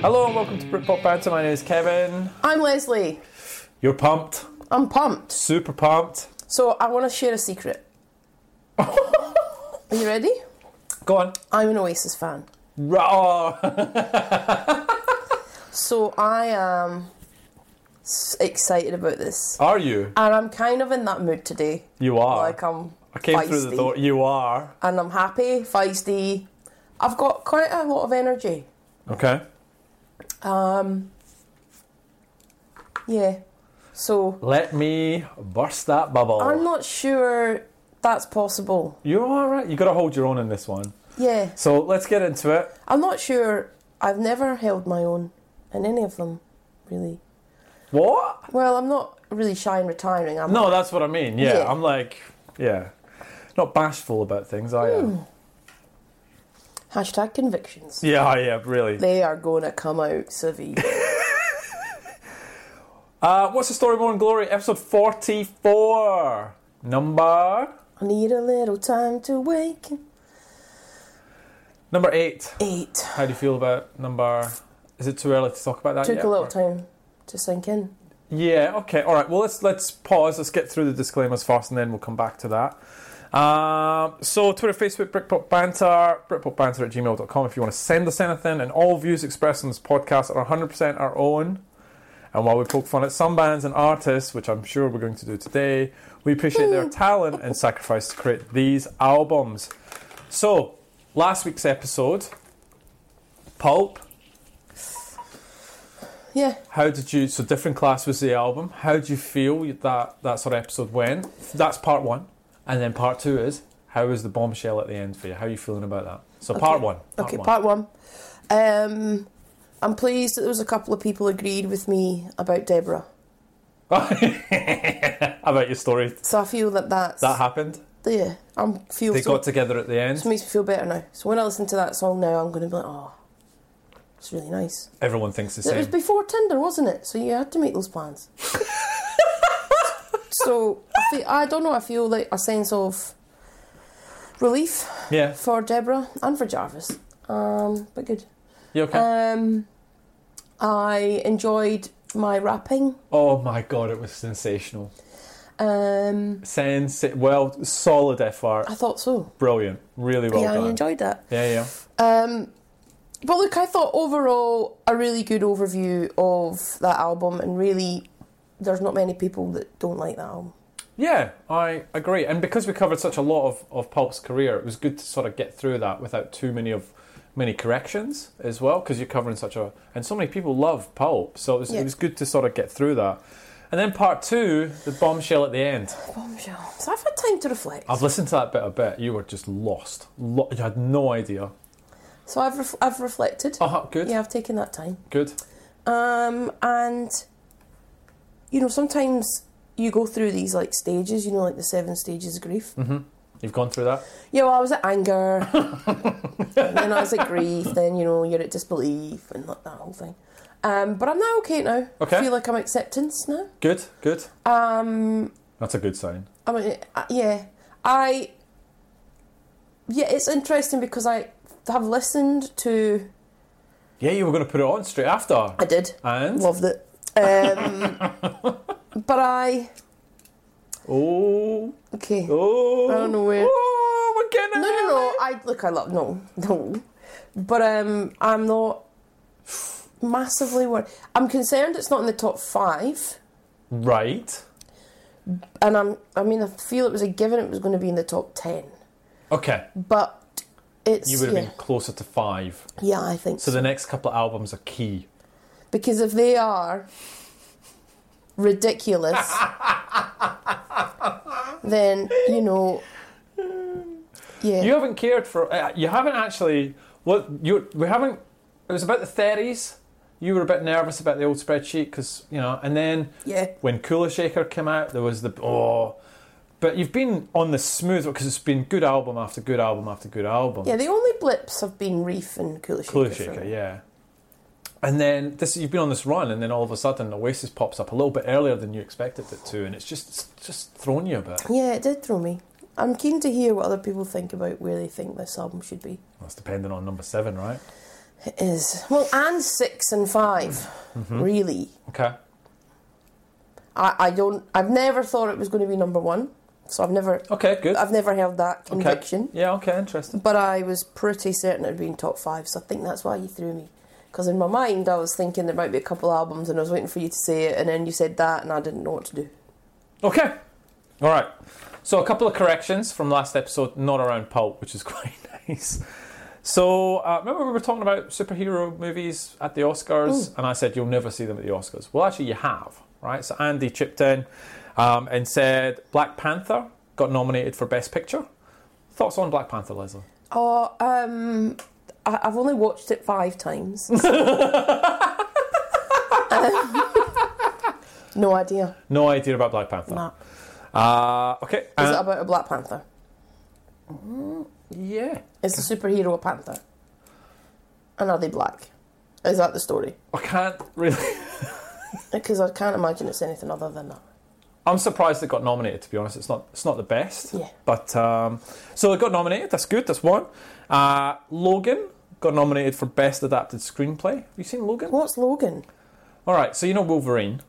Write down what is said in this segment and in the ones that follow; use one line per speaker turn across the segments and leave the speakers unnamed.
Hello and welcome to Britpop Banter. My name is Kevin.
I'm Leslie.
You're pumped,
I'm pumped.
super pumped.
So I want to share a secret. Are you ready?
Go on.
I'm an Oasis fan.
Ra- oh.
So I am s- excited about this.
Are you?
And I'm kind of in that mood today.
You are.
Like I'm
Ah, I came through the
feisty.
door. You are.
And I'm happy, feisty. I've got quite a lot of energy.
Okay.
Um, yeah. So
Let me burst that bubble.
I'm not sure that's possible.
You're all right. You got to hold your own in this one.
Yeah.
So let's get into it.
I'm not sure. I've never held my own in any of them, really.
What?
Well, I'm not really shy in retiring. I'm
No, that's what I mean. Yeah,
Yeah.
I'm like, yeah, not bashful about things. I am.
Hashtag convictions.
Yeah, I am really.
They are going to come out, Civvy.
Uh, what's the story? More in glory, episode forty-four, number
I need a little time to wake.
number eight.
Eight.
How do you feel about number? Is it too early to talk about that?
Took
yet?
a little time to sink in.
Yeah. Okay. All right. Well, let's let's pause. Let's get through the disclaimers first, and then we'll come back to that. Um, so Twitter, Facebook, Britpop Banter, BritpopBanter at gmail.com if you want to send us anything. And all views expressed on this podcast are 100% our own. And while we poke fun at some bands and artists, which I'm sure we're going to do today, we appreciate their talent and sacrifice to create these albums. So, last week's episode, Pulp,
Yeah.
how did you? So different class was the album. How do you feel that that sort of episode went? That's part one, and then part two is how was the bombshell at the end for you? How are you feeling about that? So part one.
okay, part one. Um, I'm pleased that there was a couple of people agreed with me about Deborah.
one. about your story
So I feel that that's
that happened.
yeah. I'm feel
They
so,
got together at the
it
end.
makes me feel better now. So when I listen to that song now, I'm going to be like, oh, it's really nice.
Everyone thinks the
It was
same.
before Tinder, wasn't it? So you had to make those plans. so I, feel, I don't know. I feel like a sense of relief
Yeah.
for Deborah and for Jarvis, um, but good.
You okay?
Um, I enjoyed my rapping.
oh my god, it was sensational.
Um,
Sense. Well, solid effort.
I thought so.
Brilliant. Really well
yeah,
done.
I enjoyed that.
yeah, yeah.
Um, but look, I thought overall a really good overview of that album, and really, there's not many people that don't like that album.
Yeah, I agree. And because we covered such a lot of, of Pulp's career, it was good to sort of get through that without too many of many corrections as well, because you're covering such a and so many people love Pulp, so it was,
Yeah.
it was good to sort of get through that. And then part two, the bombshell at the end.
Bombshell. So I've had time to reflect.
I've listened to that bit a bit. You were just lost. Lo- you had no idea.
So I've ref- I've reflected.
Uh-huh, good,
Yeah, I've taken that time.
good.
Um, and you know, sometimes you go through these like stages. You know, like the seven stages of grief.
Mm. You've gone through that.
Yeah, well, I was at anger, and then I was at grief. Then you know, you're at disbelief and like, that whole thing. Um, but I'm now okay now.
Okay.
I feel like I'm acceptance now.
Good, good.
Um,
That's a good sign.
I mean, uh, yeah, I, yeah, it's interesting because I have listened to.
Yeah, you were going to put it on straight after.
I did.
And
Loved it. Um, but I
oh,
okay. No,
oh,
I don't know where-
Oh, we're getting
no,
it.
no. I look. I love no, no. But um, I'm not massively worried. I'm concerned it's not in the top five,
Right.
and I'm. I mean, I feel it was a given it was going to be in the top ten,
Okay.
but it's
You would have
yeah,
been closer to five.
yeah. I think
So the next couple of albums are key.
Because if they are ridiculous, then, you know, yeah.
You haven't cared for. Uh, you haven't actually. What you we haven't. It was about the thirties. You were a bit nervous about the old spreadsheet because you know. And then
yeah.
when Cooler Shaker came out, there was the oh. But you've been on the smooth because it's been good album after good album after good album.
Yeah, the only blips have been Reef and Cooler Shaker.
Cooler
for
Shaker,
me.
yeah. And then this, you've been on this run, and then all of a sudden Oasis pops up a little bit earlier than you expected it to, and it's just it's just thrown you a bit.
Yeah, it did throw me. I'm keen to hear what other people think about where they think this album should be.
That's depending on number seven, right?
It is. Well, and six and 5
Mm-hmm.
really.
Okay.
I, I don't. I've never thought it was going to be number one, so I've never.
Okay, good.
I've never held that conviction.
Okay. Yeah, okay, interesting.
But I was pretty certain it'd be in top five, so I think that's why you threw me. Because in my mind, I was thinking there might be a couple albums, and I was waiting for you to say it, and then you said that, and I didn't know what to do.
Okay. All right. So a couple of corrections from last episode, not around pulp, which is quite nice. So uh, remember we were talking about superhero movies at the Oscars, and I said you'll never see them at the Oscars. Well, actually, you have, right? So Andy chipped in um, and said Black Panther got nominated for Best Picture. Thoughts on Black Panther, Leslie?
Oh, um, I, I've only watched it five times. Um, no idea.
No idea about Black Panther.
Nah.
Uh, okay.
Is
and-
it about a Black Panther?
yeah.
Is the superhero a panther? And are they black? Is that the story?
I can't really.
Because I can't imagine it's anything other than that.
I'm surprised it got nominated. To be honest, it's not it's not the best.
Yeah.
But um, so it got nominated. That's good. That's one. Uh, Logan got nominated for best adapted screenplay. Have you seen Logan?
What's Logan?
All right. So you know Wolverine,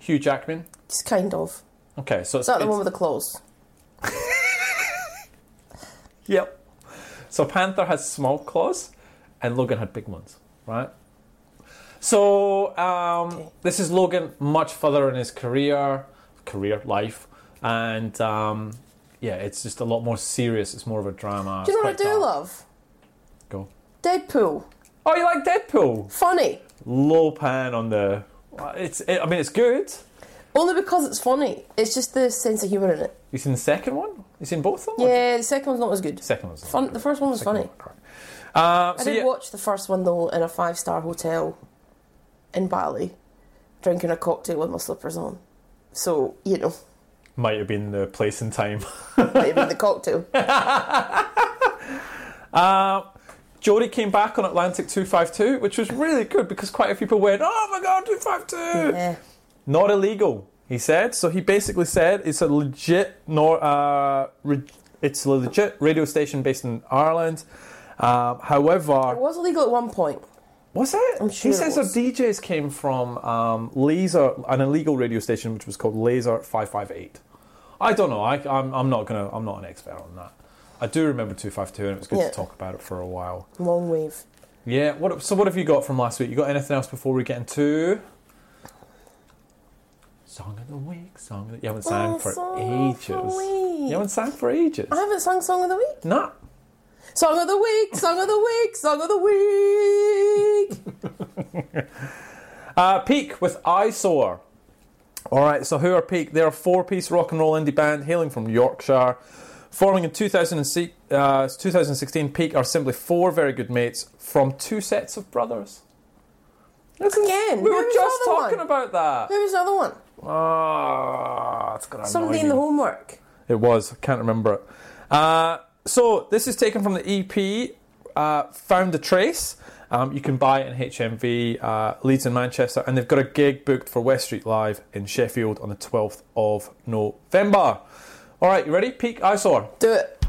Hugh Jackman.
Just kind of.
Okay. So it's,
Is that the
it's-
one with the claws?
Yep. So Panther has small claws, and Logan had big ones, right? So um,
Okay.
this is Logan much further in his career, career life, and um, yeah, it's just a lot more serious. It's more of a drama.
Do you
It's
know what I
quite
do
dark.
love?
Go.
Deadpool.
Oh, you like Deadpool?
Funny.
Low pan on the. well, It's. It, I mean, it's good.
Only because it's funny. It's just the sense of humour in it.
You seen the second one? You seen both of them?
Yeah, the second one's not as good.
Second one's
Fun, the first one was funny.
Uh,
I
so
did
yeah,
watch the first one though in a five star hotel in Bali, drinking a cocktail with my slippers on. So, you know,
might have been the place and time.
might have been the cocktail.
Uh, Jodie came back on Atlantic 252, which was really good because quite a few people went, oh my god, 252!
Yeah.
Not illegal, he said. So he basically said it's a legit, nor, uh, re- it's a legit radio station based in Ireland. Um,
It
however,
was illegal at one point.
was it?
I'm sure
he
it
says
was.
their DJs came from um, Laser, an illegal radio station which was called Laser 558. I don't know. I, I'm, I'm not gonna. I'm not an expert on that. I do remember 252, and it was good
Yeah.
to talk about it for a while.
Long wave.
Yeah. What? So what have you got from last week? You got anything else before we get into? Song of the week. Song. Of the, you haven't sang
Oh,
for
song of
ages.
the
You
week.
haven't sang for ages.
I haven't sung Song of the Week.
No.
Song of the Week, Song of the Week, Song of the Week.
Uh, Peak with Eyesore. All right. So who are Peak? They're a four-piece rock and roll indie band hailing from Yorkshire. Forming in 2006, uh, 2016, Peak are simply four very good mates from two sets of brothers.
Again,
We were
who's
just
the other
talking
one?
about that.
Who was the other one?
Ah, it's gonna annoy
Somebody in the
me.
homework.
It was. I can't remember it. Uh, so this is taken from the EP uh, "Found a Trace." Um, you can buy it in HMV uh, Leeds and Manchester, and they've got a gig booked for West Street Live in Sheffield on the 12th of November. All right, you ready? Peak eyesore.
Do it.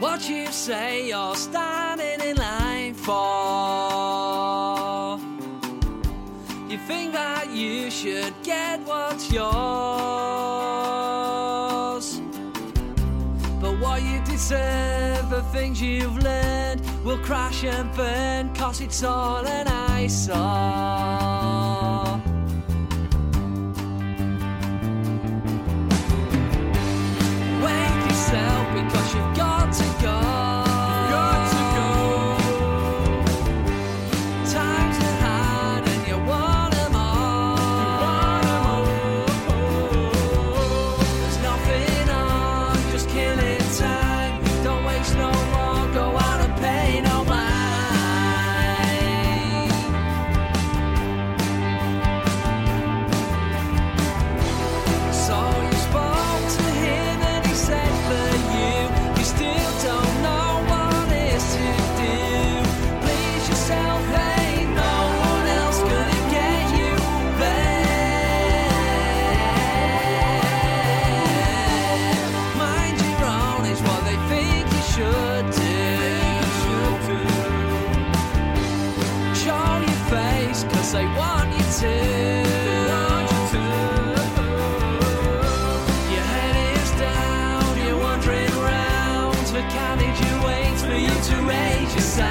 what you say you're standing in line for. You think that you should get what's yours. But what you deserve, the things you've learned, will crash and burn, cause it's all an eyesore. Wake yourself because you've got to go. Got to go. Times are hard and you want 'em all. There's nothing on, just killing time. Don't waste no more, go out and pay no mind. 'cause they want you to. Your head is down, you're wandering round. The carnage awaits for you to raise your sound.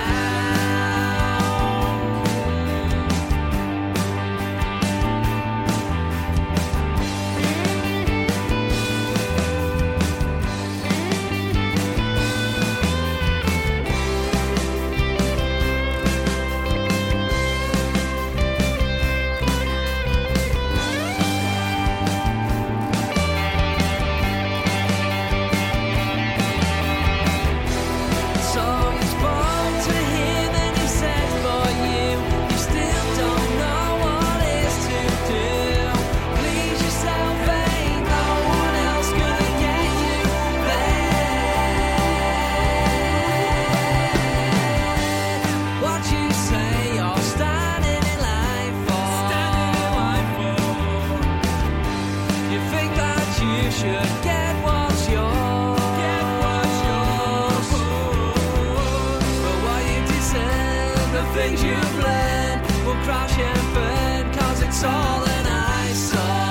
So he's born to him and he said for you, you still don't know what is to do. Please yourself, ain't no one else gonna get you there. What you say you're standing in line for You think that you should get what's yours Get what's yours But what you deserve The things you've learned Will crash and burn Cause it's all an eyesore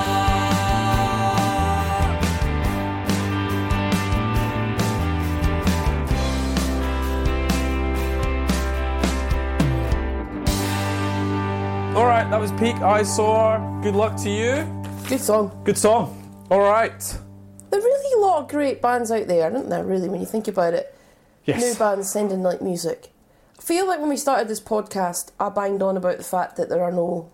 All right, that was Peak Eyesore. Good luck to you.
Good song.
Good song. All right.
There are really a lot of great bands out there, aren't there, really, when you think about it? new
Yes.
bands sending like music. I feel like when we started this podcast, I banged on about the fact that there are no.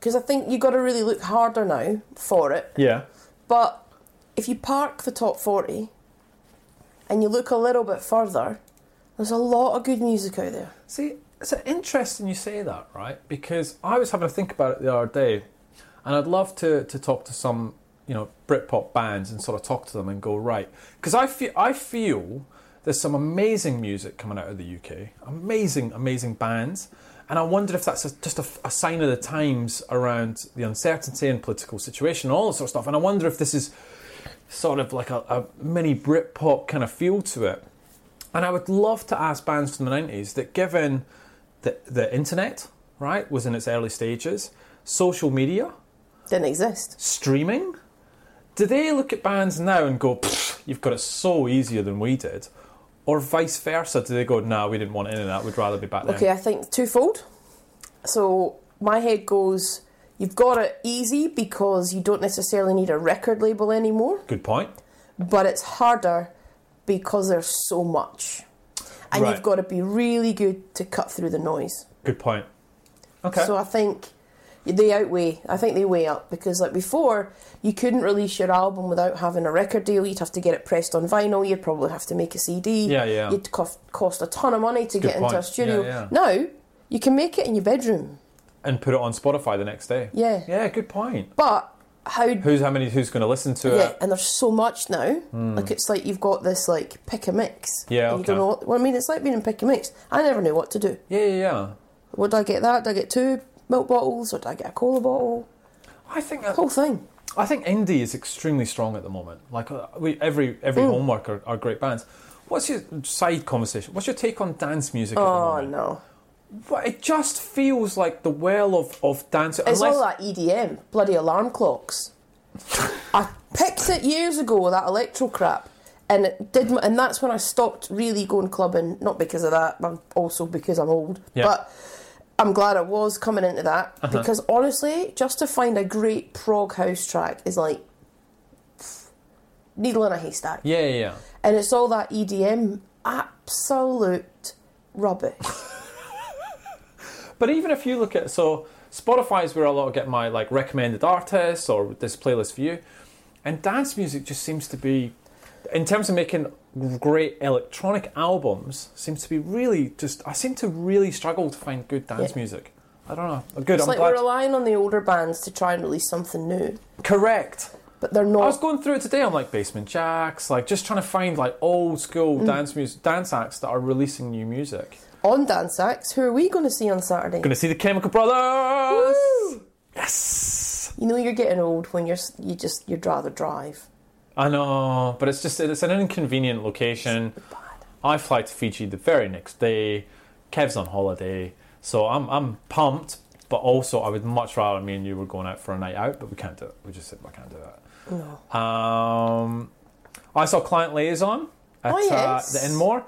Because I think you got to really look harder now for it.
Yeah.
But if you park the top 40 and you look a little bit further, there's a lot of good music out there.
See, it's interesting you say that, right? Because I was having a think about it the other day, and I'd love to, to talk to some, you know, Britpop bands and sort of talk to them and go right, because I feel I feel there's some amazing music coming out of the UK, amazing, amazing bands, and I wonder if that's a, just a, a sign of the times around the uncertainty and political situation and all that sort of stuff, and I wonder if this is sort of like a, a mini Britpop kind of feel to it. And I would love to ask bands from the 90s that given the, the internet, right, was in its early stages, social media,
Didn't exist.
streaming, do they look at bands now and go, "Pfft, you've got it so easier than we did? Or vice versa, do they go, nah, we didn't want any of that, we'd rather be back then?
Okay, I think twofold. So my head goes, you've got it easy because you don't necessarily need a record label anymore.
Good point.
but it's harder because there's so much. And
Right.
you've got to be really good to cut through the noise.
Good point. Okay.
So I think they outweigh. I think they weigh up because, like before, you couldn't release your album without having a record deal. You'd have to get it pressed on vinyl. You'd probably have to make a CD.
Yeah, yeah.
You'd cost, cost a ton of money to get into a
point.
studio.
Yeah, yeah.
Now you can make it in your bedroom.
and put it on Spotify the next day.
Yeah.
Yeah, good point.
But how
Who's how many who's gonna listen to
Yeah,
it?
and there's so much now. Like it's like you've got this like pick a mix.
Hmm. Yeah,
And You don't
okay.
know what, well, I mean, it's like being in pick a mix. I never knew what to do.
Yeah, yeah, yeah.
Would I get that? Did I get two milk bottles or did I get a cola bottle?
I think that,
Whole thing.
I think indie is extremely strong at the moment. Like uh, we, every every
Mm.
homework are, are great bands. What's your side conversation? What's your take on dance music?
Oh
at the moment?
no.
But it just feels like the well of of dance.
It's
unless-
all that EDM, bloody alarm clocks. I picked it years ago, that electro crap, and it did. m- And that's when I stopped really going clubbing. Not because of that, but also because I'm old.
Yeah. Uh-huh.
But I'm glad I was coming into that because honestly, just to find a great prog house track is like pff, needle in a haystack,
Yeah, yeah, yeah.
and it's all that EDM absolute rubbish.
But even if you look at so Spotify is where a lot of get my like recommended artists or this playlist for you, and dance music just seems to be, in terms of making great electronic albums, seems to be really just. I seem to really struggle to find good dance
Yeah.
music. I don't know. Good.
it's
I'm
like
glad.
we're relying on the older bands to try and release something new,
Correct.
but they're not.
I was going through it today on like Basement Jacks, like just trying to find like old school
Mm.
dance music, dance acts that are releasing new music.
on Dance Axe. Who are we going to see on Saturday?
Gonna see the Chemical Brothers.
Woo!
Yes.
You know you're getting old when you're s- you just you'd rather drive.
I know, but it's just it's an inconvenient location.
Bad.
I fly to Fiji the very next day. Kev's on holiday, so I'm I'm pumped. But also, I would much rather me and you were going out for a night out, but we can't do it. We just said we can't do it.
No.
Um, I saw Client Liaison at
Oh, yes.
uh, the Inmore.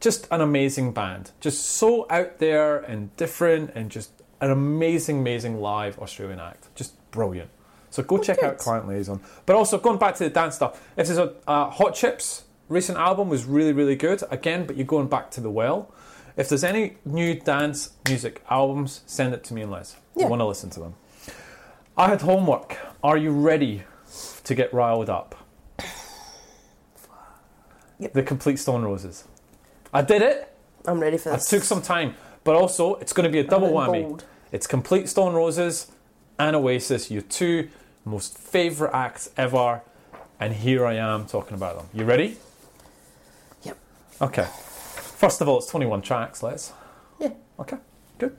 Just an amazing band. Just so out there and different and just an amazing, amazing live Australian act. Just brilliant. So go check out
Oh, good.
Client Liaison. But also, going back to the dance stuff, this is a uh, Hot Chips recent album was really, really good. Again, but you're going back to the well. If there's any new dance music albums, send it to me and Les. I
Yeah.
want to listen to them. I had homework. Are you ready to get riled up?
Yep.
The complete Stone Roses. I did it.
I'm ready for
I
this.
took some time, but also it's going to be a double
I'm
whammy.
bold.
It's complete Stone Roses and Oasis, your two most favourite acts ever, and here I am talking about them. You ready?
Yep.
Okay. First of all, it's 21 tracks, Les.
Yeah.
Okay, good.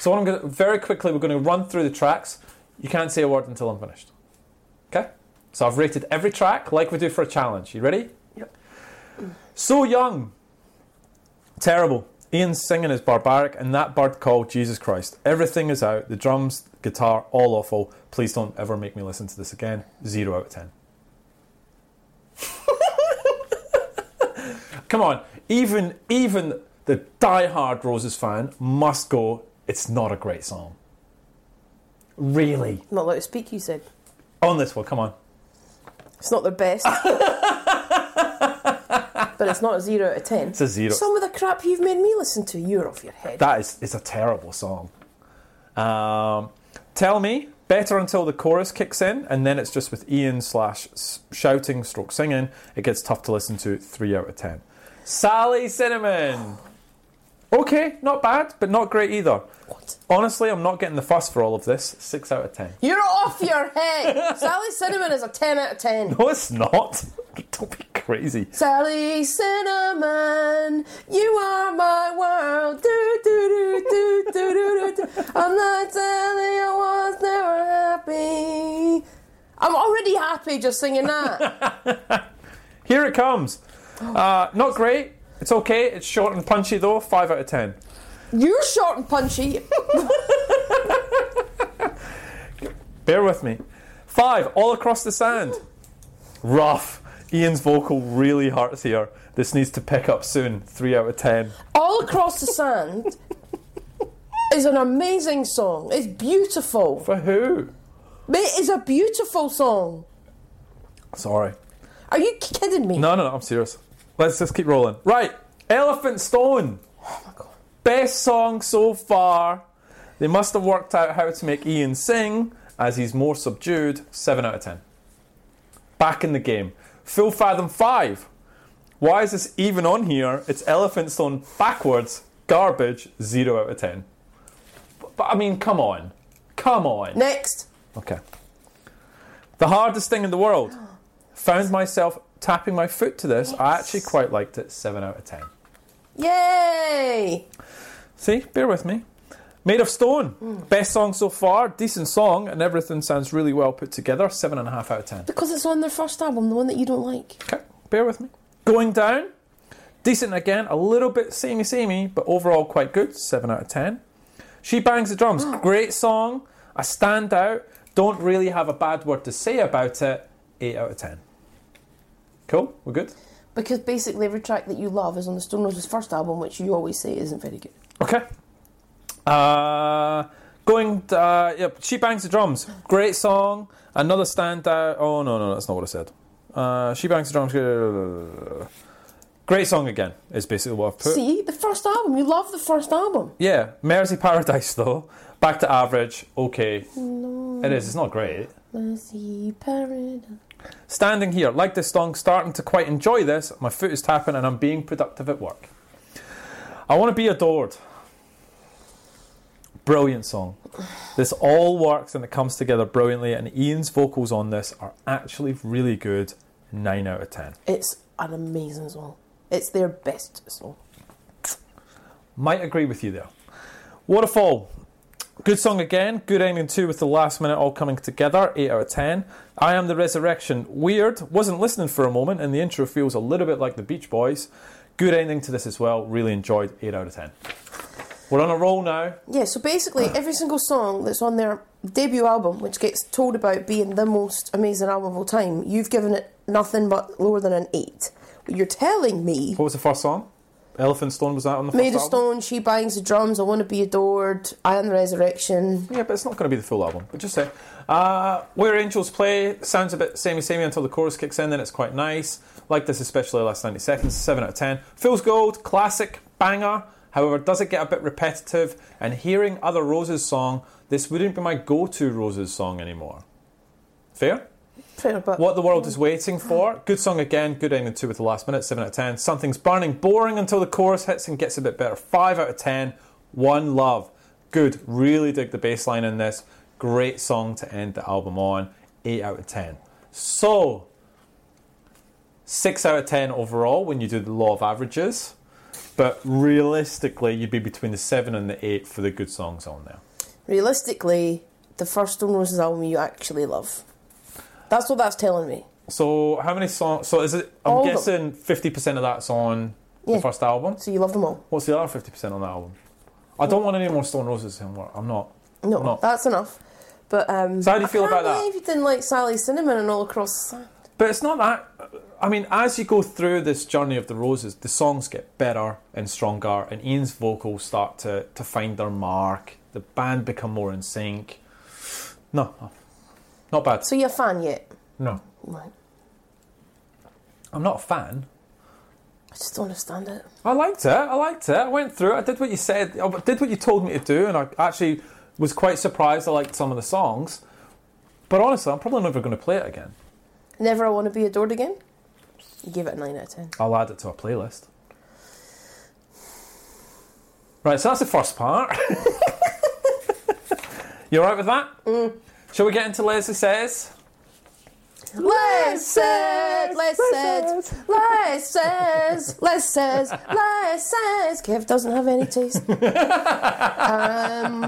So what I'm going to very quickly, we're going to run through the tracks. You can't say a word until I'm finished. Okay. So I've rated every track like we do for a challenge. You ready?
Yep.
So young. Terrible. Ian's singing is barbaric, and that bird call, Jesus Christ. Everything is out. The drums, guitar, all awful. Please don't ever make me listen to this again. Zero out of ten. Come on, even even the die-hard Roses fan must go. It's not a great song. Really,
I'm not allowed to speak, you said.
on this one, come on.
It's not their best. but it's not a zero out of ten.
It's a zero.
Some of the crap you've made me listen to, you're off your head.
That is it's a terrible song. Um, Tell me, better until the chorus kicks in, and then it's just with Ian slash s- shouting stroke singing. It gets tough to listen to. Three out of ten. Sally Cinnamon. Okay, not bad, but not great either.
What?
Honestly, I'm not getting the fuss for all of this. Six out of ten.
You're off your head. Sally Cinnamon is a ten out of ten.
No, it's not. Don't be crazy.
Sally Cinnamon, you are my world. Do, do, do, do, do, do, do. I'm not telling you I was never happy. I'm already happy just singing that.
Here it comes. Uh, not great. It's okay. It's short and punchy though. Five out of ten.
You're short and punchy.
Bear with me. Five, all across the sand. Rough. Ian's vocal really hurts here. This needs to pick up soon. Three out of ten.
All Across the Sand is an amazing song. It's beautiful.
For who?
It is a beautiful song.
Sorry.
Are you kidding me?
No, no, no, I'm serious. Let's just keep rolling. Right, Elephant Stone. Best song so far. They must have worked out how to make Ian sing as he's more subdued. 7 out of 10. Back in the game. Full Fathom 5. Why is this even on here? It's Elephant Stone backwards. Garbage. 0 out of 10. But, but I mean, come on. Come on.
Next.
Okay. The hardest thing in the world. Found myself tapping my foot to this. I actually quite liked it. 7 out of 10.
Yay!
See, bear with me. Made of Stone. Best song so far. Decent song, and everything sounds really well put together. 7.5 out of 10.
Because it's on their first album, the one that you don't like.
Okay, bear with me. Going Down. Decent again. A little bit samey samey, but overall quite good. 7 out of 10. She Bangs the Drums. Great song. I stand out. Don't really have a bad word to say about it. 8 out of 10. Cool, we're good.
Because basically every track that you love is on the Stone Roses first album, which you always say isn't very good.
Okay. Uh, going, uh, yep, She Bangs the Drums. Great song. Another standout. Oh, no, no, that's not what I said. Uh, she Bangs the Drums. Great song again, is basically what I've put.
See, the first album, you love the first album.
Yeah, Mersey Paradise though. Back to average. Okay. It is. It's not great.
Mercy Paradise.
Standing here, like this song, starting to quite enjoy this. My foot is tapping and I'm being productive at work. I want to be adored. Brilliant song. This all works and it comes together brilliantly, and Ian's vocals on this are actually really good. 9 out of 10.
It's an amazing song. It's their best song.
Might agree with you there. Waterfall. Good song again. Good ending too with the last minute all coming together. 8 out of 10. I Am the Resurrection. Weird. Wasn't listening for a moment and the intro feels a little bit like the Beach Boys. Good ending to this as well. Really enjoyed. 8 out of 10. We're on a roll now.
Yeah, so basically, every single song that's on their debut album, which gets told about being the most amazing album of all time, you've given it nothing but lower than an eight. You're telling me
What was the first song? Elephant Stone was that on the
Made of
first album?
Stone, She Bangs the Drums, I Want to Be Adored, I Am the Resurrection.
Yeah, but it's not going to be the full album. But just say, uh, where angels play sounds a bit samey samey until the chorus kicks in. Then it's quite nice. Like this, especially the last ninety seconds. Seven out of ten. Feels gold, classic banger. However, does it get a bit repetitive? And hearing other Roses song, this wouldn't be my go-to Roses song anymore. Fair.
Fair, but
What the world
Mm.
is waiting for. Good song again. Good aiming two with the last minute. Seven out of ten. Something's burning. Boring until the chorus hits and gets a bit better. Five out of ten. One love. Good. Really dig the bass line in this. Great song to end the album on. Eight out of ten. So six out of ten overall when you do the law of averages. But realistically, you'd be between the seven and the eight for the good songs on there.
realistically, the first Stone Roses album you actually love. That's what that's telling me.
So how many songs? So is it? I'm
All of them.
guessing fifty percent of that's on
Yeah.
the first album.
So you love them all.
What's the other fifty percent on that album? I don't want any more Stone Roses anymore. I'm not.
No,
Not.
that's enough. But um,
So how do you feel
I can't
about that?
believe you didn't like Sally Cinnamon and All Across the Sand.
But it's not that. I mean, as you go through this journey of the Roses, the songs get better and stronger, and Ian's vocals start to to find their mark. The band become more in sync. No, no. not bad.
So you're a fan yet?
No,
Right.
I'm not a fan.
I just don't understand it.
I liked it. I liked it. I went through. it. I did what you said. I did what you told me to do, and I actually was quite surprised. I liked some of the songs, but honestly, I'm probably never going to play it again.
Never I Want to Be Adored Again? You gave it a 9 out of 10.
I'll add it to a playlist. Right, so that's the first part. you alright with that?
Mm.
Shall we get into Leslie Says?
Let's says, let's says, let's says, let's says, let's says. Kev doesn't have any taste. um,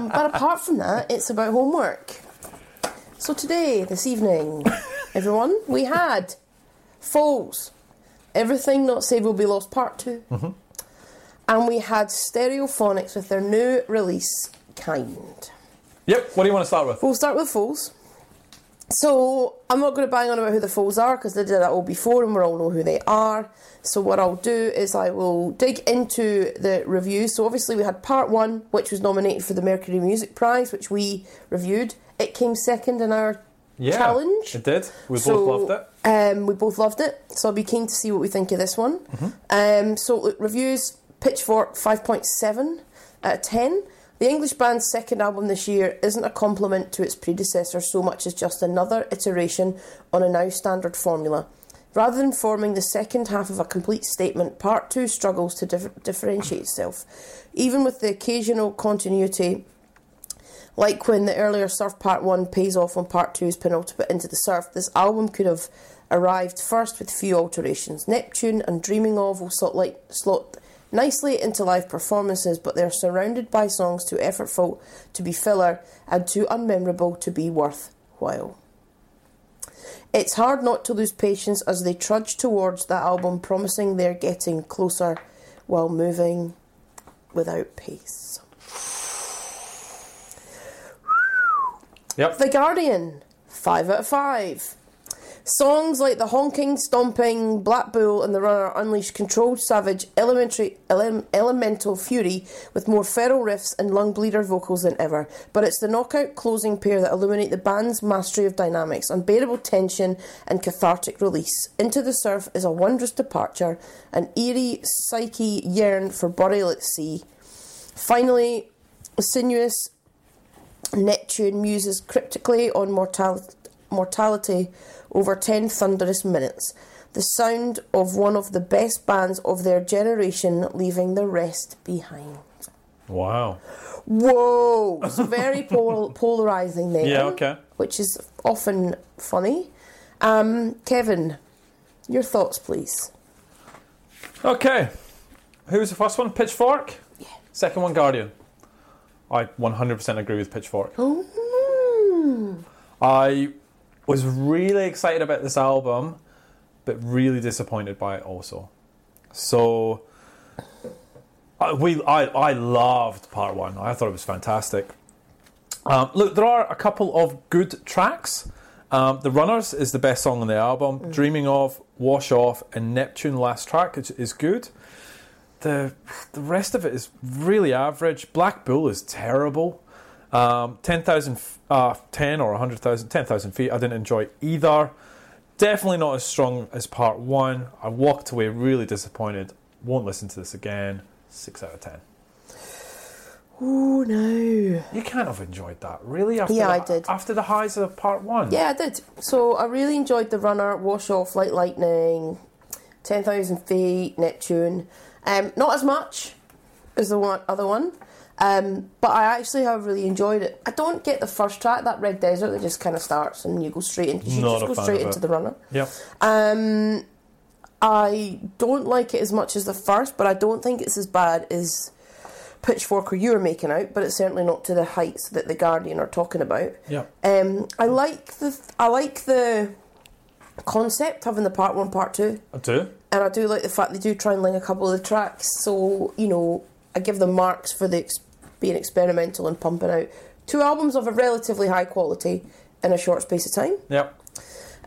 but apart from that, it's about homework. So today, this evening, everyone, we had Falls, Everything Not Saved Will Be Lost Part 2. And we had Stereophonics with their new release, Kind.
Yep, what do you want to start with?
We'll start with Fools. So I'm not going to bang on about who the Fools are because they did that all before and we all know who they are. So what I'll do is I will dig into the review. So obviously we had part one, which was nominated for the Mercury Music Prize, which we reviewed. It came second in our
Yeah,
challenge.
It did. We both loved it.
Um, we both loved it. So I'll be keen to see what we think of this one.
Mm-hmm.
Um, so look, reviews Pitchfork 5.7 out of 10. The English band's second album this year isn't a compliment to its predecessor so much as just another iteration on a now standard formula. Rather than forming the second half of a complete statement, Part 2 struggles to dif- differentiate itself. Even with the occasional continuity, like when the earlier Surf Part 1 pays off on Part 2's penultimate Into the Surf, this album could have arrived first with few alterations. Neptune and Dreaming of will slot, like, slot nicely into live performances, but they're surrounded by songs too effortful to be filler and too unmemorable to be worthwhile. It's hard not to lose patience as they trudge towards that album, promising they're getting closer while moving without pace.
Yep.
The Guardian, 5 out of 5. Songs like The Honking, Stomping, Black Bull, and The Runner unleash controlled, savage, elementary, elem, elemental fury with more feral riffs and lung bleeder vocals than ever. But it's the knockout closing pair that illuminate the band's mastery of dynamics, unbearable tension, and cathartic release. Into the Surf is a wondrous departure, an eerie psyche yearn for burial at sea. Finally, sinuous Neptune muses cryptically on mortal- mortality over 10 thunderous minutes, the sound of one of the best bands of their generation leaving the rest behind.
Wow.
Whoa! So very pol- polarising there.
Yeah, okay.
Which is often funny. Um, Kevin, your thoughts, please.
Okay. Who was the first one? Pitchfork? Yeah. Second one, Guardian. I 100% agree with Pitchfork.
Mm.
I was really excited about this album, but really disappointed by it also. So I, we, I, I loved part one. I thought it was fantastic. Um, look, there are a couple of good tracks. Um, the Runners is the best song on the album. Dreaming of, Wash Off, and Neptune last track is, is good. The the rest of it is really average. Black Bull is terrible. Um, 10,000, f- uh, 10 or 100,000, 10,000 feet, I didn't enjoy either. Definitely not as strong as part one. I walked away really disappointed. Won't listen to this again. 6 out of 10.
Oh no.
You can't have enjoyed that, really? After
Yeah,
the,
I did.
After the highs of part one.
Yeah, I did. So I really enjoyed the runner, wash off, light lightning, ten thousand feet, Neptune. Um, not as much as the one other one, um, but I actually have really enjoyed it. I don't get the first track, that Red Desert, that just kind of starts and you go straight into. You
Not a
just go
fan
straight
of
into
it.
the runner.
Yep.
Um, I don't like it as much as the first, but I don't think it's as bad as Pitchfork or you were making out. But it's certainly not to the heights that the Guardian are talking about.
Yep.
Um, I like the I like the concept having the part one, part two,
I do.
and I do like the fact they do try and link a couple of the tracks. So you know, I give them marks for the ex- being experimental and pumping out two albums of a relatively high quality in a short space of time.
Yep.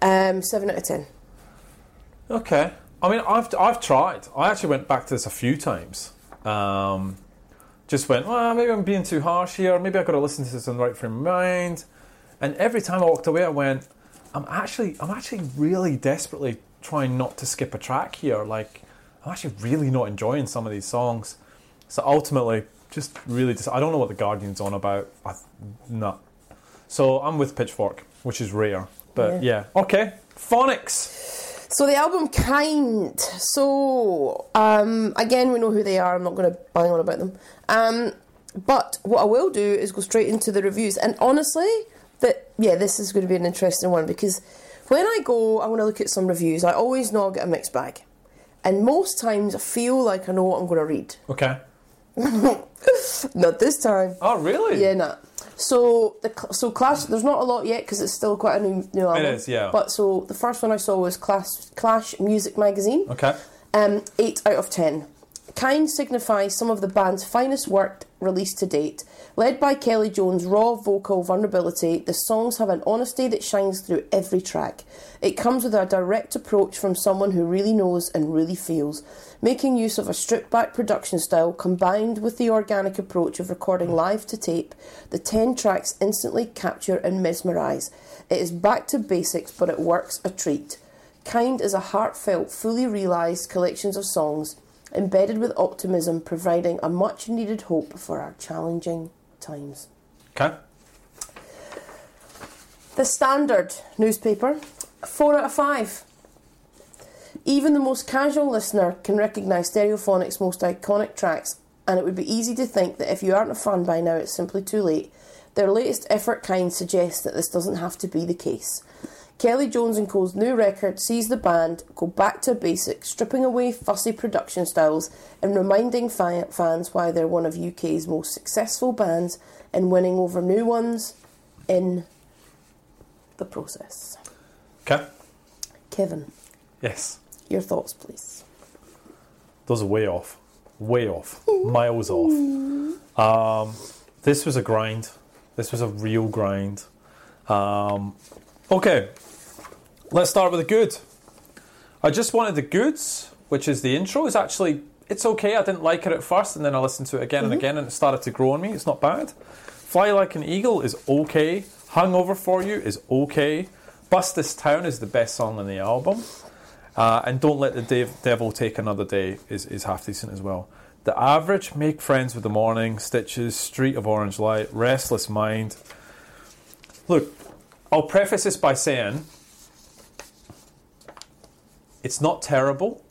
Um, seven out of ten.
Okay. I mean, I've, I've tried. I actually went back to this a few times. Um, just went, well, maybe I'm being too harsh here. Maybe I've got to listen to this in the right frame of mind. And every time I walked away, I went, I'm actually, I'm actually really desperately trying not to skip a track here. Like, I'm actually really not enjoying some of these songs. So ultimately, just really, just I don't know what the Guardian's on about. I, nah. So I'm with Pitchfork, which is rare. But yeah. Okay. Phonics.
So the album Kind. So um, again, we know who they are. I'm not going to bang on about them. Um, but what I will do is go straight into the reviews. And honestly, that yeah, this is going to be an interesting one because when I go, I want to look at some reviews. I always know I'll get a mixed bag, and most times I feel like I know what I'm going to read.
Okay.
Not this time.
Oh, really?
Yeah, nah. So the cl- so clash. There's not a lot yet because it's still quite a new new album.
is, yeah.
But so the first one I saw was Clash Clash Music Magazine.
Okay.
Um, eight out of ten. Kind signifies some of the band's finest work released to date. Led by Kelly Jones' raw vocal vulnerability, the songs have an honesty that shines through every track. It comes with a direct approach from someone who really knows and really feels, making use of a stripped back production style combined with the organic approach of recording live to tape. The 10 tracks instantly capture and mesmerise. It is back to basics, but it works a treat. Kind is a heartfelt, fully realised collections of songs embedded with optimism, providing a much needed hope for our challenging times.
Okay.
The Standard newspaper, 4 out of 5. Even the most casual listener can recognise Stereophonic's most iconic tracks, and it would be easy to think that if you aren't a fan by now, it's simply too late. Their latest effort kind suggests that this doesn't have to be the case. Kelly Jones and Co.'s new record sees the band go back to basics, stripping away fussy production styles and reminding fi- fans why they're one of UK's most successful bands and winning over new ones in the process.
Okay.
Kevin,
Yes.
your thoughts, please.
Those are way off. Way off. Miles off. Um, this was a grind. This was a real grind. Um, okay. Let's start with the good. I just wanted the goods, which is the intro. Is actually it's okay. I didn't like it at first, and then I listened to it again and again, and it started to grow on me. It's not bad. Fly like an eagle is okay. Hungover for you is okay. Bust this town is the best song on the album, uh, and don't let the dev- devil take another day is is half decent as well. The average make friends with the morning stitches street of orange light restless mind. Look, I'll preface this by saying it's not terrible.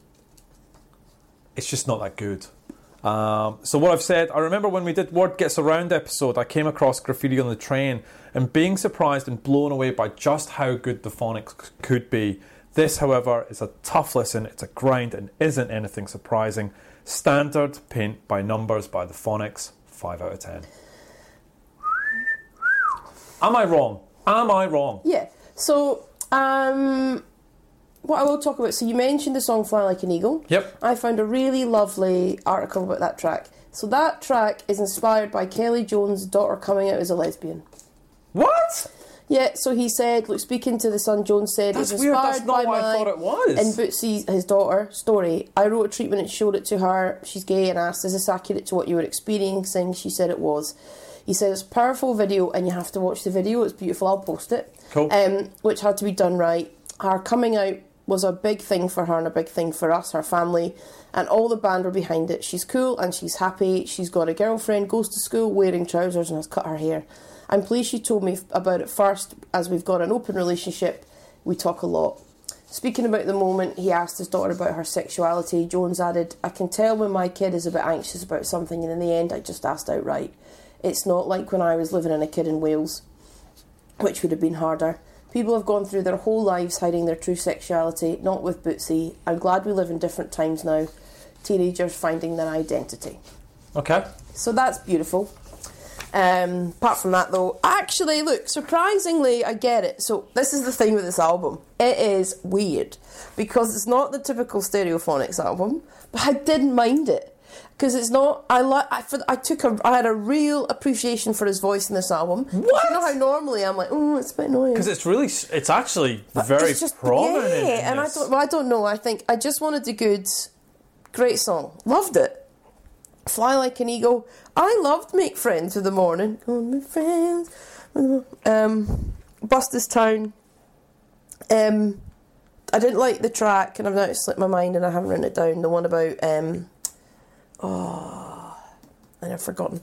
It's just not that good. Um, so what I've said, I remember when we did Word Gets Around episode, I came across graffiti on the train and being surprised and blown away by just how good the phonics c- could be. This, however, is a tough listen. It's a grind and isn't anything surprising. Standard paint by numbers by the phonics. Five out of ten. Am I wrong? Am I wrong?
Yeah. So, um, what I will talk about. So you mentioned the song "Fly Like an Eagle."
Yep.
I found a really lovely article about that track. So that track is inspired by Kelly Jones' daughter coming out as a lesbian.
What?
Yeah, so he said, look, speaking to the son, Jones said,
That's
it's
weird.
inspired
That's
by
not what
my
I thought it was.
and Bootsy's his daughter story. I wrote a treatment and showed it to her. She's gay and asked, "Is this accurate to what you were experiencing?" She said it was. He said it's a powerful video and you have to watch the video. It's beautiful. I'll post it.
Cool.
Um, which had to be done right. Her coming out was a big thing for her and a big thing for us, her family, and all the band were behind it. She's cool and she's happy. She's got a girlfriend, goes to school wearing trousers and has cut her hair. I'm pleased she told me about it first, as we've got an open relationship. We talk a lot. Speaking about the moment he asked his daughter about her sexuality, Jones added, I can tell when my kid is a bit anxious about something, and in the end, I just asked outright. It's not like when I was living in a kid in Wales, which would have been harder. People have gone through their whole lives hiding their true sexuality, not with Bootsy. I'm glad we live in different times now. Teenagers finding their identity.
Okay.
So that's beautiful. Um, apart from that, though, actually, look, surprisingly, I get it. So, this is the thing with this album it is weird because it's not the typical Stereophonics album, but I didn't mind it because it's not. I like. I, for- I took a. I had a real appreciation for his voice in this album.
What?
You know how normally I'm like, oh, it's a bit annoying
Because it's really, s- it's actually very
it's just-
prominent.
Yeah,
in
and I
this.
don't, well, I don't know. I think I just wanted the goods. Great song, loved it. Fly like an eagle. I loved Make Friends with the Morning. Gonna make friends. with the Mor- Um, Bust this town. Um, I didn't like the track, and I've now slipped my mind, and I haven't written it down. The one about um, oh, and I've forgotten.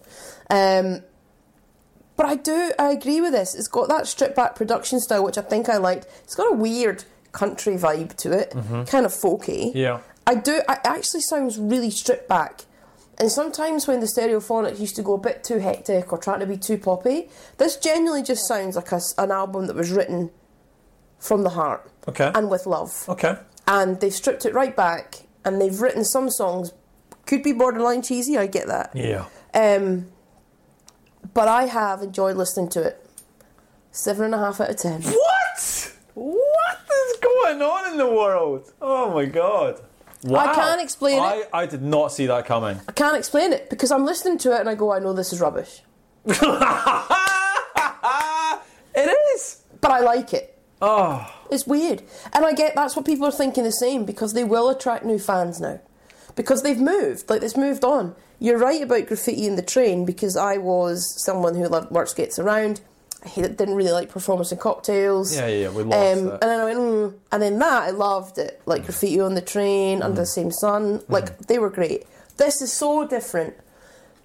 Um, but I do, I agree with this. It's got that stripped back production style, which I think I liked. It's got a weird country vibe to it, kind of folky.
Yeah.
I do, it actually sounds really stripped back. And sometimes when the stereophonic used to go a bit too hectic or trying to be too poppy, this genuinely just sounds like a s an album that was written from the heart
Okay.
and with love
okay.
and they've stripped it right back and they've written some songs could be borderline cheesy i get that
Yeah.
um, but i have enjoyed listening to it seven and a half out of ten
What? What is going on in the world? Oh my god. Wow.
can't explain
I, I did not see that coming.
i can't explain it because i'm listening to it and i go i know this is rubbish
it is.
but i like it
Oh.
It's weird. And I get that's what people are thinking the same because they will attract new fans now. Because they've moved, like it's moved on. You're right about graffiti in the train because I was someone who loved work skates around. I hate- didn't really like performance and cocktails.
Yeah, yeah, yeah, we lost
Um,
that. Mm.
and then I went, mm. and then that I loved it, like graffiti on the train, under the same sun, like they were great. This is so different,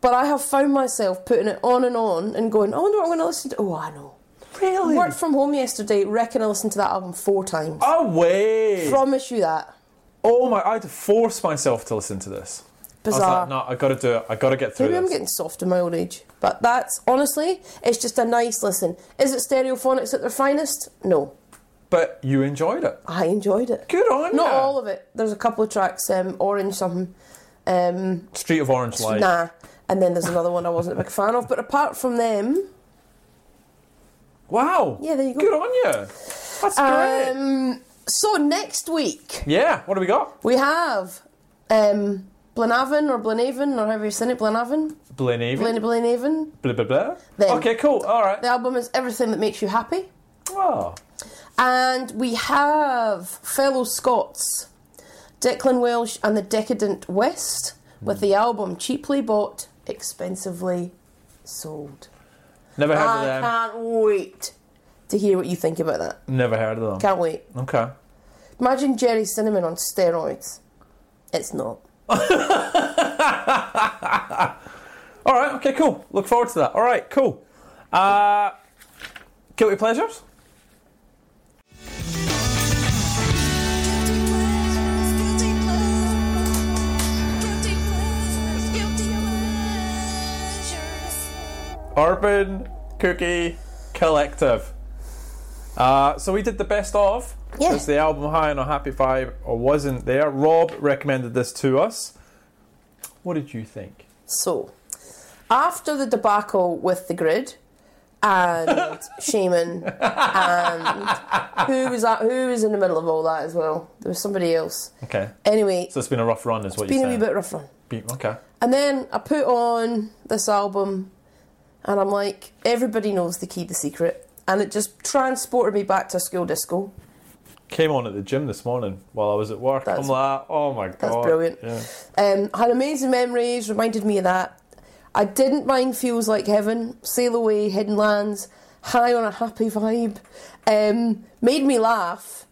but I have found myself putting it on and on and going, I wonder what I'm going to listen to. Oh, I know.
Really?
Worked from home yesterday. Reckon I listened to that album four times.
Away.
Promise you that.
oh my! I had to force myself to listen to this. I was
Bizarre.
like, no, I gotta do it. I gotta get through
Maybe I'm
this.
getting soft in my old age, but that's honestly, it's just a nice listen. Is it stereophonics at their finest? No,
But you enjoyed it.
I enjoyed it.
Good on
Not
ya.
all of it. There's a couple of tracks, um, Orange something, um,
Street of Orange Light.
nah, and then there's another one I wasn't a big fan of. But apart from them,
Wow.
Yeah, there you go.
Good on you. That's great.
um, so next week
Yeah. What do we got?
we have um, Blenavon or Blenavon or however you say it, Blenavon,
Blenavy.
Blen Blenavon.
blah blah blah.
Them.
Okay, cool. All right.
The album is Everything That Makes You Happy.
Oh.
And we have fellow Scots, Declan Welsh and the Decadent West, with the album Cheaply Bought, Expensively Sold.
Never heard
I
of them.
can't wait to hear what you think about that.
Never heard of them.
Can't wait.
Okay.
Imagine Jerry Cinnamon on steroids. It's not.
All right. Okay. Cool. Look forward to that. All right. Cool. Uh, guilty pleasures.
Guilty pleasures, guilty pleasures, guilty pleasures, guilty pleasures.
Urban Cookie Collective. Uh, so we did the best of.
Yeah.
Because the album High on a Happy Vibe wasn't there. Rob recommended this to us. What did you think?
So, after the debacle with the grid, and Shaman and who was that? Who was in the middle of all that as well? There was somebody else.
Okay.
Anyway,
So it's been a rough run, is what
been
you're
a wee
saying.
bit rough run.
Be- okay.
And then I put on this album, and I'm like, everybody knows the key, the secret, and it just transported me back to school disco.
Came on at the gym this morning while I was at work.
That's-
I'm like, oh my god.
brilliant.
Yeah.
Um, had amazing memories, reminded me of that. I didn't mind Feels Like Heaven, Sail Away, Hidden Lands, High on a Happy Vibe. Um, made me laugh.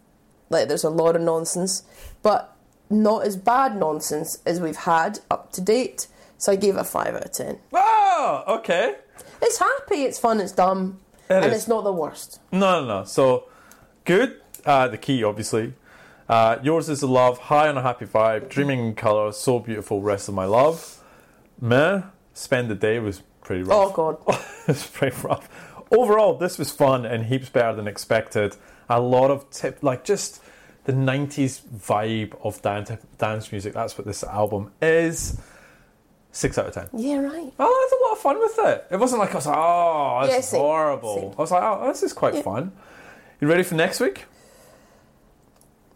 Like, there's a lot of nonsense, but not as bad nonsense as we've had up to date. So I gave it a 5 out of 10.
Ah, okay.
It's happy, it's fun, it's dumb,
It
and
is.
it's not the worst.
No, no, no. So, good. Uh, the key, obviously. Uh, yours is the love, high on a happy vibe, dreaming in colour, so beautiful, rest of my love. Meh, spend the day was pretty rough.
Oh, God.
it's pretty rough. Overall, this was fun and heaps better than expected. A lot of tip, like just the '90s vibe of dance, dance music. That's what this album is. Six out of ten.
Yeah, right.
Oh, I had a lot of fun with it. It wasn't like I was like, oh,
Yeah,
that's
same,
horrible.
same.
I was like, oh, this is quite fun. You ready for next week?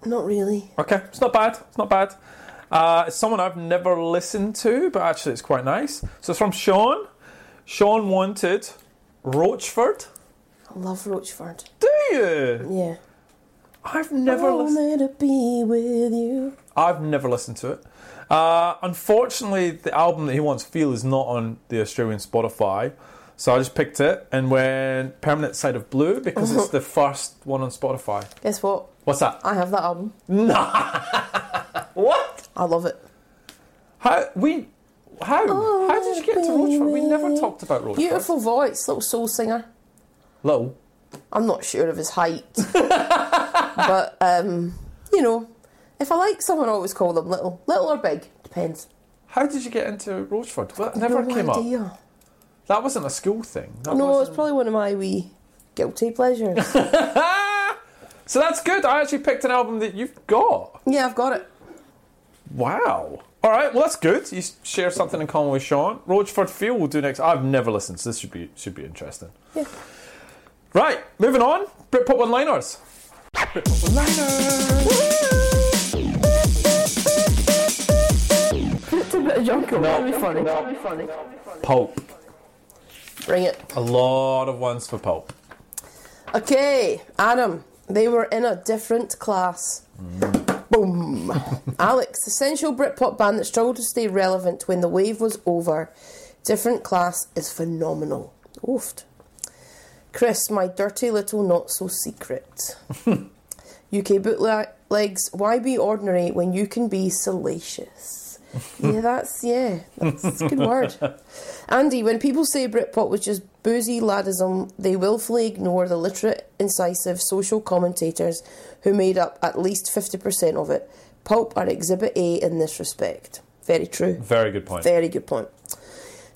Not really.
Okay, it's not bad. It's not bad. Uh, it's someone I've never listened to, but actually it's quite nice. So it's from Sean. Sean wanted Roachford.
I love Roachford.
Do you?
Yeah.
I've never
I
listened.
wanted to be with you.
I've never listened to it. Uh, unfortunately, the album that he wants to feel is not on the Australian Spotify, so I just picked it and went Permanent Side of Blue because it's the first one on Spotify.
Guess what?
What's that?
I have that album.
What?
I love it.
How we? How? how did you get to Roachford? We never
baby.
talked about Roachford.
Oh, Beautiful voice, little soul singer.
Little.
I'm not sure of his height, but um, you know, if I like someone, I always call them little, little or big, depends.
How did you get into Roachford? Well, it never
no
came up.
idea.
That wasn't a school thing. That
No, it's
wasn't-
probably one of my wee guilty pleasures.
Ah! So that's good. I actually picked an album that you've got.
yeah, I've got it.
Wow. All right. Well, that's good. You share something in common with Sean. Roachford Field will do next. I've never listened, so this should be should be interesting.
Yeah.
Right. Moving on. Britpop one-liners. Britpop one-liners.
It's a bit of junk. No, be funny.
Pulp.
Bring it.
A lot of ones for pulp.
Okay, Adam. They were in a different class. Boom. Alex, essential Britpop band that struggled to stay relevant when the wave was over. Different class is phenomenal. Oofed. Chris, my dirty little not so secret. UK bootlegs, why be ordinary when you can be salacious? yeah, that's yeah, that's a good word. Andy, when people say Britpop was just boozy ladism, they willfully ignore the literate, incisive social commentators who made up at least 50% of it. Pulp are exhibit A in this respect. Very true.
Very good point.
Very good point.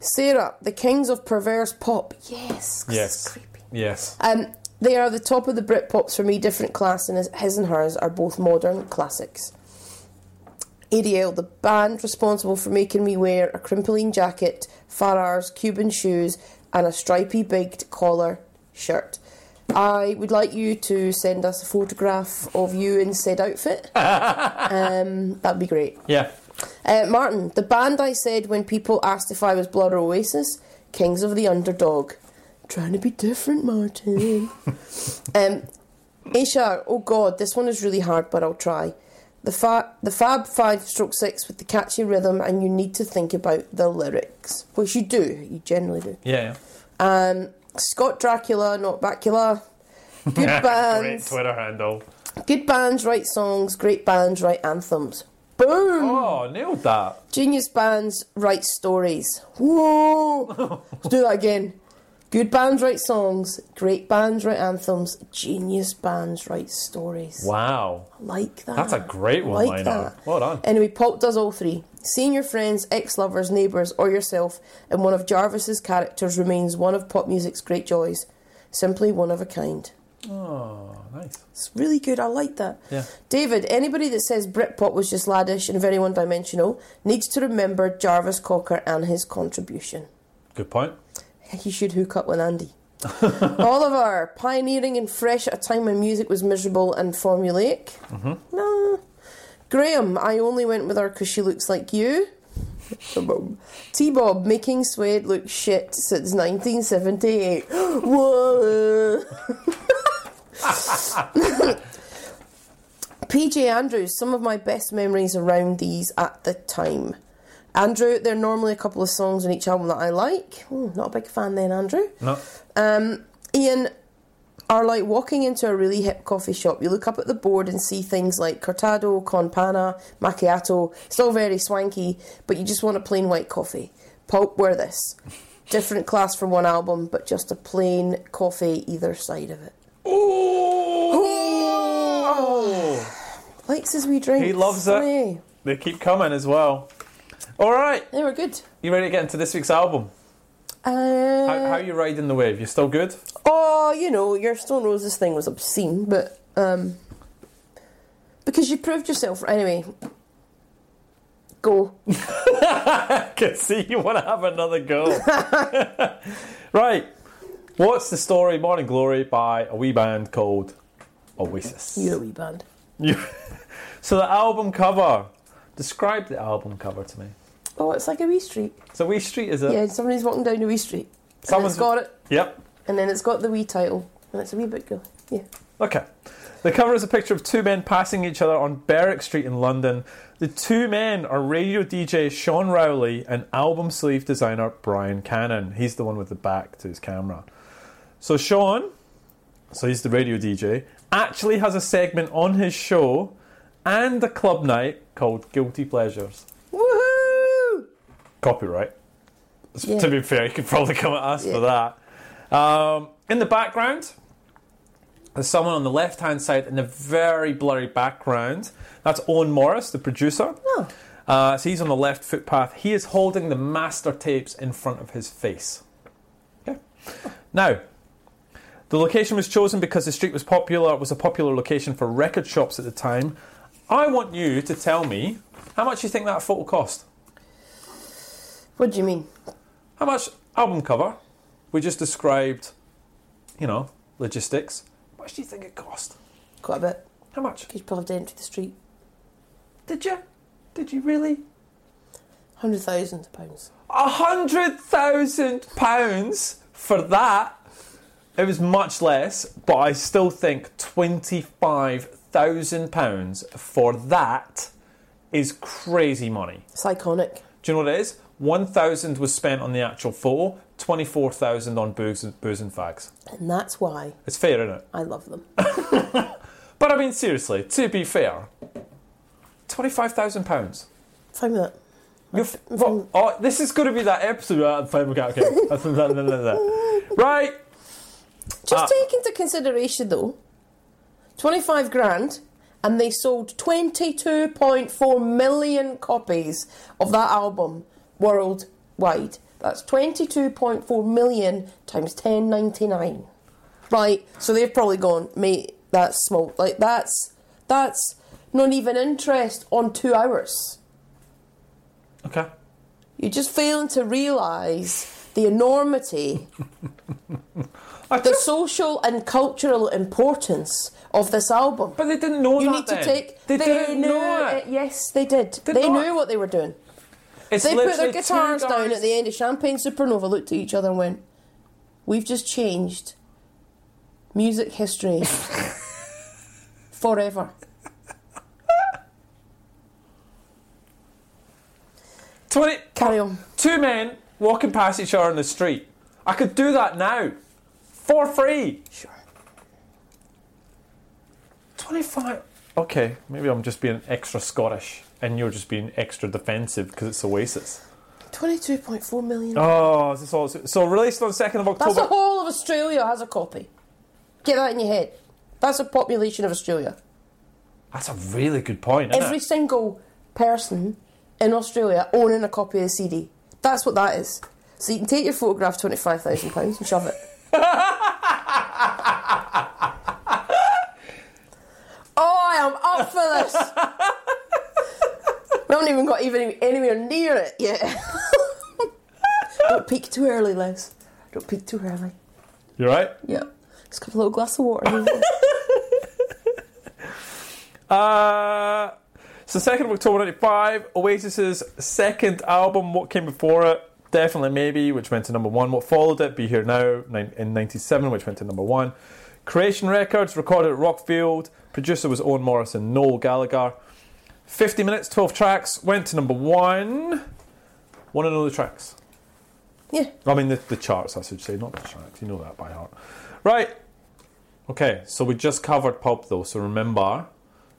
Sarah, the kings of perverse pop. Yes. 'cause it's
yes.
creepy.
Yes.
Um, they are the top of the Britpops for me. Different class and his, his and hers are both modern classics. ADL, the band responsible for making me wear a crimpling jacket, Farrars, Cuban shoes, and a stripy bigged collar shirt. I would like you to send us a photograph of you in said outfit. um, that'd be great.
Yeah.
Uh, Martin, the band I said when people asked if I was Blood or Oasis, Kings of the Underdog. Trying to be different, Martin. um, Ashar, oh god, this one is really hard, but I'll try. The, fa- the Fab 5 stroke 6 with the catchy rhythm, and you need to think about the lyrics, which you do, you generally do.
Yeah.
Um, Scott Dracula, not Bacula. Good bands.
Twitter handle.
Good bands write songs, great bands write anthems. Boom!
Oh, nailed that.
Genius bands write stories. Whoa! Let's do that again. Good bands write songs. Great bands write anthems. Genius bands write stories.
Wow.
Like that.
That's a great one,
Like
Lionel.
that.
Well done.
Anyway, Pulp does all three. Seeing your friends, ex-lovers, neighbours, or yourself in one of Jarvis's characters remains one of pop music's great joys. Simply one of a kind.
Oh, nice.
It's really good. I like that.
Yeah.
David, anybody that says Britpop was just laddish and very one dimensional needs to remember Jarvis Cocker and his contribution.
Good point.
He should hook up with Andy. Oliver, pioneering and fresh at a time when music was miserable and formulaic. Mm-hmm. Nah. Graham, I only went with her because she looks like you. T Bob, making Suede look shit since 1978. Whoa. PJ Andrews, some of my best memories around these at the time. Andrew, there are normally a couple of songs on each album that I like. Ooh, not a big fan then, Andrew.
No.
Um, Ian are like walking into a really hip coffee shop. You look up at the board and see things like cortado, con panna, macchiato. It's all very swanky, but you just want a plain white coffee. Pulp were this. Different class from one album, but just a plain coffee either side of it.
Ooh.
Likes his wee drink.
He loves it. They keep coming as well. All right,
They were good.
you ready to get into this week's album?
Uh,
How, how are you riding the wave? You still good?
Oh, you know, your Stone Roses thing was obscene, but um, because you proved yourself anyway. Go.
I can see you want to have another go. right, what's the story? Morning Glory by a wee band called Oasis.
You're a wee band.
You- so the album cover. Describe the album cover to me.
Oh, it's like a wee street.
So wee street is it?
Yeah, somebody's walking down a wee street. And
Uh, Someone's-
it's got it,
Yep.
and then it's got the wee title, and it's a wee bit girl. Yeah.
Okay. The cover is a picture of two men passing each other on Berwick Street in London. The two men are radio DJ Sean Rowley and album sleeve designer Brian Cannon. He's the one with the back to his camera. So Sean, so he's the radio DJ, actually has a segment on his show and a club night called Guilty Pleasures.
Woohoo!
Copyright.
Yeah.
To be fair, you could probably come at us for
Yeah.
that. Um, in the background, there's someone on the left hand side in the very blurry background. That's Owen Morris, the producer.
Oh.
Uh, so he's on the left footpath. He is holding the master tapes in front of his face. Okay. Now, the location was chosen because the street was popular. It was a popular location for record shops at the time. I want you to tell me how much you think that photo cost.
What do you mean?
How much album cover? We just described, you know, logistics. How much do you think it cost?
Quite a bit.
How much?
Because you probably did the street.
Did you? Did you really?
Hundred thousand pounds.
A hundred thousand pounds for that. It was much less, but I still think twenty-five thousand pounds for that is crazy money.
It's iconic.
Do you know what it is? One thousand was spent on the actual photo, twenty-four thousand on booze, and- booze and fags.
And that's why
It's fair, isn't it?
I love them.
But I mean, seriously, to be fair, twenty-five thousand pounds.
Fine with that.
You're f- what- oh, this is going to be that episode. Uh, fine, okay, okay. right?
Just
Ah.
take into consideration though, twenty five grand, and they sold twenty two point four million copies of that album worldwide. That's twenty two point four million times ten ninety nine. Right, so they've probably gone, mate. That's small. Like that's that's not even interest on two hours.
Okay.
You're just failing to realise the enormity
I
the
just-
social and cultural importance of this album.
but they didn't know
you
that
need to
then.
take.
They, didn't
knew
know it.
Yes, they did.
Did
they
not.
knew what they were doing.
It's
They put
literally
their
two
guitars down
guys-
at the end of Champagne Supernova, looked at each other, and went, "We've just changed music history forever."
Twenty.
Carry on.
Two men walking past each other on the street. I could do that now, for free.
Sure.
Twenty-five. Okay, maybe I'm just being extra Scottish, and you're just being extra defensive because it's Oasis.
Twenty-two point four million.
Oh, is this all? So released on second of October.
That's the whole of Australia has a copy. Get that in your head. That's the population of Australia.
That's a really good point. Isn't
every
it?
single person in Australia owning a copy of the CD. That's what that is. So you can take your photograph, twenty-five thousand pounds, and shove it. oh, I am up for this. we haven't even got even anywhere near it yet. Don't peek too early, Les. Don't peek too early.
You right?
Yep. Just a little glass of water.
Uh, so 2nd of October 95, Oasis's second album, what came before it? Definitely Maybe, which went to number one. What followed it, Be Here Now, nine, in 97, which went to number one. Creation Records, recorded at Rockfield. Producer was Owen Morris and Noel Gallagher. 50 minutes, 12 tracks, went to number one. Want to know the tracks?
yeah.
I mean, the, the charts, I should say, not the tracks. You know that by heart. Right. Okay, so we just covered Pulp, though, so remember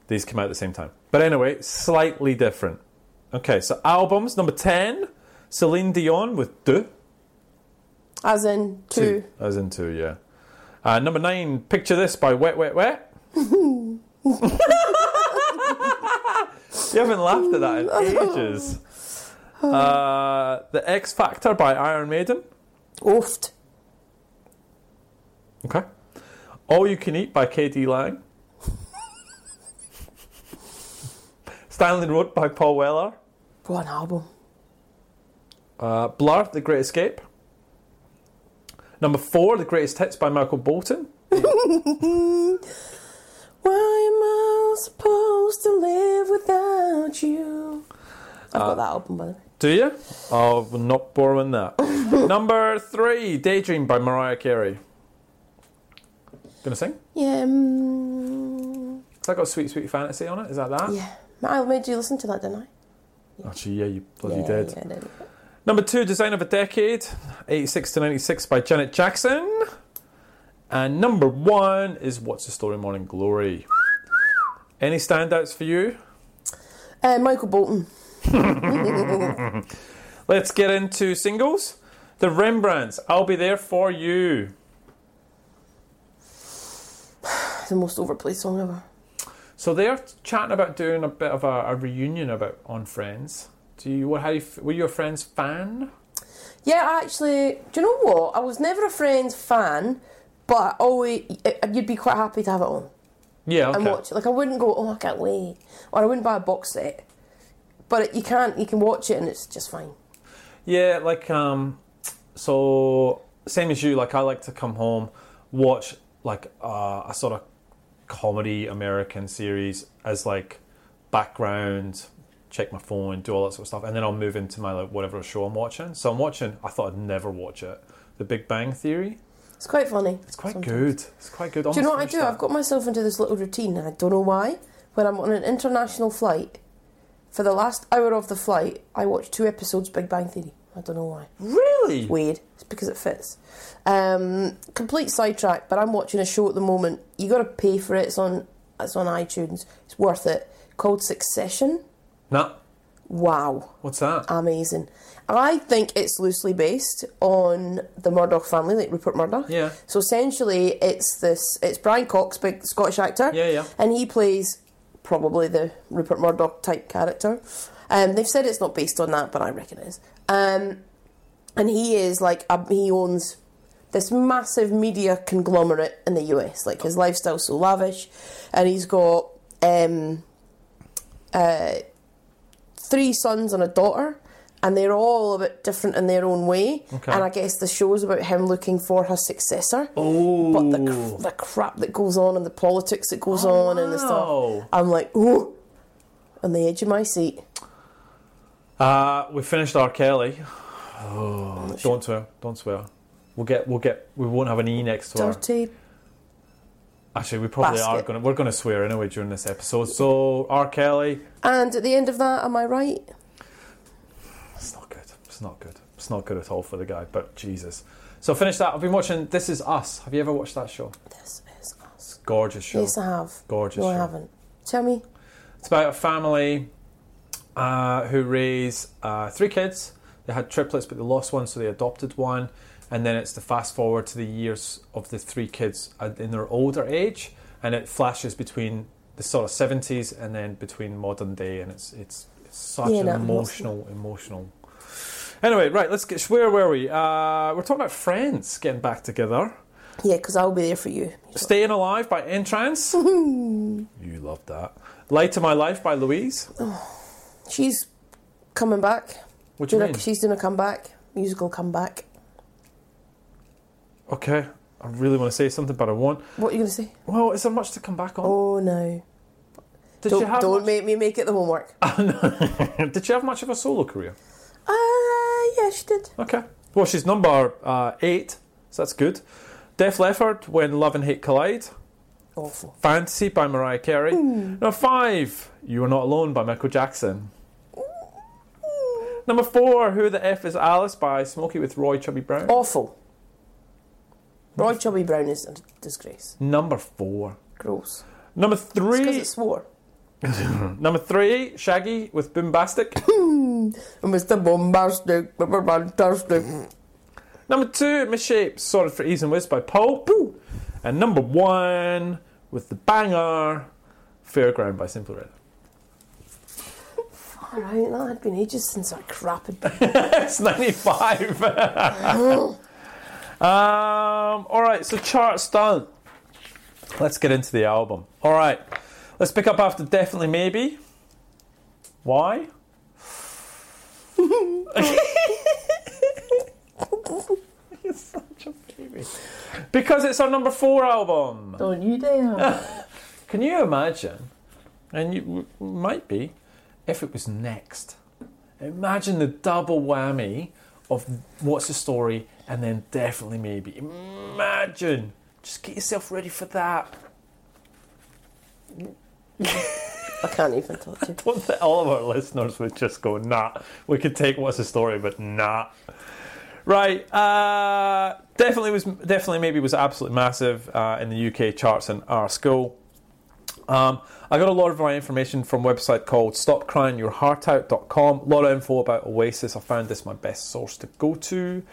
these came out at the same time. But anyway, slightly different. Okay, so albums number 10, Celine Dion with Deux.
As in two.
As in two, yeah. Uh, number 9, Picture This by Wet Wet Wet. you haven't laughed at that in ages. Uh, the X Factor by Iron Maiden.
Oofed.
Okay. All You Can Eat by KD Lang. Stanley Road by Paul Weller.
What an album.
Uh, Blur, The Great Escape. Number four, The Greatest Hits by Michael Bolton.
Why am I supposed to live without you? I've got that album, by the way.
Do you? Oh, we're not borrowing that. Number three, Daydream by Mariah Carey. Gonna sing?
Yeah. Um,
Has that got Sweet Sweet Fantasy on it? Is that that?
yeah. I made you listen to that, didn't I?
Actually, yeah, you bloody
yeah,
did.
yeah, I did.
Number two, Design of a Decade, 86 to 96 by Janet Jackson. And number one is What's the Story Morning Glory. Any standouts for you?
Uh, Michael Bolton.
Let's get into singles. The Rembrandts, I'll Be There For You.
It's the most overplayed song ever.
So they're chatting about doing a bit of a, a reunion about on Friends. Do you, what, how you, f- were you a Friends fan?
Yeah, I actually, do you know what? I was never a Friends fan, but I always I- you'd be quite happy to have it on
Yeah, okay.
and watch it. Like I wouldn't go, oh, I can't wait, or I wouldn't buy a box set. But you can't. You can watch it, and it's just fine.
Yeah, like um, so same as you. Like I like to come home, watch like uh, a sort of comedy American series as like background, check my phone, do all that sort of stuff, and then I'll move into my like whatever show I'm watching. So I'm watching. I thought I'd never watch it. The Big Bang Theory.
It's quite funny.
It's quite
sometimes.
good. It's quite good.
Do you know what I do? I've got myself into this little routine, and I don't know why. When I'm on an international flight, for the last hour of the flight, I watch two episodes Big Bang Theory. I don't know why.
really.
Weird. It's because it fits. Um, complete sidetrack, but I'm watching a show at the moment. You got to pay for it. It's on. It's on iTunes. It's worth it. Called Succession.
Nah,
Wow
what's that?
amazing. I think it's loosely based on the Murdoch family, like Rupert Murdoch.
Yeah.
So essentially, it's this. It's Brian Cox, big Scottish actor.
Yeah, yeah.
And he plays probably the Rupert Murdoch type character. Um, they've said it's not based on that, but I reckon it is. Um, and he is like a, he owns this massive media conglomerate in the US. Like his lifestyle's so lavish, and he's got. Um, uh, three sons and a daughter, and they're all a bit different in their own way.
Okay.
And I guess the show's about him looking for her successor.
Oh,
But the, cr- the crap that goes on and the politics that goes on and the
Oh, wow.
stuff. I'm like, ooh, on the edge of my seat.
Uh, we finished R. Kelly.
Oh,
don't swear. Don't swear. We'll get. We'll get. We won't have an e next to our.
Dirty.
Actually, we probably are
basket.
going. to We're going to swear anyway during this episode. So R. Kelly.
And at the end of that, am I right?
It's not good. It's not good. It's not good at all for the guy. But Jesus. So finish that. I've been watching This Is Us. Have you ever watched that show?
This is us.
Gorgeous show.
Yes, I have.
Gorgeous
No, I
show.
haven't. Tell me.
It's about a family uh, who raise uh, three kids. They had triplets, but they lost one, so they adopted one. And then it's the fast forward to the years of the three kids at- in their older age, and it flashes between the sort of seventies and then between modern day, and it's it's, it's such
Yeah,
an
no,
emotional, emotional. Anyway, right, let's get. Where were we? Uh, we're talking about friends getting back together.
Yeah, because I'll be there for you.
Staying Alive by Entrance. you love that. Light of My Life by Louise.
She's coming back.
What do you
Doing
mean?
a, she's doing a comeback, musical comeback.
Okay. I really want to say something, but I won't.
What are you going to say?
Well, is there much to come back on?
Oh no!
Did you
Don't,
have?
don't
much-
make me make it the homework. Ah,
Did she have much of a solo career?
Uh, yeah, she did.
Okay. Well, she's number uh, eight, so that's good. Def Leppard, When Love and Hate Collide.
Awful.
Fantasy by Mariah Carey. Number five, You Are Not Alone by Michael Jackson.
Mm.
Number four, Who the F is Alice by Smokey with Roy Chubby Brown.
Awful. Roy Chubby Brown is a disgrace.
Number four.
Gross.
Number
Because
three,
it swore.
number three, Shaggy with Boombastic.
Mm. Mr. Bombastic, Mr. Fantastic.
number two, Misshaped, Sorted for Ease and Whiz by Paul. Pooh. And number one, with the banger, Fairground by Simple Red.
Alright, that had been ages since I crapped.
It's 95. um, all right, so chart's done. Let's get into the album. All right, let's pick up after Definitely Maybe. Why? You're such a baby. Because it's our number four album.
Don't you dare.
Can you imagine? And you w- might be, if it was next. Imagine the double whammy of what's the story and then definitely maybe. Imagine. Just get yourself ready for that.
I can't even touch you.
Don't think all of our listeners would just go, nah. We could take what's the story, but nah. Right, uh, definitely was definitely maybe was absolutely massive uh, in the UK charts in our school. Um, I got a lot of my information from a website called stopcryingyourheartout.com. A lot of info about Oasis. I found this my best source to go to.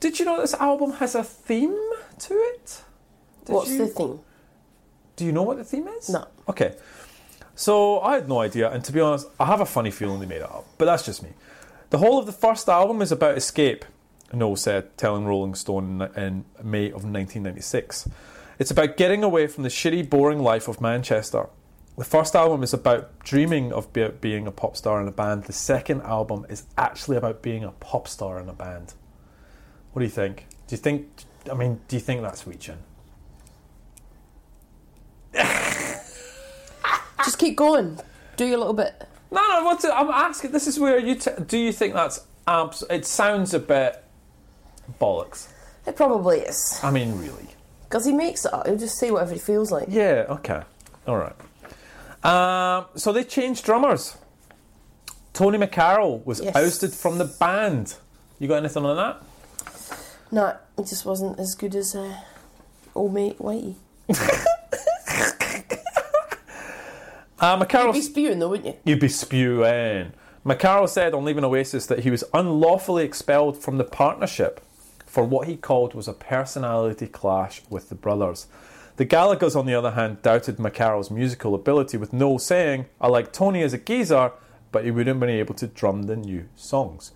Did you know this album has a theme to it? Did
What's
you-
the thing?
do you know what the theme is?
No.
Okay. So I had no idea, and to be honest, I have a funny feeling they made it up, but that's just me. The whole of the first album is about escape, Noel said, telling Rolling Stone in, in May of 1996. It's about getting away from the shitty, boring life of Manchester. The first album is about dreaming of be- being a pop star in a band. The second album is actually about being a pop star in a band. What do you think? Do you think? I mean, do you think that's reaching?
Just keep going. Do your little bit.
No, no. What's it? I'm asking. This is where you t- do you think that's abs? It sounds a bit bollocks.
It probably is.
I mean, really.
Because he makes it up. He'll just say whatever he feels like.
Yeah. Okay. All right. Um, so they changed drummers. Tony McCarroll was
Yes.
ousted from the band. You got anything on that?
No, he just wasn't as good as uh, old mate Whitey.
Uh, McCarroll.
You'd be spewing though, wouldn't you?
You'd be spewing. McCarroll said on leaving Oasis that he was unlawfully expelled from the partnership for what he called was a personality clash with the brothers. The Gallagher's, on the other hand, doubted McCarroll's musical ability, with Noel saying, I like Tony as a geezer, but he wouldn't have been able to drum the new songs.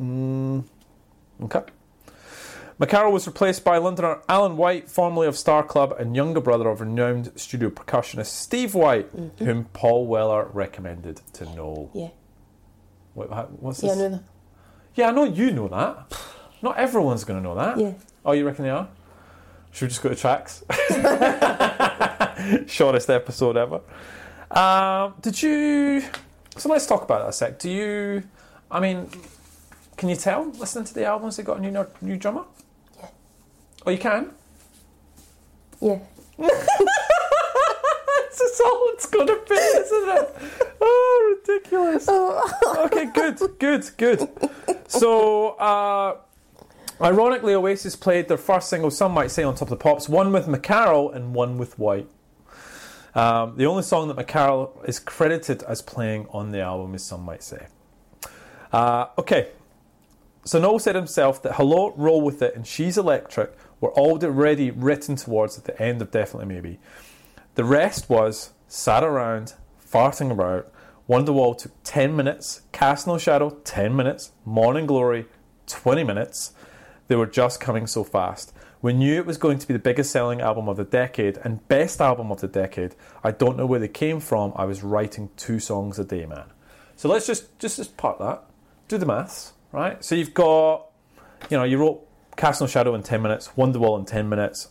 Mm, okay. McCarroll was replaced by Londoner Alan White, formerly of Star Club and younger brother of renowned studio percussionist Steve White, whom Paul Weller recommended to Noel.
Yeah.
Wait, how- what's
Yeah, I
this?
know that.
Yeah, I know you know that. Not everyone's going to know that.
Yeah.
Oh, you reckon they are? Should we just go to tracks? Shortest episode ever. Um, did you? So let's talk about that a sec. Do you? I mean, can you tell listening to the albums they got a new new drummer?
Yeah.
Oh, you can.
Yeah.
This is all it's gonna be, isn't it? Oh, ridiculous. Okay, good, good, good. So, uh, ironically, Oasis played their first single, some might say, on Top of the Pops, one with McCarroll and one with White. Um, the only song that McCarroll is credited as playing on the album is Some Might Say. Uh, okay, so Noel said himself that Hello, Roll With It, and She's Electric were already written towards at the end of Definitely Maybe. The rest was sat around, farting about. Wonderwall took 10 minutes, Cast No Shadow 10 minutes, Morning Glory 20 minutes. They were just coming so fast. We knew it was going to be the biggest selling album of the decade and best album of the decade. I don't know where they came from. I was writing two songs a day, man. So let's just just, just part that. Do the maths, right? So you've got, you know, you wrote Castle Shadow in 10 minutes, Wonderwall in 10 minutes.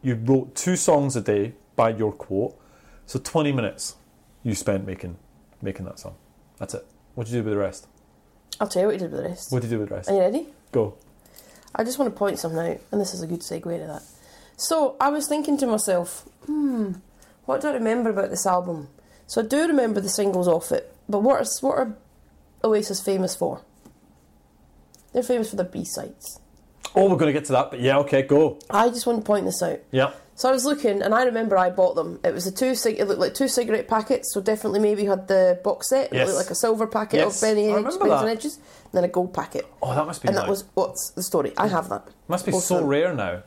You wrote two songs a day by your quote, so 20 minutes you spent making making that song. That's it. What did you do with the rest?
I'll tell you what you did with the rest.
What did you do with the rest?
Are you ready?
Go.
I just want to point something out, and this is a good segue to that. So I was thinking to myself, hmm, what do I remember about this album? So I do remember the singles off it, but what is what are Oasis famous for? They're famous for their B sides.
Oh, we're going to get to that, but yeah, okay, go.
I just want to point this out.
Yeah.
So I was looking, and I remember I bought them. It was the two. Cig- it looked like two cigarette packets. So definitely, maybe had the box set. It
Yes.
looked like a silver packet
Yes,
of Benny
I
Edge,
remember
Bennies and
that.
Edges, and then a gold packet.
Oh, that must be
and
now.
that was what's the story. I have that.
must be
Both of
so
them.
rare now.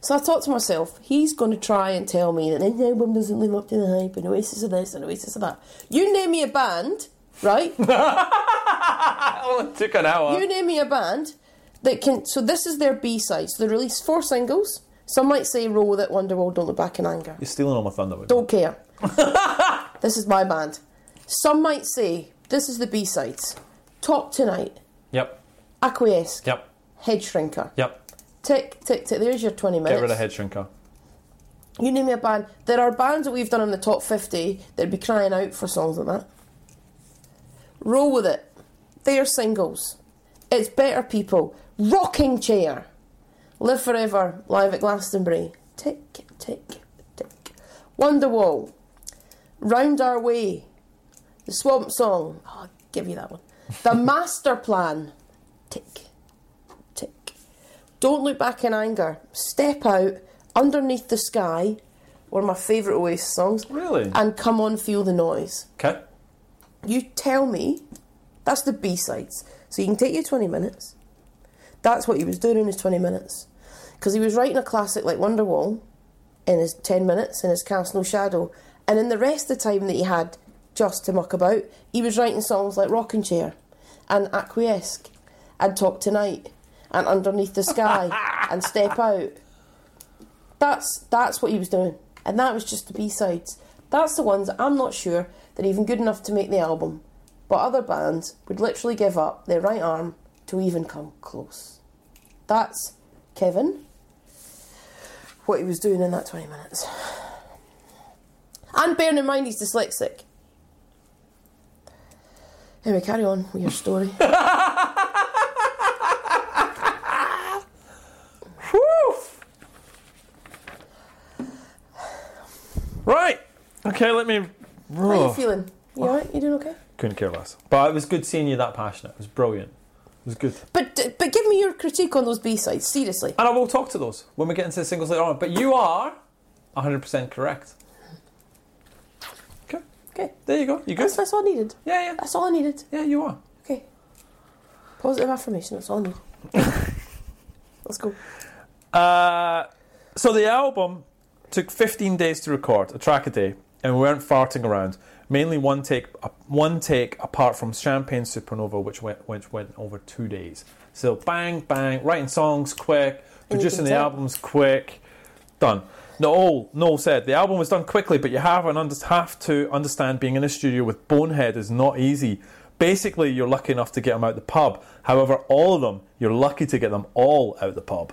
So I thought to myself, he's going to try and tell me that any album doesn't live up to the hype, and Oasis of this and Oasis of that. You name me a band, right?
Oh, it took an hour.
you name me a band that can. So this is their B sides. They released four singles. Some might say "Roll With It," "Wonderwall," "Don't Look Back in Anger."
You're stealing all my thunder. Woody.
Don't care. this is my band. Some might say this is the B sides. Top tonight.
Yep.
Acquiesce.
Yep.
Head shrinker.
Yep.
Tick tick tick. There's your twenty minutes.
Get rid of head shrinker.
You name me a band. There are bands that we've done in the top 50 that'd be crying out for songs like that. Roll with it. They are singles. It's Better People. Rocking Chair. Live Forever. Live at Glastonbury. Tick, tick, tick. Wonderwall. Round Our Way. The Swamp Song. Oh, I'll give you that one. The Master Plan. Tick, tick. Don't Look Back in Anger, Step Out, Underneath the Sky, one of my favourite Oasis songs,
Really?
and Come On Feel the Noise.
Okay.
You tell me, that's the B sides. So you can take your 20 minutes. That's what he was doing in his 20 minutes. Because he was writing a classic like Wonderwall in his 10 minutes, in his Cast No Shadow, and in the rest of the time that he had just to muck about, he was writing songs like Rockin' Chair and Acquiesce and Talk Tonight and Underneath the Sky and Step Out. That's that's what he was doing, and that was just the B sides. That's the ones that I'm not sure they're even good enough to make the album, but other bands would literally give up their right arm to even come close. That's Kevin. What he was doing in that 20 minutes. And bearing in mind he's dyslexic. Anyway, carry on with your story.
Right. Okay, let me.
How
Oh.
are you feeling? You alright? You doing okay?
Couldn't care less. But it was good seeing you that passionate. It was brilliant. It was good.
But but give me your critique on those B sides, seriously.
And I will talk to those when we get into the singles later on. But you are 100% correct. Okay.
Okay.
There you go. You good?
That's, that's all I needed.
Yeah, yeah.
That's all I needed.
Yeah, you are.
Okay. Positive affirmation, that's all I need. Let's go.
Uh, so the album took 15 days to record, a track a day, and we weren't farting around. Mainly one take, one take apart from Champagne Supernova, which went, which went over two days. So bang, bang, writing songs quick,
And you
producing
can
the
tell.
albums quick, done. Noel, Noel said the album was done quickly, but you have and under- have to understand being in a studio with Bonehead is not easy. Basically, you're lucky enough to get them out the pub. However, all of them, you're lucky to get them all out the pub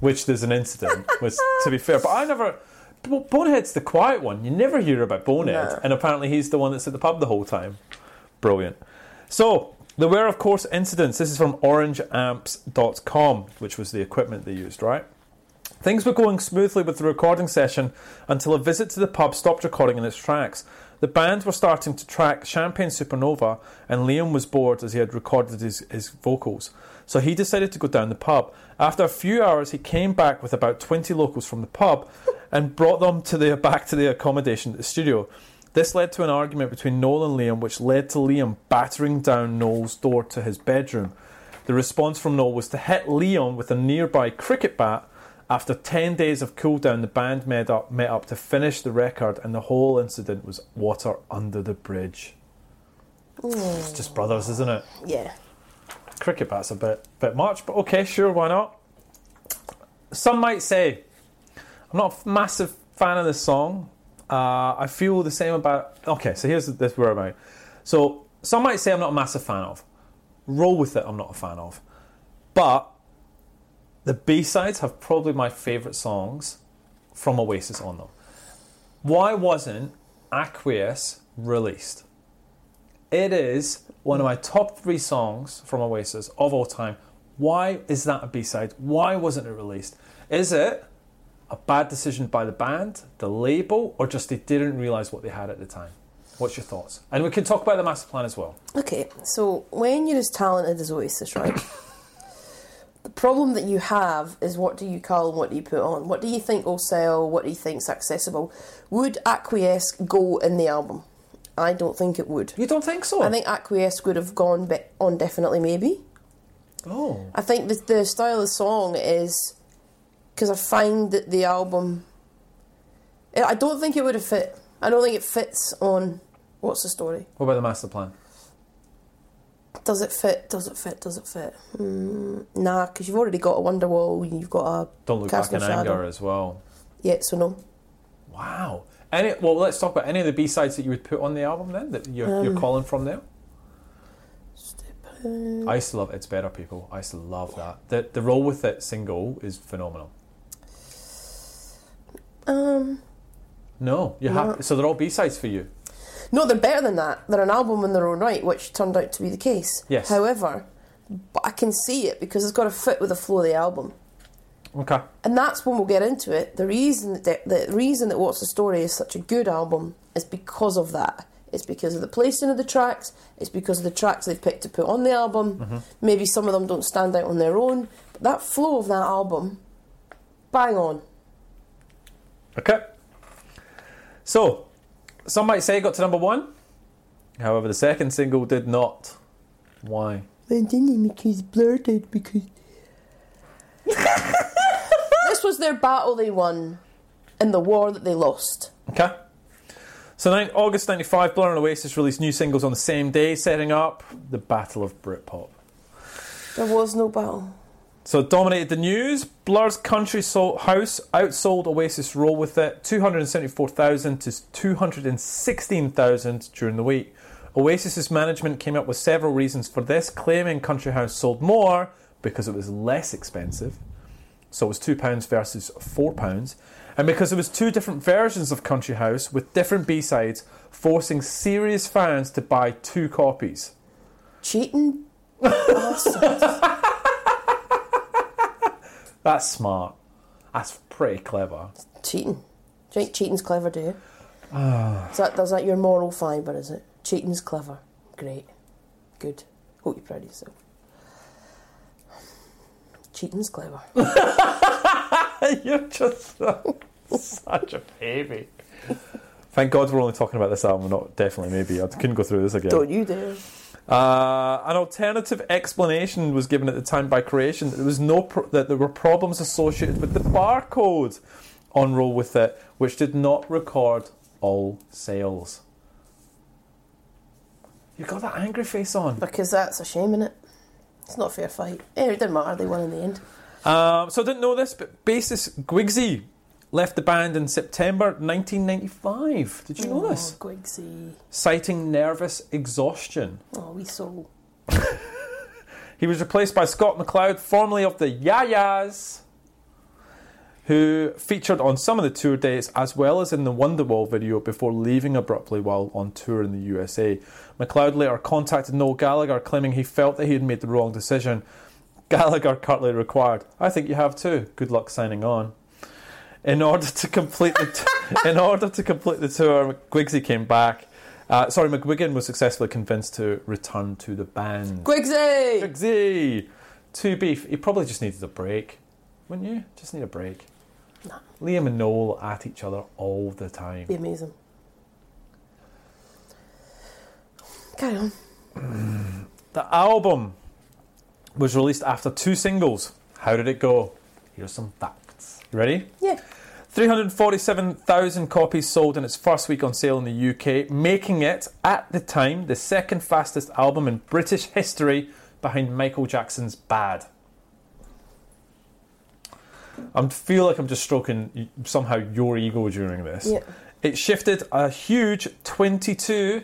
which there's an incident, which to be fair, but I never. Bo- Bonehead's the quiet one. You never hear about Bonehead,
No.
and apparently he's the one that's at the pub the whole time. Brilliant. So there were, of course, incidents. This is from OrangeAmps.com, which was the equipment they used, right? Things were going smoothly with the recording session until a visit to the pub stopped recording in its tracks. The band were starting to track Champagne Supernova, and Liam was bored as he had recorded his, his vocals. So he decided to go down the pub. After a few hours, he came back with about 20 locals from the pub and brought them to the, back to the accommodation at the studio. This led to an argument between Noel and Liam, which led to Liam battering down Noel's door to his bedroom. The response from Noel was to hit Liam with a nearby cricket bat. After 10 days of cool down, the band met up, met up to finish the record, and the whole incident was water under the bridge. It's just brothers, isn't it?
Yeah.
Cricket bat's a bit, bit much, but okay, sure, why not? Some might say, I'm not a f- massive fan of this song. Uh, I feel the same about. Okay, so here's this where I'm at. So some might say I'm not a massive fan of. Roll with it, I'm not a fan of. But the B sides have probably my favourite songs from Oasis on them. Why wasn't Acquiesce released? It is one of my top three songs from Oasis of all time. Why is that a B side? Why wasn't it released? Is it a bad decision by the band, the label, or just they didn't realise what they had at the time? What's your thoughts? And we can talk about the master plan as well.
Okay, so when you're as talented as Oasis, right? the problem that you have is what do you call and what do you put on? What do you think will sell? What do you think's accessible? Would Acquiesce go in the album? I don't think it would.
You don't think so?
I think Acquiesce would have gone be- on definitely maybe.
Oh.
I think the, the style of the song is because I find that the album. I I don't think it would have fit. I don't think it fits on. What's the story?
What about the master plan?
Does it fit? Does it fit? Does it fit? Mm, nah, because you've already got a Wonderwall and you've got a
Don't look
Castle
back in
Shadow.
anger as well.
yeah, so no.
Wow. Any well, let's talk about any of the B sides that you would put on the album then that you're, you're calling from there. I used to love It's Better People. I used to love that. The the roll with it single is phenomenal.
Um,
No, you
No.
have so they're all B sides for you.
no, they're better than that. They're an album in their own right, which turned out to be the case.
Yes.
However, but I can see it because it's got to fit with the flow of the album.
Okay.
and that's when we'll get into it. The reason that the reason that What's the Story is such a good album is because of that. It's because of the placing of the tracks. It's because of the tracks they've picked to put on the album. Maybe some of them don't stand out on their own, but that flow of that album, bang on.
Okay. So, some might say it got to number one. However, the second single did not. Why?
And then because blurted because this was their battle they won, and the war that they lost.
Okay. So, nine, August 95, Blur and Oasis released new singles on the same day, setting up the Battle of Britpop.
There was no battle.
So it dominated the news. Blur's Country Soul House outsold Oasis Roll with it 274,000 to 216,000 during the week. Oasis's management came up with several reasons for this, claiming Country House sold more because it was less expensive. So it was £2 versus £4. And because it was two different versions of Country House with different B-sides, forcing serious fans to buy two copies.
Cheating.
That's smart. That's pretty clever.
Cheating. Do you think cheating's clever, do you?
Ah.
is that, is that your moral fibre, is it? Cheating's clever. Great. Good. Hope you're proud of yourself. Cheating's clever.
You're just such a baby. Thank God we're only talking about this album, not definitely maybe. I couldn't go through this again.
Don't you dare.
Uh, an alternative explanation was given at the time by Creation that there was no pro- that there were problems associated with the barcode on Roll with It, which did not record all sales. You got that angry face on.
Because that's a shame, innit? It's not a fair fight. Eh, it didn't matter, they won in the end.
Um, so I didn't know this, but bassist Gwigsy left the band in September 1995. Did you know this?
Oh, Gwigsy.
citing nervous exhaustion.
Oh, we soul.
He was replaced by Scott McLeod, formerly of the Yayas, who featured on some of the tour dates as well as in the Wonderwall video before leaving abruptly while on tour in the USA. McLeod later contacted Noel Gallagher, claiming he felt that he had made the wrong decision. Gallagher curtly required, "I think you have too. Good luck signing on." In order to complete the t- in order to complete the tour, Gwigsy came back. Uh, sorry, McGuigan was successfully convinced to return to the band.
Gwigsy!
Gwigsy, two beef. He probably just needed a break, wouldn't you? Just need a break. Liam and Noel at each other all the time.
Be amazing. Carry on.
The album was released after two singles. How did it go? Here's some facts. You ready?
Yeah.
347,000 copies sold in its first week on sale in the UK, making it, at the time, the second fastest album in British history behind Michael Jackson's Bad. I feel like I'm just stroking y- somehow your ego during this.
Yeah.
It shifted a huge 22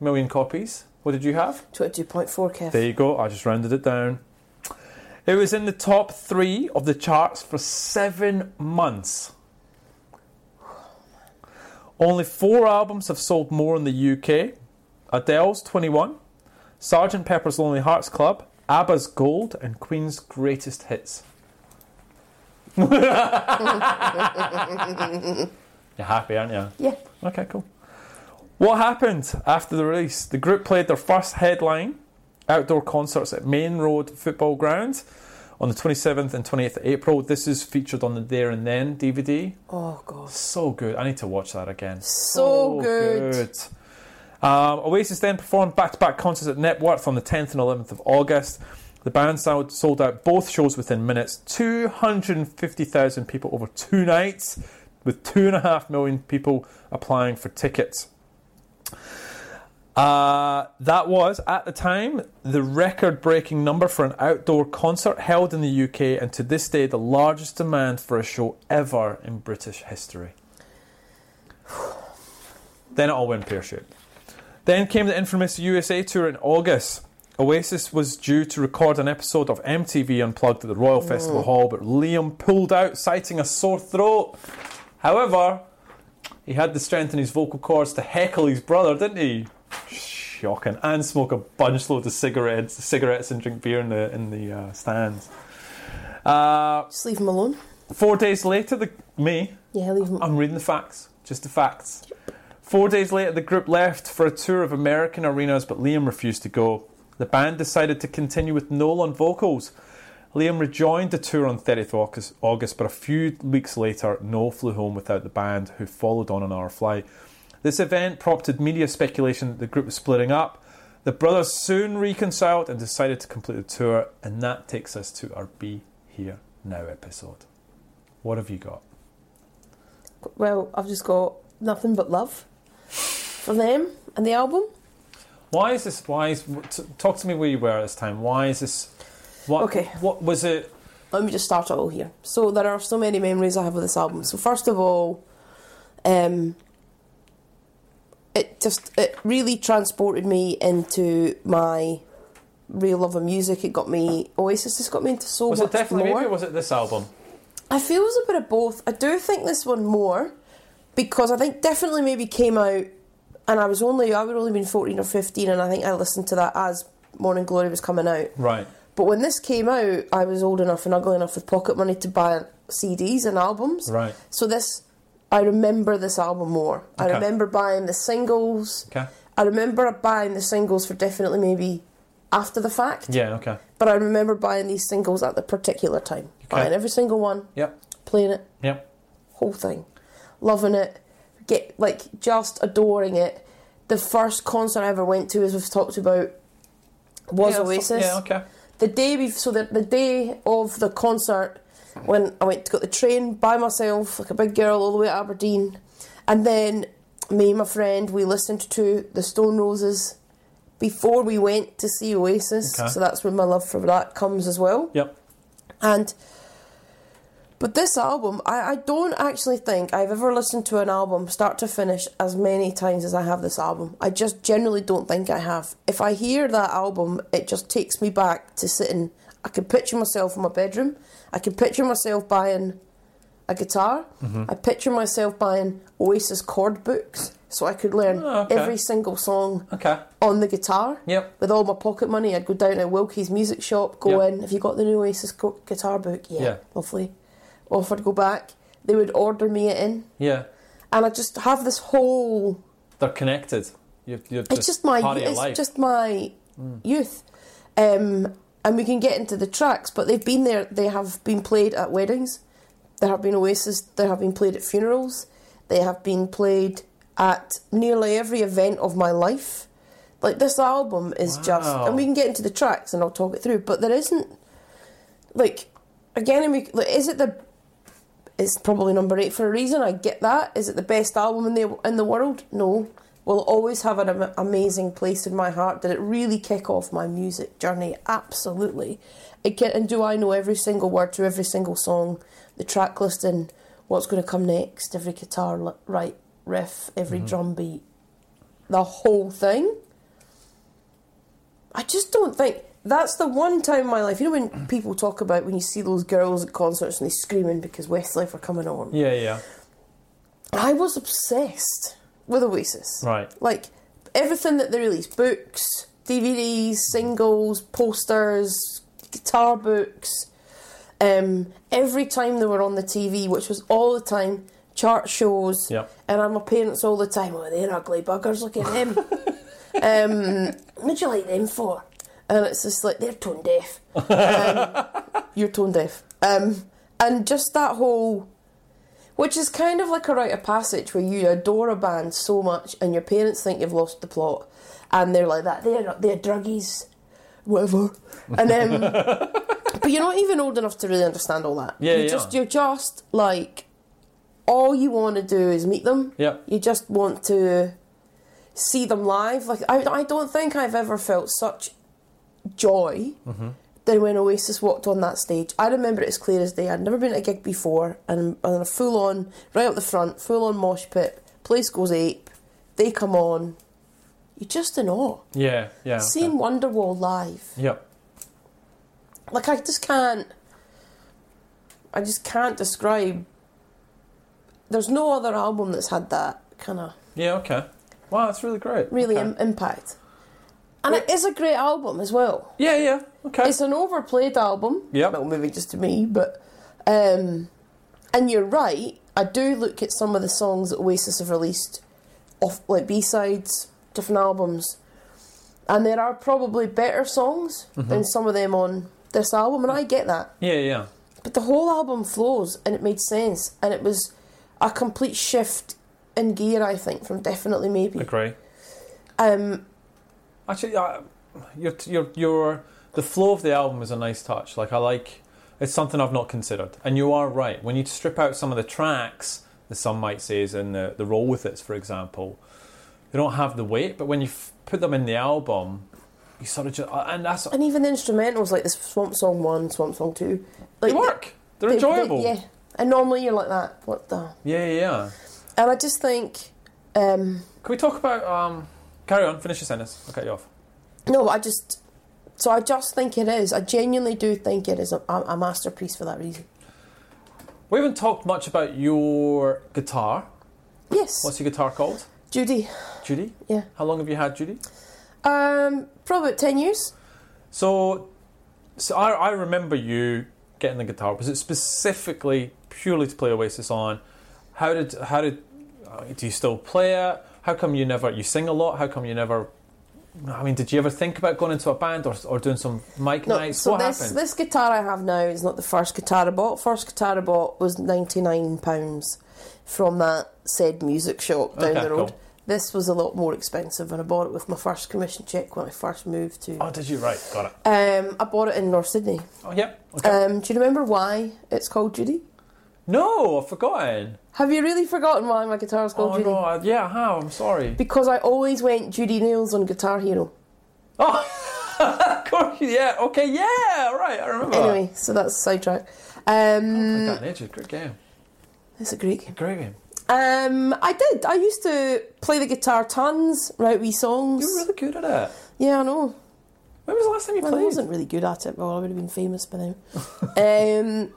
million copies. What did you have?
22.4 Kev.
There you go. I just rounded it down. It was in the top three of the charts for seven months. Only four albums have sold more in the UK Adele's 21, Sgt. Pepper's Lonely Hearts Club, ABBA's Gold, and Queen's Greatest Hits. You're happy, aren't you?
Yeah.
Okay, cool. What happened after the release? The group played their first headline outdoor concerts at Main Road Football Ground on the 27th and 28th of April. This is featured on the There and Then DVD.
Oh god.
So good. I need to watch that again.
So good.
good. Um, Oasis then performed back to back concerts at Networth on the 10th and 11th of August. The band sold sold out both shows within minutes. 250,000 people over two nights, with 2.5 million people applying for tickets. Uh, that was, at the time, the record breaking number for an outdoor concert held in the UK, and to this day, the largest demand for a show ever in British history. Then it all went pear shaped. Then came the infamous USA tour in August. Oasis was due to record an episode of MTV Unplugged at the Royal Festival Hall, but Liam pulled out, citing a sore throat. However, he had the strength in his vocal cords to heckle his brother, didn't he? Shocking. And smoke a bunch load of cigarettes, cigarettes and drink beer in the in the uh, stands. Uh,
Just leave him alone.
four days later, the May
Yeah, leave him.
I'm reading the facts, just the facts. Four days later, the group left for a tour of American arenas, but Liam refused to go. The band decided to continue with Noel on vocals. Liam rejoined the tour on 30th August, August, but a few weeks later, Noel flew home without the band, who followed on an hour flight. This event prompted media speculation that the group was splitting up. The brothers soon reconciled and decided to complete the tour, and that takes us to our Be Here Now episode. What have you got?
Well, I've just got nothing but love for them and the album.
Why is this? Why is t- talk to me where you were this time? Why is this? What?
Okay.
What was it?
let me just start it all here. So there are so many memories I have with this album. So first of all, um, it just it really transported me into my real love of music. It got me Oasis just got me into so
Was
much
it definitely?
more.
Maybe was it this album?
I feel it was a bit of both. I do think this one more because I think definitely maybe came out and I was only I would only been fourteen or fifteen and I think I listened to that as Morning Glory was coming out.
Right.
But when this came out, I was old enough and ugly enough with pocket money to buy CDs and albums.
Right.
So this, I remember this album more.
Okay.
I remember buying the singles.
Okay.
I remember buying the singles for definitely maybe after the fact.
Yeah. Okay.
But I remember buying these singles at the particular time.
Okay.
Buying every single one,
Yep.
playing it,
Yep.
whole thing, loving it, get like just adoring it. The first concert I ever went to, as we've talked about, was
yeah, so-
Oasis
Yeah. Okay.
the day bef- so the, the day of the concert when I went to get the train by myself like a big girl all the way to Aberdeen and then me and my friend we listened to the Stone Roses before we went to see Oasis
Okay.
so that's where my love for that comes as well
Yep.
and but this album I, I don't actually think I've ever listened to an album start to finish as many times as I have this album. I just generally don't think I have. If I hear that album, it just takes me back to sitting I can picture myself in my bedroom. I can picture myself buying a guitar.
Mm-hmm.
I picture myself buying Oasis chord books so I could learn
Oh, okay.
every single song
Okay.
on the guitar.
Yep.
With all my pocket money, I'd go down to Wilkie's music shop, go
Yep.
in. Have you got the new Oasis co- guitar book? Yeah,
Yeah.
lovely. Off I'd go back. They would order me it in,
Yeah.
and I just have this whole.
They're connected. You're, you're just
It's just my.
Part of your
It's
life. Mm.
just my youth, um, and we can get into the tracks, but they've been there. They have been played at weddings. There have been Oasis. They have been played at funerals. They have been played at nearly every event of my life. Like this album is just,
Wow.
and we can get into the tracks and I'll talk it through. But there isn't, like, again, and we, like, is it the? It's probably number eight for a reason. I get that. Is it the best album in the in the world? No. Will it always have an am- amazing place in my heart? Did it really kick off my music journey? Absolutely. It can, and do I know every single word to every single song, the track listing, what's going to come next, every guitar li- right riff, every drum beat, the whole thing. I just don't think that's the one time in my life. You know when people talk about when you see those girls at concerts and they screaming because Westlife are coming on.
Yeah, yeah.
I was obsessed with Oasis.
Right.
Like everything that they released books, DVDs, singles, posters, guitar books. Um, every time they were on the TV, which was all the time, chart shows.
Yeah.
And I'm my parents all the time, oh, they're ugly buggers, look at them. um, what'd you like them for? And it's just like, they're tone deaf. Um, you're tone deaf. Um, and just that whole which is kind of like a rite of passage where you adore a band so much and your parents think you've lost the plot and they're like that, they're, they're druggies, whatever. And um, but you're not even old enough to really understand all that.
Yeah,
you're
yeah.
just You're just like, all you want to do is meet them.
Yep.
You just want to see them live. Like I, I don't think I've ever felt such joy
Mm-hmm.
than when Oasis walked on that stage. I remember it as clear as day. I'd never been at a gig before, and I'm on a full on, right up the front, full on mosh pit. Place goes ape. They come on. You're just in awe.
Yeah, yeah.
Seeing Wonderwall live,
Yep.
like I just can't. I just can't describe. There's no other album that's had that kind of
Yeah, okay. Wow, that's really great.
really
Okay.
im- impact, and it is a great album as well.
yeah, yeah. Okay.
It's an overplayed album.
Yep.
Well, maybe just to me, but um, and you're right. I do look at some of the songs that Oasis have released, off like B sides, different albums, and there are probably better songs
Mm-hmm.
than some of them on this album, and I get that.
yeah, yeah.
But the whole album flows, and it made sense, and it was a complete shift in gear. I think from definitely maybe.
Agree.
Um,
Actually, I, your your your the flow of the album is a nice touch. Like I like it's something I've not considered. And you are right. When you strip out some of the tracks, that some might say is in the the roll with it, for example, they don't have the weight. But when you f- put them in the album, you sort of just and that's
and even the instrumentals like this Swamp Song One, Swamp Song Two, like
they work. They're
They- they-
enjoyable.
yeah. And normally you're like that. What the?
yeah, yeah, yeah.
And I just think, um,
Can we talk about um? Carry on. Finish your sentence. I'll cut you off.
no, I just. So I just think it is. I genuinely do think it is a, a a masterpiece for that reason.
We haven't talked much about your guitar.
Yes,
What's your guitar called?
Judy.
Judy?
Yeah.
How long have you had Judy?
Um, probably about ten years.
So, so I, I remember you getting the guitar. Was it specifically purely to play Oasis on? How did how did uh, do you still play it? How come you never you sing a lot? How come you never? I mean, did you ever think about going into a band or, or doing some mic
No,
nights?
so
what
this
happened?
this guitar I have now is not the first guitar I bought. First guitar I bought was ninety nine pounds from that said music shop down
Okay,
the road.
cool.
This was a lot more expensive, and I bought it with my first commission check when I first moved to.
oh, did you right? Got it.
Um, I bought it in North Sydney.
Oh, yep. Okay.
Um, do you remember why it's called Judy?
no, I've forgotten.
Have you really forgotten why my guitar is called
Oh
Judy?
no, I, yeah, I have. I'm sorry.
Because I always went Judy Nails on Guitar Hero.
Oh, of course. Yeah. Okay. Yeah. Right. I remember. that.
Anyway, so that's a sidetrack. Um,
Like that in ages. Great game.
it's a great game.
Great game.
Um, I did. I used to play the guitar tons, write wee songs.
You're Oh, really good at it.
Yeah, I know.
When was the last time you
Well, I
played?
wasn't really good at it, but I would have been famous by now. um,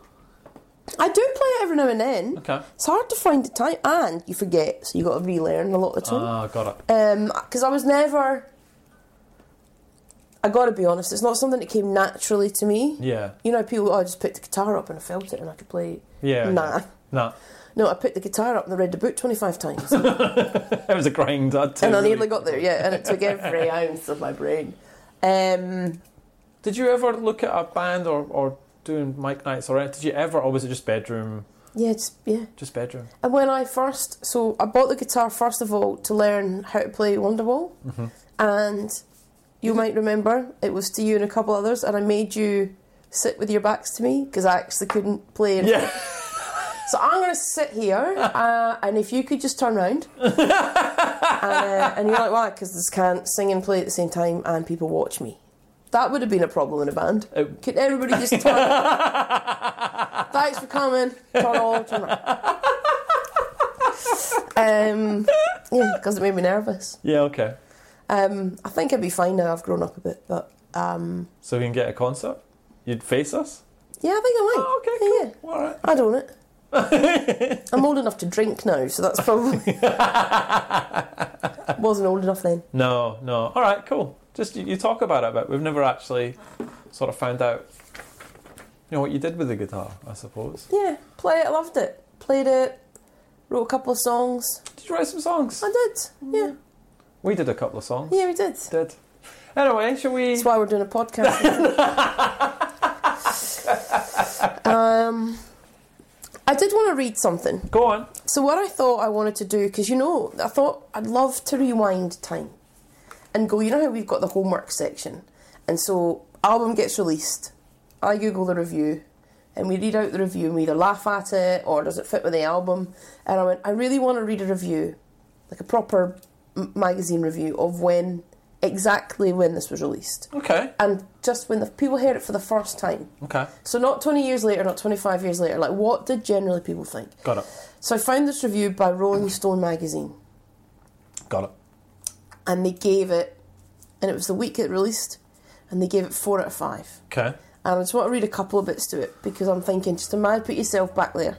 I do play it every now and then.
Okay.
It's hard to find the time, and you forget, so you got to relearn a lot of the time.
Ah, got it.
because I was never. I gotta be honest, it's not something that came naturally to me.
Yeah.
You know, people, oh, I just picked the guitar up and I felt it and I could play.
Yeah.
Nah.
Nah.
No, I picked the guitar up and I read the book 25 times.
It was a grind. I'd
and I
really-
nearly got there, yeah, and it took every ounce of my brain. Um,
Did you ever look at a band or, or doing mic nights or anything? Did you ever, or was it just bedroom?
yeah, it's, yeah.
Just bedroom.
And when I first, so I bought the guitar first of all to learn how to play Wonderwall, and you might remember it was to you and a couple others, and I made you sit with your backs to me because I actually couldn't play. in-
Yeah.
So I'm going to sit here, uh, and if you could just turn round, uh, and you're like, why? Because this can't sing and play at the same time, and people watch me. That would have been a problem in a band.
It-
Could everybody just turn? Thanks for coming. Turn all, turn all. Um, yeah, because it made me nervous.
Yeah. Okay.
Um, I think I'd be fine now. I've grown up a bit, but Um,
So we can get a concert? You'd face us?
yeah, I think I might.
Oh, okay,
Yeah,
cool.
yeah.
All right.
I'd own it. I'm old enough to drink now, so that's probably. Wasn't old enough then.
No, no. All right, cool. Just you, you talk about it a bit. We've never actually sort of found out, you know, what you did with the guitar, I suppose.
Yeah, play it. I loved it. Played it. Wrote a couple of songs.
Did you write some songs?
I did. Yeah,
We did a couple of songs.
yeah, we did.
Did. Anyway, shall we?
That's why we're doing a podcast. isn't it? um, I did want to read something.
Go on.
So what I thought I wanted to do, because you know, I thought I'd love to rewind time and go. You know how we've got the homework section, and so album gets released. I Google the review, and we read out the review, and we either laugh at it or does it fit with the album? And I went, I really want to read a review, like a proper m- magazine review of when exactly when this was released,
Okay.
and just when the people heard it for the first time.
Okay.
So not twenty years later, not twenty five years later. Like what did generally people think?
Got it.
So I found this review by Rolling Stone magazine,
Got it.
and they gave it, and it was the week it released, and they gave it four out of five.
Okay.
And I just want to read a couple of bits to it because I'm thinking, just imagine, put yourself back there.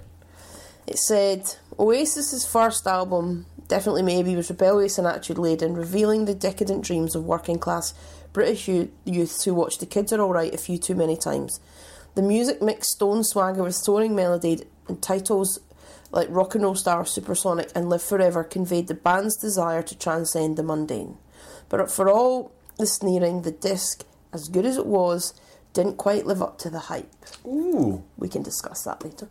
It said Oasis's first album, definitely maybe, was rebellious and attitude laden, revealing the decadent dreams of working class British yo- youths who watched The Kids Are Alright a few too many times. The music mixed stone swagger with soaring melody and titles like Rock and Roll Star, Supersonic, and Live Forever conveyed the band's desire to transcend the mundane. But for all the sneering, the disc, as good as it was, didn't quite live up to the hype.
Ooh.
We can discuss that later.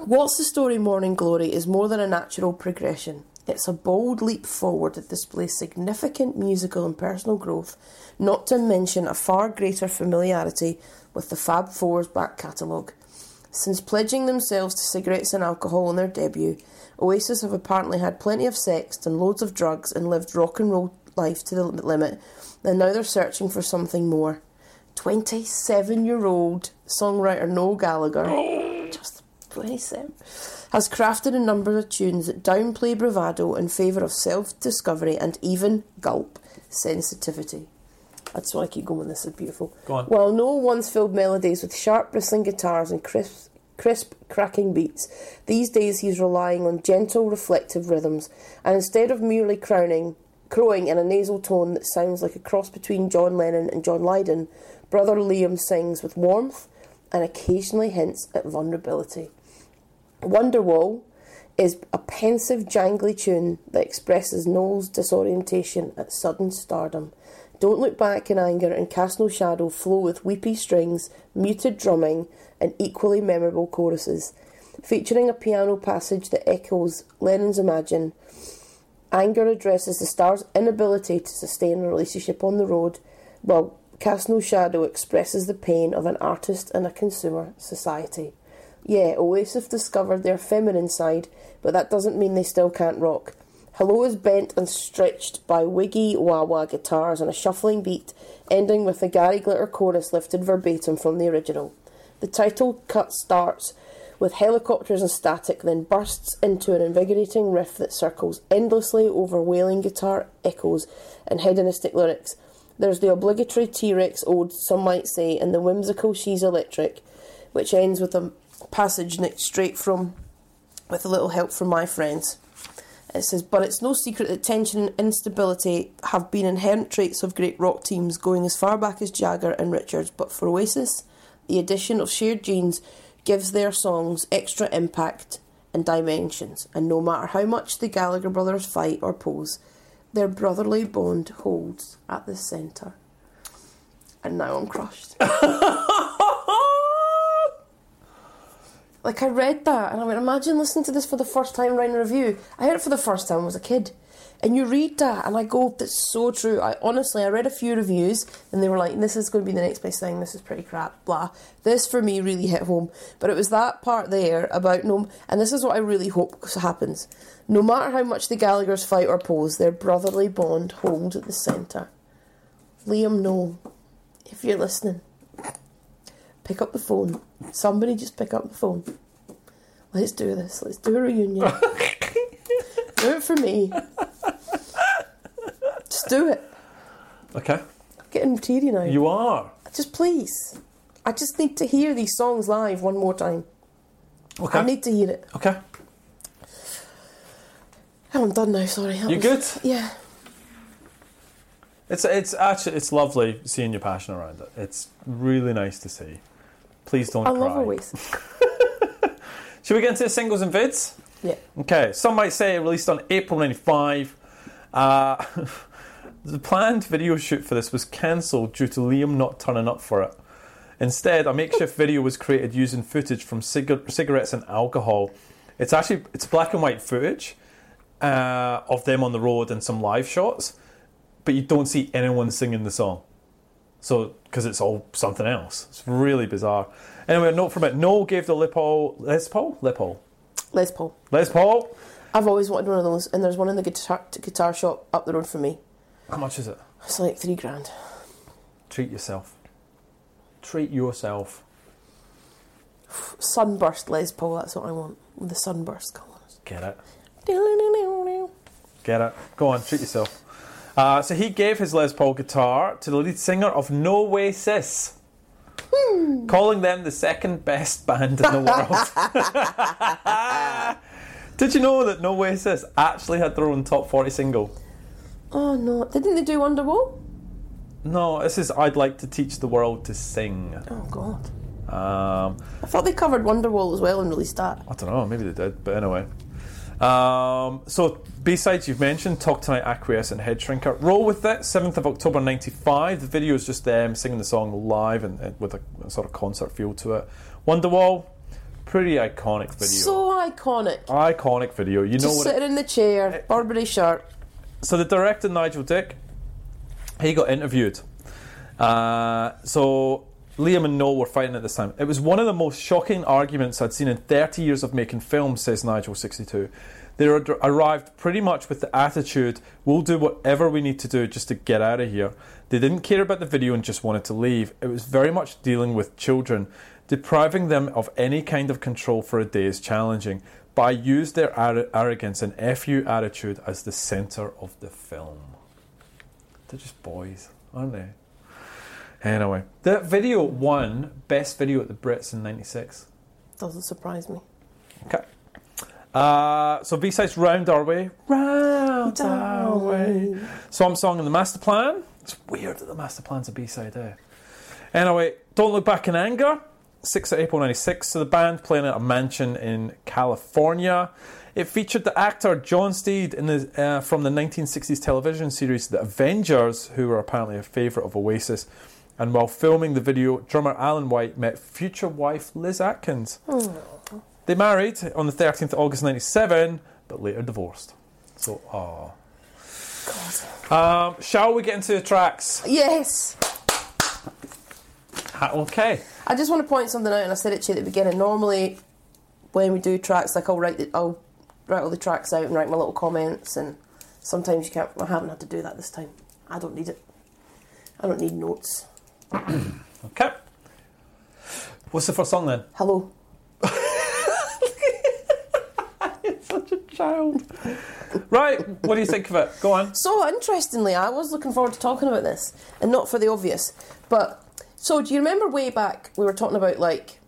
What's the Story Morning Glory is more than a natural progression. It's a bold leap forward that displays significant musical and personal growth, not to mention a far greater familiarity with the Fab Four's back catalogue. Since pledging themselves to cigarettes and alcohol on their debut, Oasis have apparently had plenty of sex and loads of drugs and lived rock and roll life to the limit, and now they're searching for something more. 27 year old songwriter Noel
Oh.
Gallagher, just 27, has crafted a number of tunes that downplay bravado in favour of self discovery and even gulp sensitivity. I just want to keep going. This is beautiful.
Go on.
While Noel once filled melodies with sharp, bristling guitars and crisp, crisp, cracking beats, these days he's relying on gentle, reflective rhythms, and instead of merely crowning, crowing in a nasal tone that sounds like a cross between John Lennon and John Lydon, brother Liam sings with warmth and occasionally hints at vulnerability. Wonderwall is a pensive, jangly tune that expresses Noel's disorientation at sudden stardom. Don't look back in anger and cast no shadow flow with weepy strings, muted drumming, and equally memorable choruses. Featuring a piano passage that echoes Lennon's Imagine, Anger addresses the star's inability to sustain a relationship on the road, while Cast No Shadow expresses the pain of an artist in a consumer society. Yeah, Oasis discovered their feminine side, but that doesn't mean they still can't rock. Hello is bent and stretched by wiggy wah wah guitars on a shuffling beat, ending with the Gary Glitter chorus lifted verbatim from the original. The title cut starts with helicopters and static, then bursts into an invigorating riff that circles endlessly over wailing guitar echoes and hedonistic lyrics. There's the obligatory T Rex ode, some might say, and the whimsical She's Electric, which ends with a passage nicked straight from With a Little Help from My Friends. It says, but it's no secret that tension and instability have been inherent traits of great rock teams going as far back as Jagger and Richards. But for Oasis, the addition of shared genes gives their songs extra impact and dimensions. And no matter how much the Gallagher brothers fight or pose, their brotherly bond holds at the centre. And now I'm crushed. Like I read that and I went, imagine listening to this for the first time writing a review. I heard it for the first time when I was a kid. And you read that and I go, that's so true. I honestly I read a few reviews and they were like, This is gonna be the next best thing, this is pretty crap, blah. This for me really hit home. But it was that part there about no and this is what I really hope happens. No matter how much the Gallagher's fight or pose, their brotherly bond holds at the centre. Liam Noel, if you're listening, pick up the phone. Somebody just pick up the phone. Let's do this. Let's do a reunion. do it for me. Just do it.
Okay.
Getting teary now.
You are.
Just please. I just need to hear these songs live one more time.
Okay.
I need to hear it.
okay.
Oh, I'm done now, sorry. That
You
was-
good?
Yeah.
It's it's actually it's lovely seeing your passion around it. It's really nice to see. Please don't
I
cry.
love Always.
Should we get into the singles and vids?
Yeah.
Okay, some might say released on April 95. Uh, the planned video shoot for this was cancelled due to Liam not turning up for it. Instead, a makeshift video was created using footage from cig- cigarettes and alcohol. It's actually it's black and white footage uh, of them on the road and some live shots, but you don't see anyone singing the song. So, because it's all something else. It's really bizarre. Anyway, a note from it. Noel gave the Lipo, Les Paul? Lipo.
Les Paul.
Les Paul.
I've always wanted one of those, and there's one in the guitar, guitar shop up the road from me.
How much is it?
It's like three grand.
Treat yourself. Treat yourself.
Sunburst Les Paul, that's what I want. With the sunburst colours.
Get it. Get it. Go on, treat yourself. Uh, so he gave his Les Paul guitar to the lead singer of No Way Sis, calling them the second best band in the world. Did you know that No Way Sis actually had their own top 40 single?
Oh no. Didn't they do Wonderwall?
No, this is I'd Like to Teach the World to Sing.
Oh god.
Um,
I thought they covered Wonderwall as well and released that.
I don't know, maybe they did, but anyway. Um, so, B sides you've mentioned Talk Tonight, Acquiesce, and Head Shrinker. Roll with it, 7th of October 95. The video is just them singing the song live and, and with a, a sort of concert feel to it. Wonderwall, pretty iconic video.
So iconic.
iconic video. You know
Just
what?
sitting in the chair, Burberry shirt.
so the director Nigel Dick, he got interviewed. Uh, so Liam and Noel were fighting at this time. It was one of the most shocking arguments I'd seen in 30 years of making films, says Nigel 62. They ar- arrived pretty much with the attitude, we'll do whatever we need to do just to get out of here. They didn't care about the video and just wanted to leave. It was very much dealing with children. Depriving them of any kind of control for a day is challenging, but I used their ar- arrogance and FU attitude as the centre of the film. They're just boys, aren't they? Anyway, that video won Best Video at the Brits in '96.
Doesn't surprise me.
Okay. Uh, so B-sides round our way, round our way. So I'm song in the master plan. It's weird that the master plan's a B-side there. Anyway, don't look back in anger. 6th of April 96. So the band playing at a mansion in California. It featured the actor John Steed in the, uh, from the 1960s television series The Avengers, who were apparently a favourite of Oasis. And while filming the video, drummer Alan White met future wife Liz Atkins. They married on the 13th of August 97, but later divorced. So, aw. God. Um, shall we get into the tracks?
Yes.
Ha- Okay.
I just want to point something out, and I said it to you at the beginning. Normally, when we do tracks, like I'll write, the, I'll write all the tracks out and write my little comments, and sometimes you can't. I haven't had to do that this time. I don't need it. I don't need notes.
Okay. What's the first song then?
Hello.
Such a child. right, what do you think of it? Go on.
So interestingly, I was looking forward to talking about this, and not for the obvious. But so, do you remember way back we were talking about like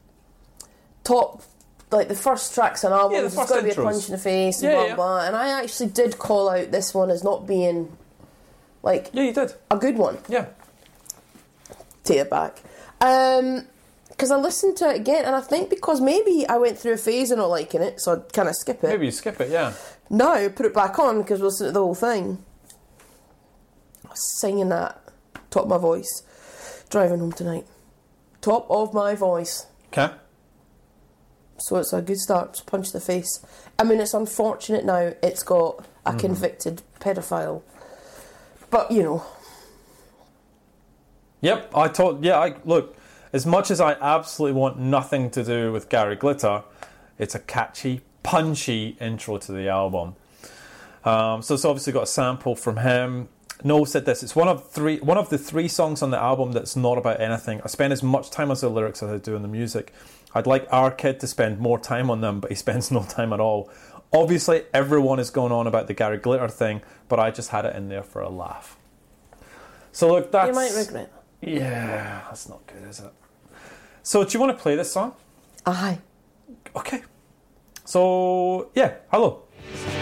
top, like the first tracks on albums?
the
it's
first
got to be a
intros.
punch in the face and
Yeah,
blah
yeah.
blah. And I actually did call out this one as not being like
Yeah, you did.
a good one.
Yeah.
Take it back. Um 'cause because I listened to it again, and I think because maybe I went through a phase of not liking it, so I'd kind of skip it.
Maybe you skip it, yeah.
No, put it back on because we'll listen to the whole thing. I was singing that, top of my voice, driving home tonight. Top of my voice.
Okay.
So it's a good start. It's a punch in the face. I mean, it's unfortunate now it's got a convicted pedophile. But, you know,
Yep, I told. Yeah, I look. As much as I absolutely want nothing to do with Gary Glitter, it's a catchy, punchy intro to the album. Um, so it's obviously got a sample from him. Noel said this: "It's one of three, one of the three songs on the album that's not about anything. I spend as much time on the lyrics as I do on the music. I'd like our kid to spend more time on them, but he spends no time at all. Obviously, everyone is going on about the Gary Glitter thing, but I just had it in there for a laugh." So look, that's
You might regret that.
yeah, that's not good, is it? So do you want to play this song?
Aye.
Okay. So yeah, hello.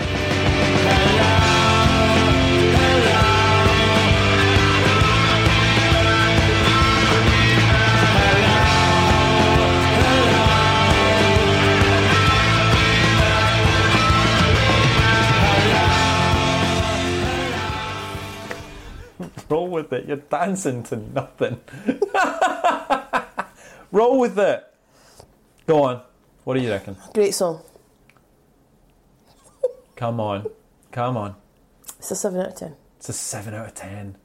Roll with it. You're dancing to nothing. Roll with it. Go on. What do you reckon?
Great song.
Come on. Come on.
It's a 7 out of 10.
It's a 7 out of 10.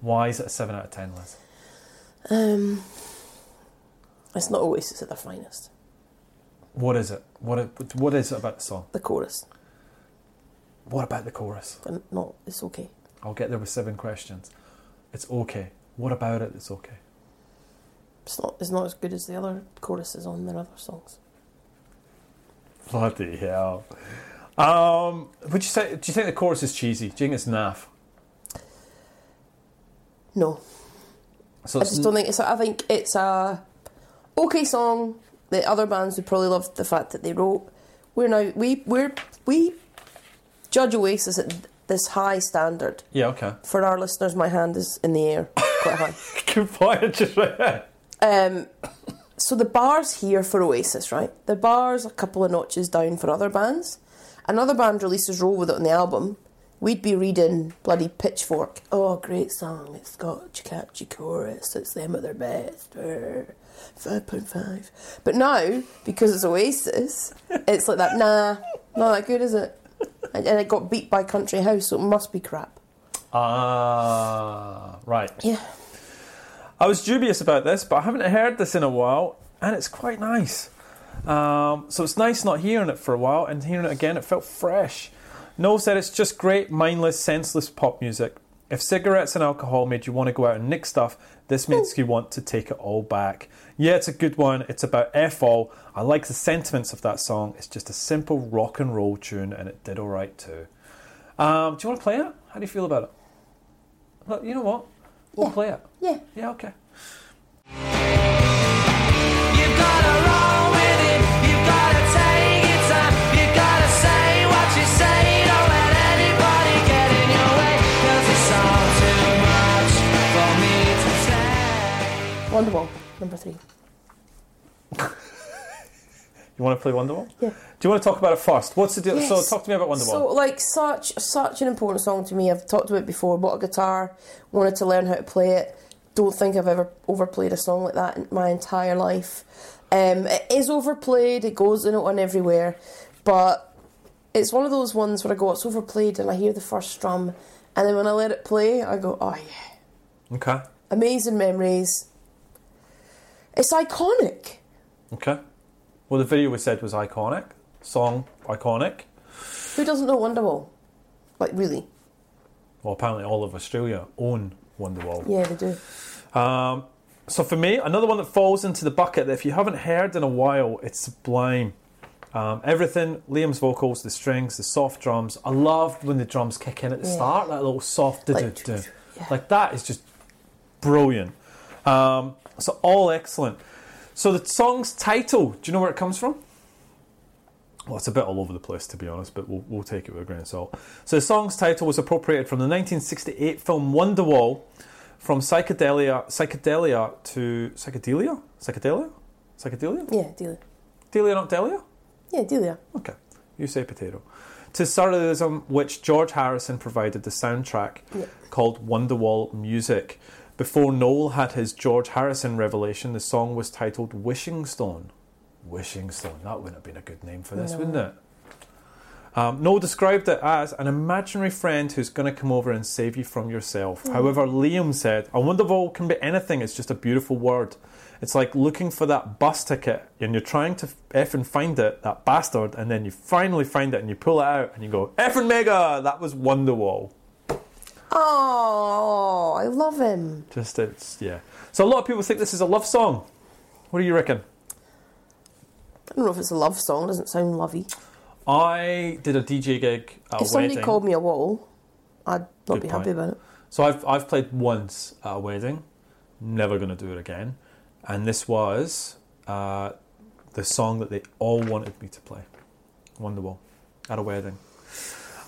Why is it a 7 out of 10, Liz?
Um, it's not Oasis at their finest.
What is it? What, it- what is it about the song?
The chorus.
What about the chorus?
They're not, it's okay.
I'll get there with seven questions. It's okay. What about it that's okay?
It's not, it's not as good as the other choruses on their other songs.
Bloody hell. Um, would you say, do you think the chorus is cheesy? Do you think it's naff?
No.
So
I
it's
just don't think it's. A, I think it's a okay song that other bands would probably love the fact that they wrote. We're now we we're we judge Oasis at this high standard.
Yeah, okay.
For our listeners, my hand is in the air quite high.
Good point. I just read it.
Um, so the bar's here for Oasis, right? The bar's a couple of notches down for other bands. Another band releases Roll With It on the album, we'd be reading bloody Pitchfork. Oh, great song. It's got a catchy chorus. It's them at their best. Err, 5.5. But now, because it's Oasis, it's like that, nah, not that good, is it? And and it got beat by Country House, so it must be crap.
Ah, right.
Yeah.
I was dubious about this, but I haven't heard this in a while, and it's quite nice. Um, so it's nice not hearing it for a while, and hearing it again, it felt fresh. Noel said it's just great, mindless, senseless pop music. If cigarettes and alcohol made you want to go out and nick stuff, this makes you want to take it all back. Yeah, it's a good one. It's about F all. I like the sentiments of that song. It's just a simple rock and roll tune, and it did all right too. Um, do you want to play it? How do you feel about it? Look, you know what? We'll play it.
Yeah.
Yeah, okay.
You've gotta roll with it, you've gotta take your time, you've gotta say what you say, don't let anybody get in your way, cause it's all too much for me to say.
Wonderwall, number three.
You want to play Wonderwall?
Yeah.
Do you want to talk about it first? What's the deal? So
Yes.
talk to me about Wonderwall.
So like such such an important song to me. I've talked about it before. Bought a guitar, wanted to learn how to play it. Don't think I've ever overplayed a song like that in my entire life. Um, it is overplayed. It goes in on everywhere, but it's one of those ones where I go, it's overplayed, and I hear the first strum, and then when I let it play, I go, oh yeah,
okay.
amazing memories. It's iconic.
Okay. Well, the video we said was iconic. Song iconic.
Who doesn't know Wonderwall? Like really?
Well, apparently all of Australia own Wonderwall.
Yeah, they do.
Um, so for me, another one that falls into the bucket that if you haven't heard in a while, it's sublime. Um, everything, Liam's vocals, the strings, the soft drums. I love when the drums kick in at the
Yeah.
start, that little soft
Like,
du-du-du.
yeah.
like that is just brilliant. Um, so all excellent. So the song's title, do you know where it comes from? Well, it's a bit all over the place to be honest, but we'll, we'll take it with a grain of salt. So the song's title was appropriated from the 1968 film Wonderwall, from psychedelia, psychedelia to psychedelia, psychedelia, psychedelia,
Yeah, Delia.
delia not delia.
Yeah, Delia.
Okay, you say potato. To surrealism, which George Harrison provided the soundtrack called Wonderwall Music. Before Noel had his George Harrison revelation, the song was titled Wishing Stone. Wishing Stone, that wouldn't have been a good name for this, wouldn't it? Um, Noel described it as an imaginary friend who's going to come over and save you from yourself. However, Liam said, a wonderwall can be anything, it's just a beautiful word. It's like looking for that bus ticket and you're trying to effing find it, that bastard, and then you finally find it and you pull it out and you go, effing mega, that was Wonderwall.
Oh, I love him.
Just, it's, yeah. So a lot of people think this is a love song. What do you reckon?
I don't know if it's a love song. It doesn't sound lovey.
I did a DJ gig at
if
a wedding.
somebody called me a wall, I'd not
Oh, Good
be
point.
happy about it.
So I've I've played once at a wedding, never gonna do it again. And this was uh, the song that they all wanted me to play, Wonderwall, at a wedding.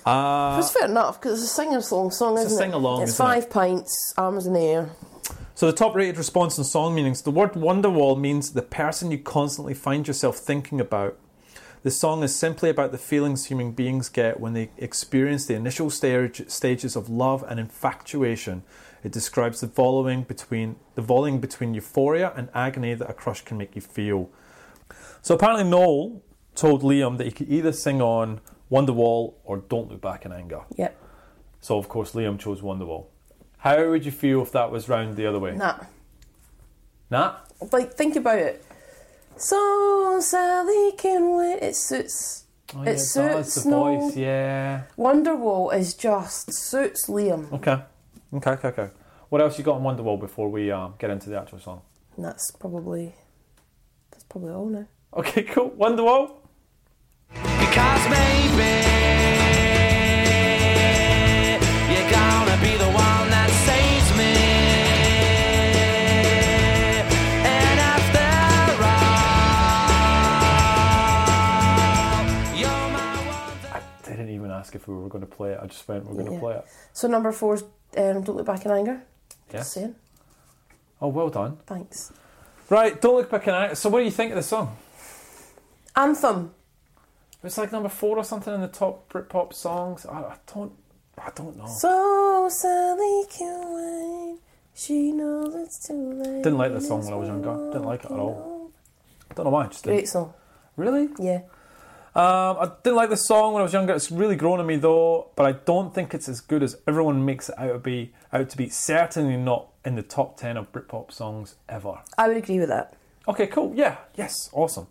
Uh,
It's fair enough because it's a sing along song,
It's a
isn't it?
sing-along,
It's
isn't
five pints, arms in the air.
So the top rated response and song meanings. The word Wonderwall means the person you constantly find yourself thinking about. The song is simply about the feelings human beings get when they experience the initial stage, stages of love and infatuation. It describes the volleying between the volleying between euphoria and agony that a crush can make you feel. So apparently Noel told Liam that he could either sing on Wonderwall or Don't Look Back in Anger.
Yep.
So of course Liam chose Wonderwall. How would you feel if that was round the other way?
Nah.
Nah.
Like, think about it. So Sally can wait. It suits.
Oh,
It suits
the
Noel.
voice, yeah.
Wonderwall is just suits Liam.
Okay. Okay, okay, okay. What else you got on Wonderwall before we uh, get into the actual song?
And that's probably. That's probably all now.
Okay, cool. Wonderwall.
Because maybe you're gonna be the one that saves me. And after all, you're my wonder-
I didn't even ask if we were going to play it. I just went, we're going
Yeah.
to play it.
So number four's um, Don't Look Back in Anger.
Yeah.
Just saying.
Oh, well done.
Thanks.
Right, don't look back in Anger. So, what do you think of the song?
Anthem.
It's like number four or something in the top Britpop songs. I, I don't, I don't know.
So Sally can wait. She knows it's too late.
Didn't like this song when I was younger. Didn't like it at all. Don't know why. Just didn't.
Great song.
Really?
Yeah.
Um, I didn't like this song when I was younger. It's really grown on me though, but I don't think it's as good as everyone makes it out to be. Out to be certainly not in the top ten of Britpop songs ever.
I would agree with that.
Okay, cool. Yeah, yes, awesome.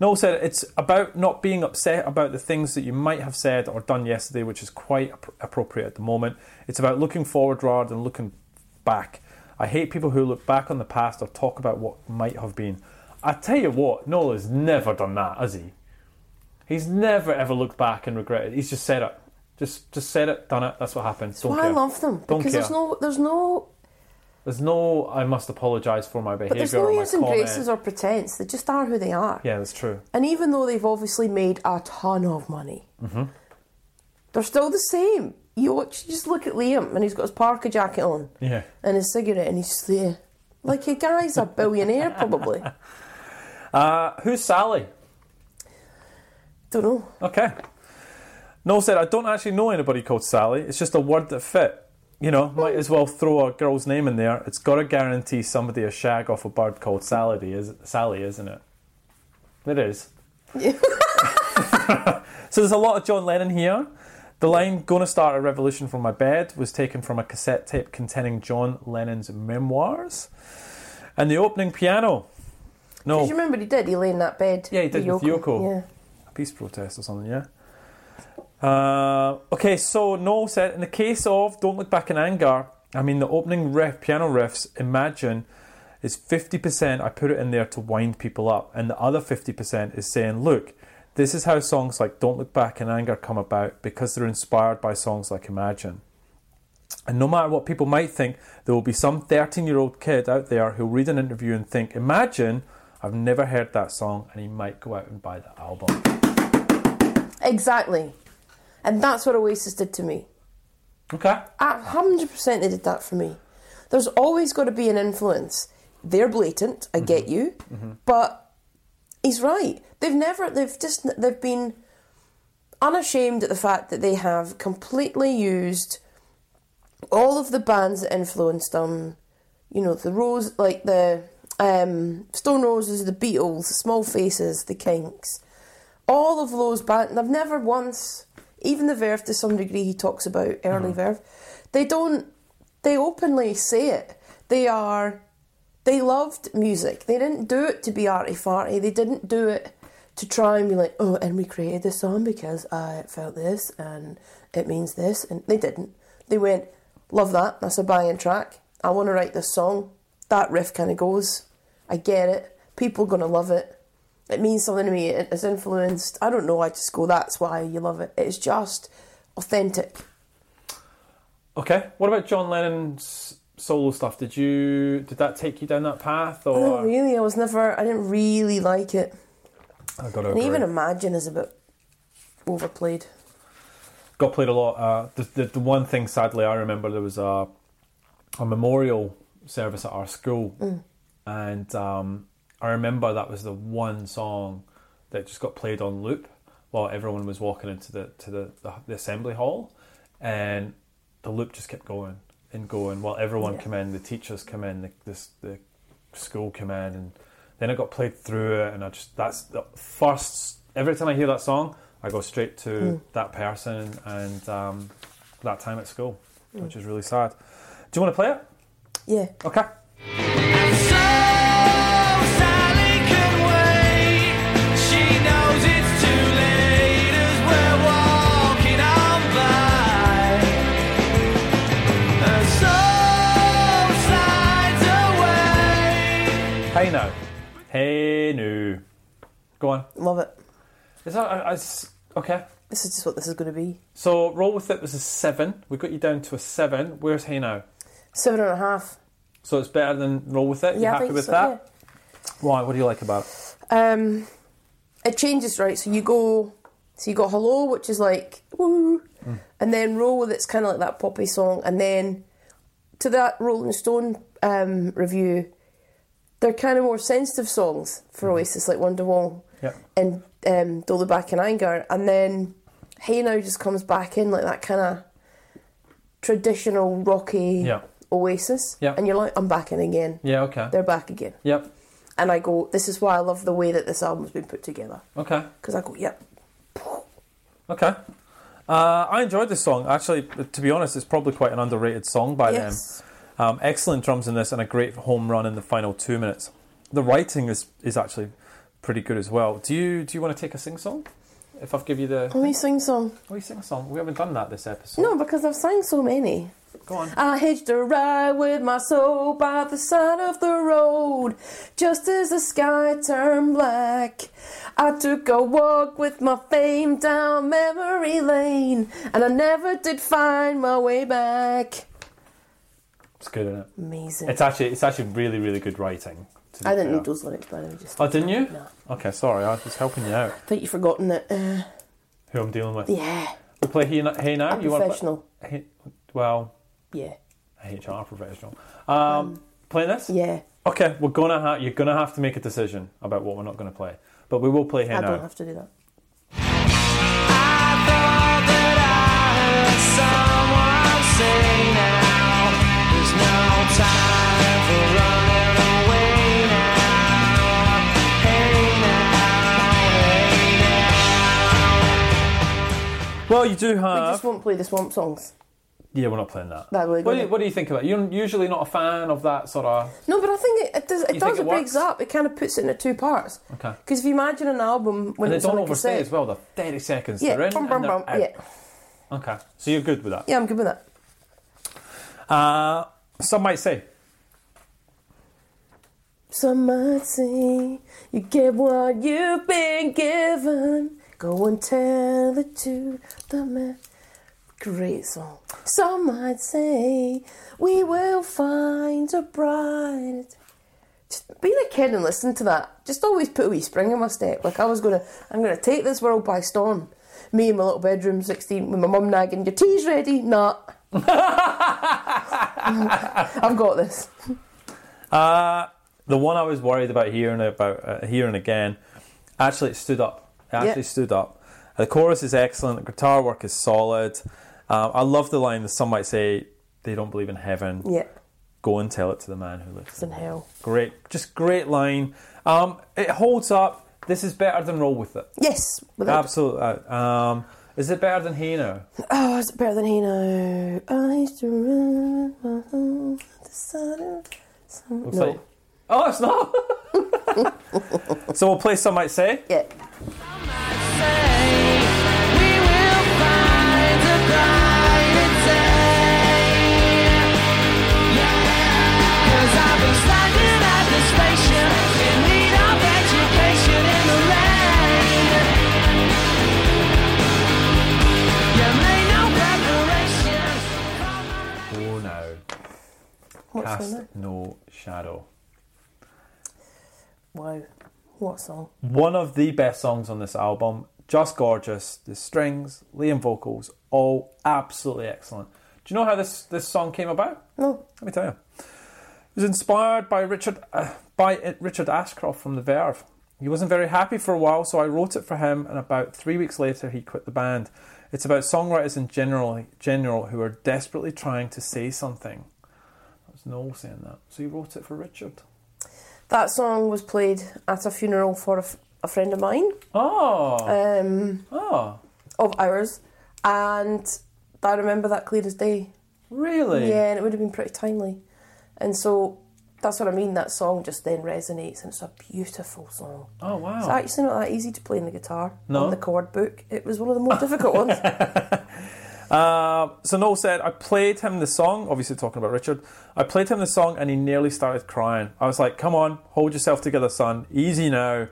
Noel said it's about not being upset about the things that you might have said or done yesterday, which is quite ap- appropriate at the moment. It's about looking forward rather than looking back. I hate people who look back on the past or talk about what might have been. I tell you what, Noel has never done that, has he? He's never ever looked back and regretted. He's just said it. Just, just said it, done it. That's what happened. Don't
Why I
care.
love them
Don't
because
care.
there's no there's no
There's no. I must apologise for my
but
behaviour
there's no
or my
airs and
comment.
graces or pretense. They just are who they are.
yeah, that's true.
And even though they've obviously made a ton of money,
Mm-hmm.
they're still the same. You watch, you just look at Liam and he's got his parka jacket on
Yeah.
and his cigarette and he's just there. Like a guy's a billionaire probably.
Uh, who's Sally?
Don't know.
Okay. Noel said, I don't actually know anybody called Sally. It's just a word that fit. You know, might as well throw a girl's name in there. It's got to guarantee somebody a shag off a bird called Sally, is Sally, isn't it? It is. so there's a lot of John Lennon here. The line "Gonna start a revolution from my bed" was taken from a cassette tape containing John Lennon's memoirs, and the opening piano. No,
Because you remember he did. He lay in that bed.
Oh. Yeah, he did with Yoko.
Yeah.
peace protest or something, yeah. Uh, okay, so Noel said, in the case of Don't Look Back in Anger, I mean, the opening riff, piano riffs, imagine, is 50%. I put it in there to wind people up, and the other 50% is saying, look, this is how songs like Don't Look Back in Anger come about because they're inspired by songs like Imagine. And no matter what people might think, there will be some 13 year old kid out there who'll read an interview and think, Imagine, I've never heard that song, and he might go out and buy the album.
Exactly. And that's what Oasis did to me.
Okay.
A hundred percent, they did that for me. There's always got to be an influence. They're blatant. I get
Mm-hmm.
you, but he's right. They've never. They've just. They've been unashamed at the fact that they have completely used all of the bands that influenced them. You know, the Rose, like the um, Stone Roses, the Beatles, Small Faces, the Kinks. All of those bands. I've never once, even the Verve to some degree, he talks about early Verve. They don't. They openly say it. They are. They loved music. They didn't do it to be arty farty. They didn't do it to try and be like, oh, and we created this song because I felt this and it means this. And they didn't. They went, love that. That's a banging track. I want to write this song. That riff kind of goes. I get it. People going to love it. It means something to me. It has influenced. I don't know. I just go, that's why you love it. It's just authentic.
Okay. What about John Lennon's solo stuff? Did you did that take you down that path
Not
or
really. I was never. I didn't really like it.
I got to
And
agree.
even Imagine is a bit overplayed.
got played a lot. Uh, the, the the one thing sadly I remember there was a a memorial service at our school, and um, I remember that was the one song that just got played on loop while everyone was walking into the to the, the, the assembly hall, and the loop just kept going and going while everyone
Yeah.
came in, the teachers came in, the this, the school came in, and then it got played through it, and I just that's the first every time I hear that song, I go straight to that person and um, that time at school, which is really sad. Do you want to play it?
Yeah.
Okay. Hey now. Hey now. Go on.
Love it.
Is that I- I s- okay?
This is just what this is going to be.
So roll with it was a seven. We got you down to a seven. Where's hey now?
Seven and a half.
So it's better than roll with it. You
Yeah, I
happy
think
with
so,
that? Why? What do you like about it?
Um, it changes, right? So you go, so you got hello, which is like woo,
Hmm.
and then roll with it's kind of like that poppy song, and then to that Rolling Stone um, review, they're kind of more sensitive songs for
Hmm.
Oasis, like Wonderwall
Yep.
and um, Dolly Back and Anger, and then Hey Now just comes back in like that kind of traditional rocky
Yeah.
Oasis,
Yeah.
and you're like, I'm back in again.
Yeah. Okay.
They're back again
Yep.
and I go, this is why I love the way that this album's been put together.
Okay.
Because I go, yep,
Okay. Uh, I enjoyed this song. Actually, to be honest, it's probably quite an underrated song by
yes,
them. Um, excellent drums in this and a great home run in the final two minutes. The writing is, is actually pretty good as well. Do you do you want to take a sing song? If I've give you the
let me sing song.
oh, you sing a song. We haven't done that this episode.
No, because I've sang so many.
Go on.
I hitched a ride with my soul by the side of the road. Just as the sky turned black, I took a walk with my fame down memory lane, and I never did find my way back.
It's good, isn't it?
Amazing.
It's actually it's actually really really good writing. to be
I didn't
fair.
need those lyrics, by the way. Just
Oh, didn't you?
No.
Okay, sorry. I was helping you out.
I think you've forgotten that. Uh,
Who I'm dealing with?
yeah,
We play hey, N- hey now.
I'm
you
professional.
want to play? Hey, well,
Yeah,
HR professional. Um, play this.
yeah.
Okay, we're gonna ha- you're gonna have to make a decision about what we're not gonna play, but we will play here
I
now.
don't have to do that.
well, you do
We
have.
just won't play the swamp songs.
yeah, we're not playing that.
That we're
what, do
gonna-
you, what do you think about? it? You're usually not a fan of that sort of.
No, but I think it, it does. It
You
does.
think
It,
it
breaks
works?
up. It kind of puts it into two parts.
Okay.
Because if you imagine an album when
And they
it's on
don't
a
overstay
cassette,
as well. They're thirty seconds.
yeah,
they're in
bum,
and
bum,
they're
bum,
out.
yeah,
Okay, so you're good with that.
yeah, I'm good with that.
Uh, some might say
Some might say you get what you've been given. Go and tell it to the man. Great song. Some might say we will find a bride. Just being a kid and listening to that, just always put a wee spring in my step. Like I was gonna, I'm gonna take this world by storm. Me in my little bedroom, 16, with my mum nagging, your tea's ready? Nah. I've got this.
Uh, the one I was worried about hearing about uh, hearing again, actually it stood up. It actually
Yeah.
stood up. The chorus is excellent. The guitar work is solid. Um, I love the line that some might say they don't believe in heaven.
Yeah,
Go and tell it to the man who lives
it's in hell.
Great, just great line. Um, it holds up. This is better than Roll with It.
Yes, without
Absolutely. Um, is it better than Hey Now?
Oh, is it better than he know? I used to run my home at the side of some...
Looks
No.
like- oh, it's not. so we'll play Some Might Say.
Yeah. Cast.
Cast No Shadow.
Wow, what song?
One of the best songs on this album. Just gorgeous. The strings, Liam vocals, all absolutely excellent. Do you know how this, this song came about?
No,
Let me tell you. It was inspired by Richard uh, by uh, Richard Ashcroft from The Verve. He wasn't very happy for a while, so I wrote it for him, and about three weeks later, he quit the band. It's about songwriters in general, general who are desperately trying to say something. That was Noel saying that. So he wrote it for Richard.
that song was played at a funeral for a, f- a friend of mine
Oh,
um,
oh,
of ours, and I remember that clear as day.
really?
Yeah, and it would have been pretty timely. And so that's what I mean. That song just then resonates, and it's a beautiful song.
Oh wow.
It's actually not that easy to play on the guitar.
No?
On the chord book, it was one of the more difficult ones.
Uh, so Noel said, I played him the song, obviously talking about Richard. I played him the song and he nearly started crying. I was like, come on, hold yourself together, son. Easy now.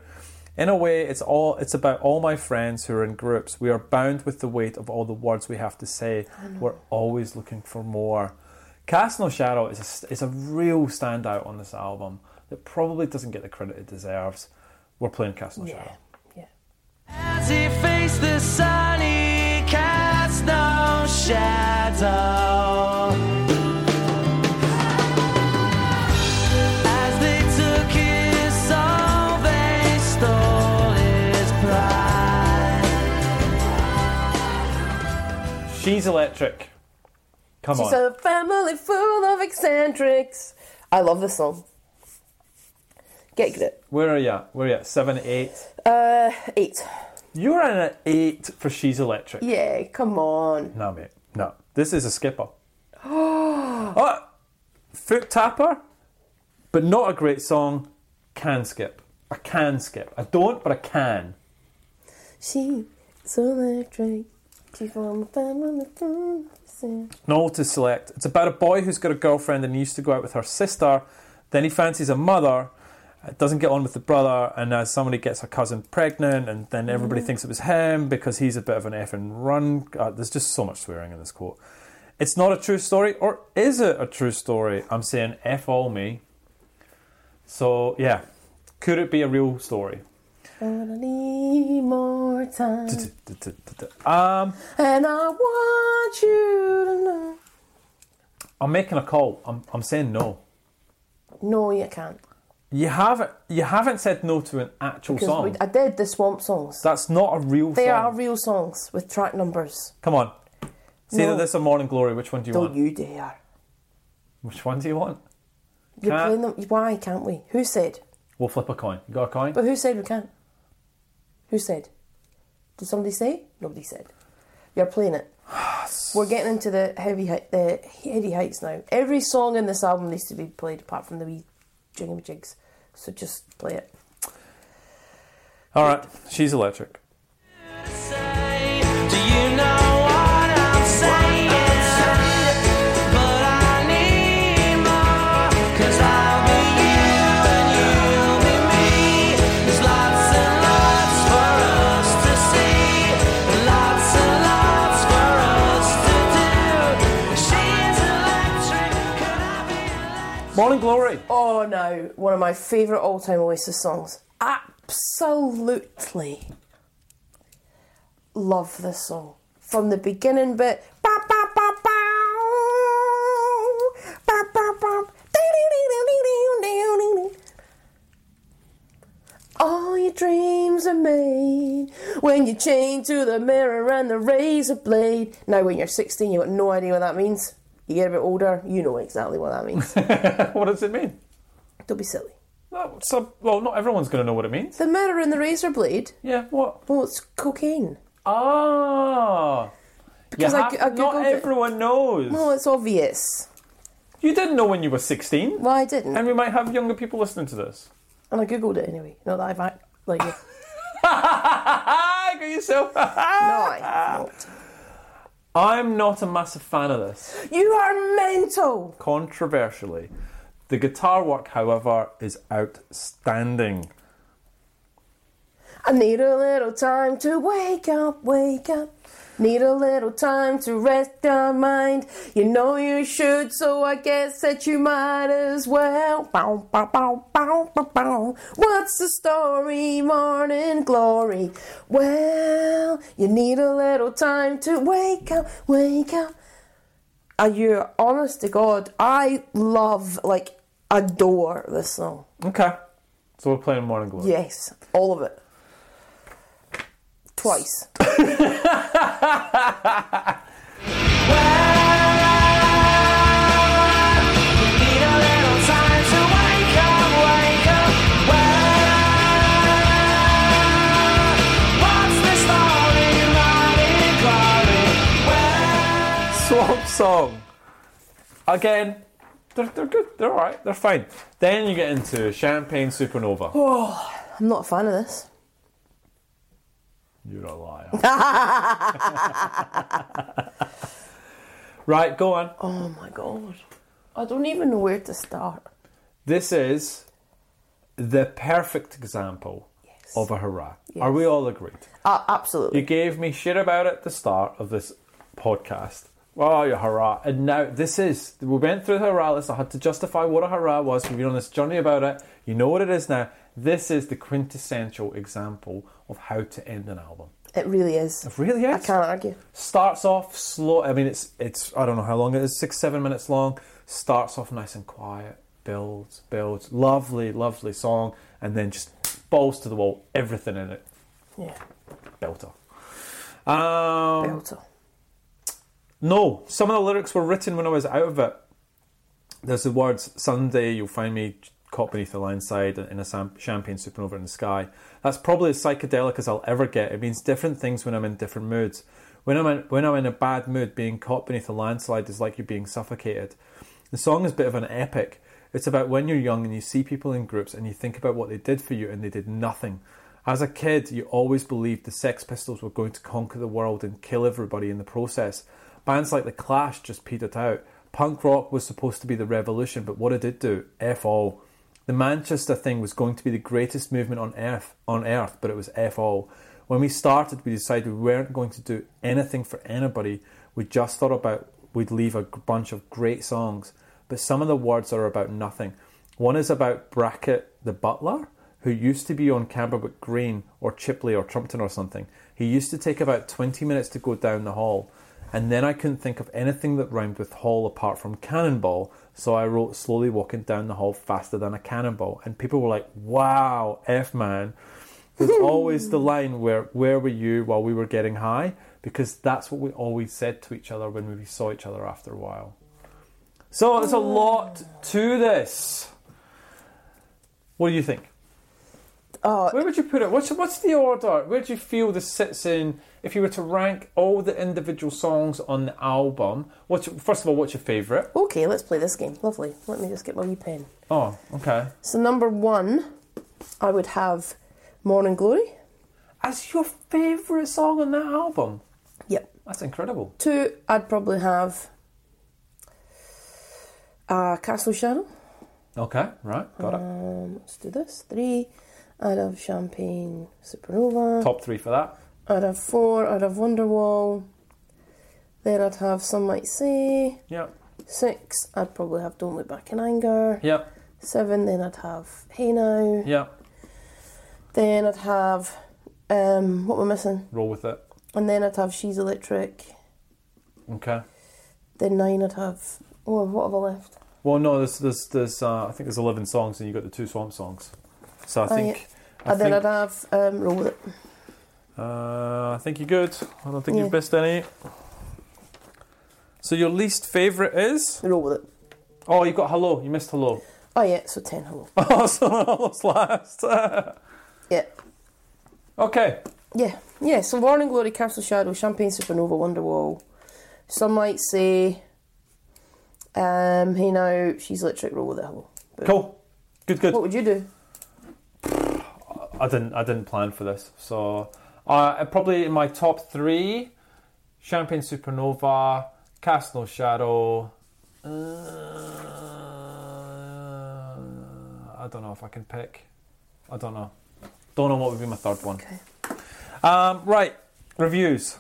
In a way, it's all it's about all my friends who are in groups. We are bound with the weight of all the words we have to say. We're always looking for more. Cast No Shadow is a, st- is a real standout on this album that probably doesn't get the credit it deserves. We're playing Cast No
yeah,
Shadow.
yeah.
As he faced the sun, he cast no shadow. As they took his soul, they stole his pride.
She's electric. Come
She's
on.
a family full of eccentrics. I love this song. Get grip.
Where are you at? Where are you at? Seven, eight.
Uh, eight.
You're in an eight for She's Electric.
Yeah, come on.
No, mate. No. This is a skipper. oh, foot tapper, but not a great song. Can skip. I can skip. I don't, but I can.
She's electric. She's from a family full of eccentrics.
Noel to select. It's about a boy who's got a girlfriend and he used to go out with her sister. Then he fancies a mother, uh, doesn't get on with the brother, and as somebody gets her cousin pregnant, and then
Mm-hmm.
everybody thinks it was him because he's a bit of an F and run. Uh, there's just so much swearing in this quote. It's not a true story, or is it a true story? I'm saying F all me. So, yeah. Could it be a real story?
I wanna need more time.
Um,
And I want you to know.
I'm making a call. I'm, I'm saying no.
No, you can't.
You haven't you haven't said no to an actual
Because
song.
we- I did the Swamp Songs.
That's not a real
They
song.
are real songs with track numbers.
Come on. It's either
No.
this or Morning Glory. Which one do you
Don't
want?
you dare.
Which one do you want?
You're
Can't.
playing them. Why can't we? Who said?
We'll flip a coin. You got a coin?
But who said we can't? Who said? Did somebody say? Nobody said. You're playing it. We're getting into the heavy, hei- the heady heights now. Every song in this album needs to be played, apart from the wee jiggy jigs. So just play it.
All right. She's electric.
Say, Do you know what I'm saying? But I need more, 'cause I'll be you and you'll be me. There's lots and lots for us to see, and lots and lots for us to do. She's electric, could I be electric?
Morning Glory.
Oh no, one of my favourite all time Oasis songs. Absolutely love this song. From the beginning bit. ba, ba, ba, bow, ba, ba, ba, dee-dee-dee-dee-dee-dee-dee-dee. All your dreams are made when you're chained to the mirror and the razor blade. Now, when you're 16, you've got no idea what that means. You get a bit older, you know exactly what that means.
what does it mean?
Don't be silly.
No, so, well, not everyone's going to know what it means.
The mirror and the razor blade.
Yeah, what?
Well, it's cocaine.
Ah.
Because
you
I
have-
g- I
not
googled it.
everyone knows.
Well, Oh, it's obvious.
You didn't know when you were 16.
Well, I didn't,
And we might have younger people listening to this.
and I googled it anyway. Not that I've act- like no,
Got yourself.
I not.
I'm not a massive fan of this.
You are mental.
controversially. The guitar work, however, is outstanding.
I need a little time to wake up, wake up. Need a little time to rest your mind. You know you should, so I guess that you might as well. Bow, bow, bow, bow, bow, bow. What's the story, morning glory? Well, you need a little time to wake up, wake up. Are you honest to God? I love, like, adore this song.
Okay. So we're playing Morning Glory.
Yes, all of it. Twice.
Swamp Song. Again, they're, they're good. They're all right. They're fine. Then you get into Champagne
Oh,
Supernova.
I'm not a fan of this.
You're a liar. right, go on.
Oh my god. I don't even know where to start.
This is the perfect example of a hurrah. Are we all agreed?
Uh,
You
absolutely.
gave me shit about it at the start of this podcast. Oh, you hurrah. And now this is, we went through the hurrah list. I had to justify what a hurrah was. We've been on this journey about it. You know what it is now. This is the quintessential example of how to end an album.
It really is.
It really is.
I can't argue.
Starts off slow. I mean, it's, it's, I don't know how long it is, six, seven minutes long. Starts off nice and quiet, builds, builds. Lovely, lovely song. And then just balls to the wall, everything in it.
Yeah.
Belter. Um,
Belter.
No, some of the lyrics were written when I was out of it. There's the words "Sunday." You'll find me caught beneath the landslide in a sam- champagne supernova in the sky. That's probably as psychedelic as I'll ever get. It means different things when I'm in different moods. When I'm in, when I'm in a bad mood, being caught beneath a landslide is like you're being suffocated. The song is a bit of an epic. It's about when you're young and you see people in groups and you think about what they did for you and they did nothing. As a kid, you always believed the Sex Pistols were going to conquer the world and kill everybody in the process. Bands like The Clash just petered out. Punk rock was supposed to be the revolution, but what did it do? F all. The Manchester thing was going to be the greatest movement on earth, on earth, but it was F all. When we started, we decided we weren't going to do anything for anybody. We just thought about we'd leave a g- bunch of great songs, but some of the words are about nothing. One is about Brackett the butler, who used to be on Camberwick Green or Chipley or Trumpton or something. He used to take about 20 minutes to go down the hall, and then I couldn't think of anything that rhymed with hall apart from cannonball, so I wrote slowly walking down the hall faster than a cannonball. And people were like, wow, F man. There's always the line where, where were you while we were getting high? Because that's what we always said to each other when we saw each other after a while. So there's a lot to this. What do you think?
Oh,
Where would you put it? What's what's the order? Where do you feel this sits in? If you were to rank all the individual songs on the album, what's your- first of all, what's your favourite?
okay, let's play this game. Lovely. Let me just get my wee pen.
Oh, okay.
So, number one, I would have Morning Glory.
As your favourite song on that album,
Yep.
that's incredible.
Two, I'd probably have uh, Castle Shadow.
Okay, right, got it.
Um, let's do this. Three, I'd have Champagne Supernova.
Top three for that.
I'd have four. I'd have Wonderwall. Then I'd have Some Might Say.
Yep,
Six, I'd probably have Don't Look Back in Anger.
yep,
Seven, then I'd have Hey Now.
yep.
Then I'd have um, What We're Missing.
Roll with it.
And then I'd have She's Electric.
Okay.
Then nine, I'd have. Oh, what have I left?
Well, no, there's there's there's uh, I think there's eleven songs, and you got the two Swamp songs. So I think. I
and then
think,
I'd have um, Roll With It.
Uh, I think you're good. I don't think
Yeah.
you've missed any. So your least favourite is?
Roll With It.
Oh, you got hello. You missed hello.
Oh, yeah, so 10, hello.
Oh, so almost last.
yeah.
okay.
Yeah, yeah. So Morning Glory, Castle Shadow, Champagne Supernova, Wonderwall. Some might say, um, hey now, she's electric. Roll with it, hello.
Cool. Good. Good.
What would you do?
I didn't. I didn't plan for this. So, uh, probably in my top three, Champagne Supernova, Cast No Shadow. Uh, I don't know if I can pick. I don't know. Don't know what would be my third one.
Okay.
Um, right. Reviews.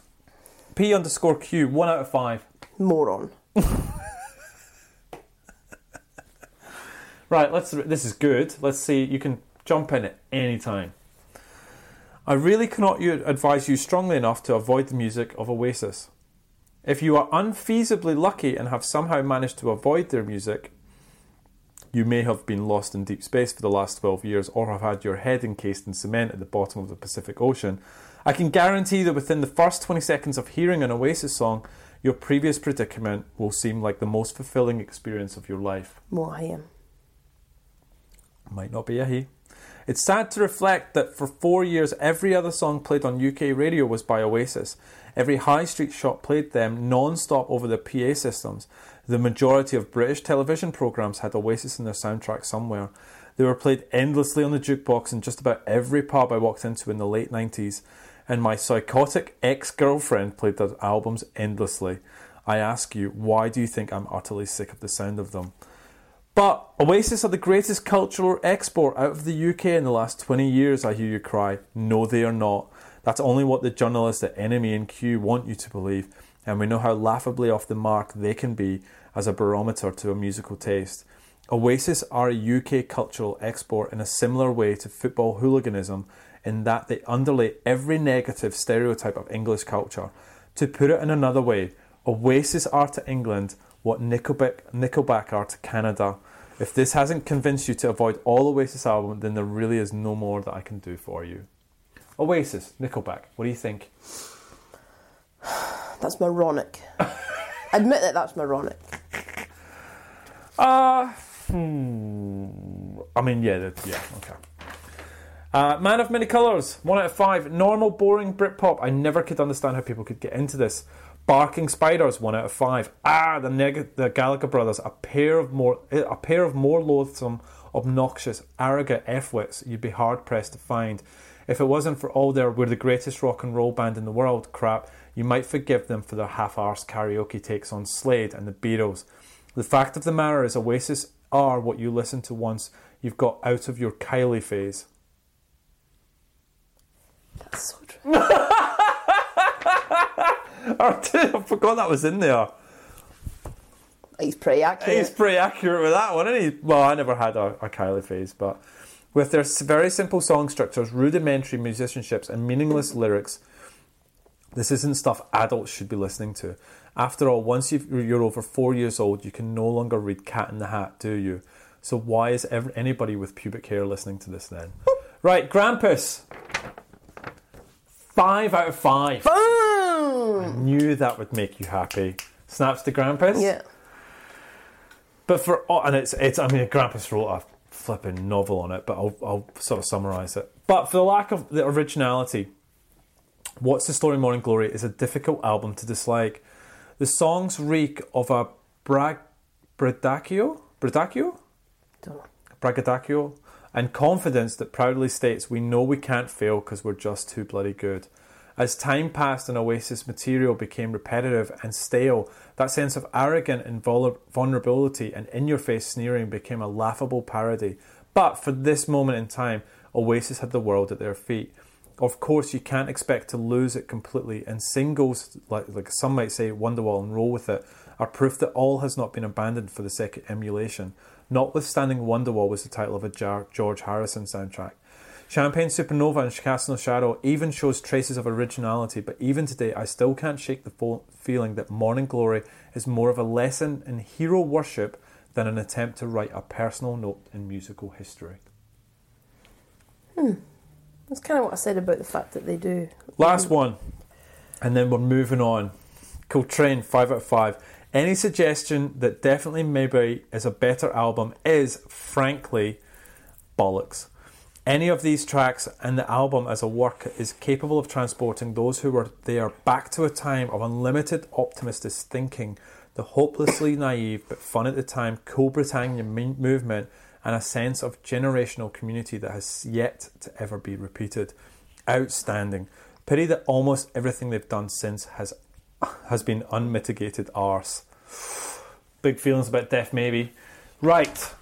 P underscore Q, one out of five.
Moron.
Right, let's. This is good. Let's see. You can jump in at any time. I really cannot u- advise you strongly enough to avoid the music of Oasis. If you are unfeasibly lucky and have somehow managed to avoid their music, you may have been lost in deep space for the last 12 years or have had your head encased in cement at the bottom of the Pacific Ocean. I can guarantee that within the first 20 seconds of hearing an Oasis song, your previous predicament will seem like the most fulfilling experience of your life
Well, I am.
might not be a he. It's sad to reflect that for four years, every other song played on UK radio was by Oasis. Every high street shop played them non stop over their PA systems. The majority of British television programmes had Oasis in their soundtrack somewhere. They were played endlessly on the jukebox in just about every pub I walked into in the late 90s, and my psychotic ex girlfriend played their albums endlessly. I ask you, why do you think I'm utterly sick of the sound of them? But Oasis are the greatest cultural export out of the UK in the last 20 years, I hear you cry. No, they are not. That's only what the journalists at Enemy and Q want you to believe, and we know how laughably off the mark they can be as a barometer to a musical taste. Oasis are a UK cultural export in a similar way to football hooliganism, in that they underlay every negative stereotype of English culture. To put it in another way, Oasis are to England what Nickelback, Nickelback are to Canada. If this hasn't convinced you to avoid all Oasis albums, then there really is no more that I can do for you. Oasis, Nickelback, what do you think?
That's moronic. Admit that that's moronic.
Uh, hmm, I mean, yeah, that- yeah, okay. Uh, Man of Many Colours, 1 out of 5. Normal, boring Britpop. I never could understand how people could get into this. Barking Spiders, 1 out of 5. Ah, the, neg- the Gallagher brothers, a pair of more eh, a pair of more loathsome, obnoxious, arrogant F-wits you'd be hard pressed to find. If it wasn't for all their we're the greatest rock and roll band in the world crap, you might forgive them for their half-arsed karaoke takes on Slade and the Beatles. The fact of the matter is, Oasis are what you listen to once you've got out of your Kylie phase.
That's so true.
Oh, dude, I forgot that was in there.
He's pretty accurate.
He's pretty accurate with that one, isn't he? Well, I never had a, a Kylie phase, but with their s- very simple song structures, rudimentary musicianships, and meaningless lyrics, this isn't stuff adults should be listening to. After all, once you've, you're over four years old, you can no longer read Cat in the Hat, do you? So why is ever, anybody with pubic hair listening to this then? right, Grampus. Five out of five.
Boom!
Knew that would make you happy. Snaps to Grampus.
Yeah.
But for oh, and it's it's I mean Grampus wrote a flipping novel on it, but I'll I'll sort of summarise it. But for the lack of the originality, What's the Story Morning Glory is a difficult album to dislike. The songs reek of a brag bradacchio bradacchio
Don't know.
braggadocio and confidence that proudly states we know we can't fail because we're just too bloody good. As time passed and Oasis material became repetitive and stale, that sense of arrogant and vul- vulnerability and in your face sneering became a laughable parody. But for this moment in time, Oasis had the world at their feet. Of course, you can't expect to lose it completely, and singles, like, like some might say, Wonderwall and Roll With It, are proof that all has not been abandoned for the sake of emulation. Notwithstanding, Wonderwall was the title of a Jar- George Harrison soundtrack. Champagne Supernova and Castle Shadow even shows traces of originality, but even today, I still can't shake the fo- feeling that Morning Glory is more of a lesson in hero worship than an attempt to write a personal note in musical history.
That's kind of what I said about the fact that they do.
Last one, and then we're moving on. Coltrane, five out of five. Any suggestion that definitely maybe is a better album is, frankly, bollocks. Any of these tracks and the album as a work is capable of transporting those who were there back to a time of unlimited optimistic thinking, the hopelessly naive but fun at the time cool Britannia m- movement, and a sense of generational community that has yet to ever be repeated. Outstanding. Pity that almost everything they've done since has has been unmitigated arse. Big feelings about death, maybe. Right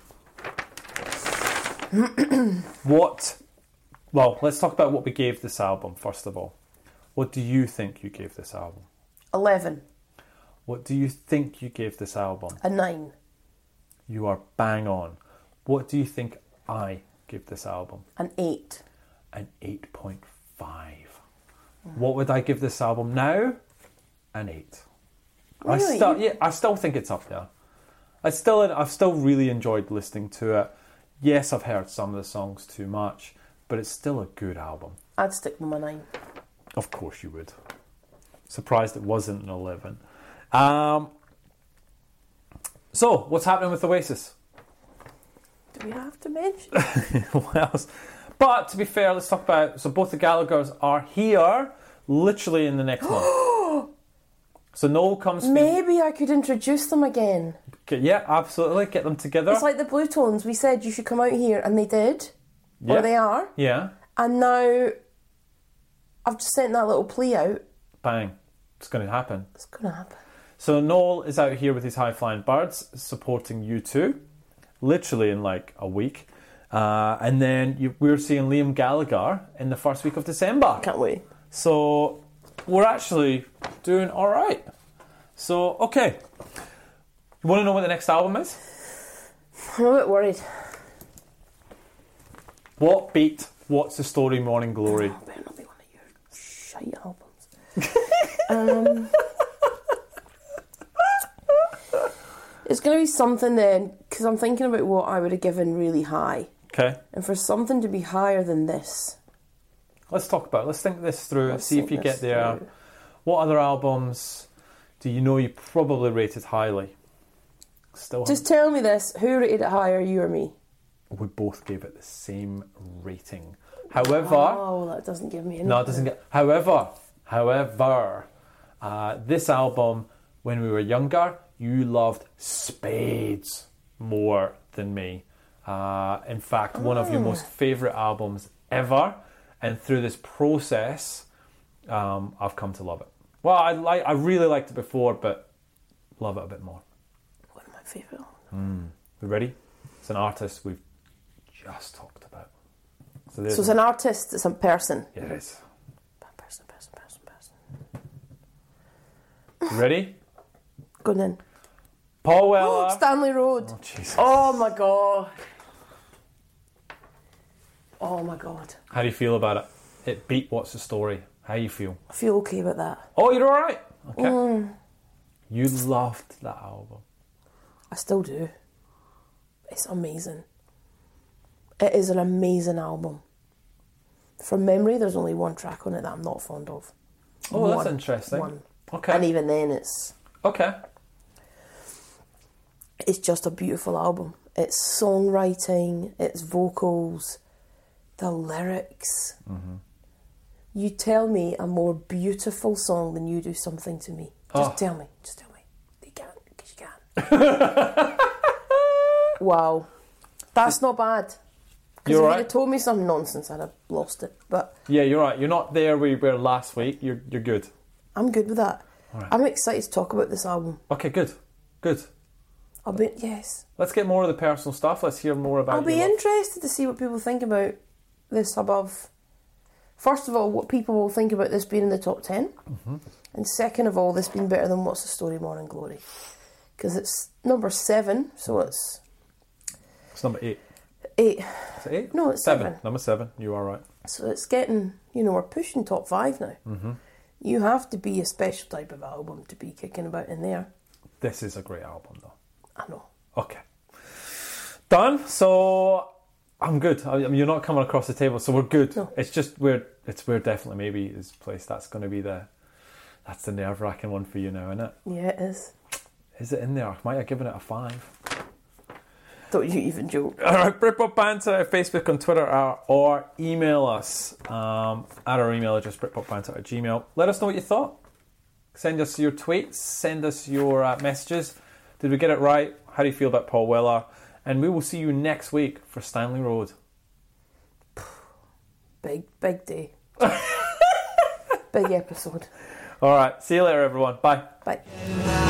what well let's talk about what we gave this album first of all what do you think you gave this album
11.
What do you think you gave this album?
A 9.
You are bang on. What do you think I give this album?
An 8.
An 8.5. What would I give this album now? An 8. I
Really?
still yeah, I still think it's up there. I still I've still really enjoyed listening to it. Yes, I've heard some of the songs too much, but it's still a good album.
I'd stick with my 9.
Of course you would. Surprised it wasn't an 11. Um, so, what's happening with Oasis?
Do we have to mention?
what else? But to be fair, let's talk about. So, both the Gallagher's are here literally in the next month. So, Noel comes.
Maybe I could introduce them again.
Okay, yeah, absolutely. Get them together.
It's like the Blue Tones. We said you should come out here, and they did.
Yeah.
Or oh, they are.
yeah,
And now I've just sent that little plea out.
bang. It's going to happen.
It's going to happen.
So Noel is out here with his high flying birds supporting you two, literally in like a week. Uh, and then you, we're seeing Liam Gallagher in the first week of December.
Can't wait.
So we're actually doing all right. So, okay. You want to know what the next album is?
I'm a bit worried.
What beat? What's the story? Morning Glory.
It better not be one of your shite albums. um, it's going to be something then, because I'm thinking about what I would have given really high.
Okay.
And for something to be higher than this,
Let's talk about it. Let's think this through.
Let's
see if you
think
get
this
there.
through.
What other albums do you know you probably rated highly? Still haven't-
just tell me this who rated it higher, you or me?
we both gave it the same rating. However,
Oh, that doesn't give me any.
no, it doesn't get. However, however, uh, this album, when we were younger, you loved Spades more than me. Uh, in fact, one
Oh.
of your most favourite albums ever. And through this process, um, I've come to love it. Well, I like, I really liked it before, but love it a bit more.
One of my favourite albums.
We ready? It's an artist we've just talked about. So there's
So it's an artist, it's a person.
it is.
Person, person, person, person.
You ready?
Going in.
Paul
Oh,
Weller.
Stanley Road.
Oh, Jesus.
Oh my god. Oh my god.
How do you feel about it? It beat What's the Story. How you feel?
I feel okay about that.
Oh, you're all right. Okay.
Mm.
You loved that album.
I still do. It's amazing. It is an amazing album. From memory, there's only one track on it that I'm not fond of.
Oh, that's
One.
interesting.
One.
Okay.
And even then, it's
okay.
it's just a beautiful album. It's songwriting, it's vocals, the lyrics.
Mm-hmm.
You tell me a more beautiful song than you do something to me. Just
Oh.
tell me. Just tell me. You can, because you can. wow, that's not bad. Because
You're
if
all
you'd have
right.
told me some nonsense, I'd have lost it. But
Yeah, you're all right. You're not there where you were last week. You're you're good.
I'm good with that.
right.
I'm excited to talk about this album.
Okay, good, good.
I'll be yes.
Let's get more of the personal stuff. Let's hear more about.
I'll be
your love.
interested to see what people think about this above. First of all, what people will think about this being in the top 10. And second of all, this being better than What's the Story Morning Glory. Because it's number seven, so it's
It's number eight.
eight.
Is it eight?
No, it's
seven.
seven.
Number seven. You are right.
So it's getting, you know, we're pushing top five now. You have to be a special type of album to be kicking about in there.
This is a great album, though.
I know.
Okay. Done. So I'm good. I, I mean, you're not coming across the table, so we're good.
No.
It's just we're it's we're definitely maybe is place that's going to be the that's the nerve wracking one for you now, isn't it?
Yeah, it is.
Is it in there? Might have given it a five.
Don't you even joke.
All right, Britpop Banter at Facebook and Twitter or, or email us um, at our email address, BritpopBanter at gmail. Let us know what you thought. Send us your tweets, send us your uh, messages. Did we get it right? How do you feel about Paul Weller? And we will see you next week for Stanley Road.
Big, big day. big episode.
All right, see you later, everyone. Bye.
Bye.
I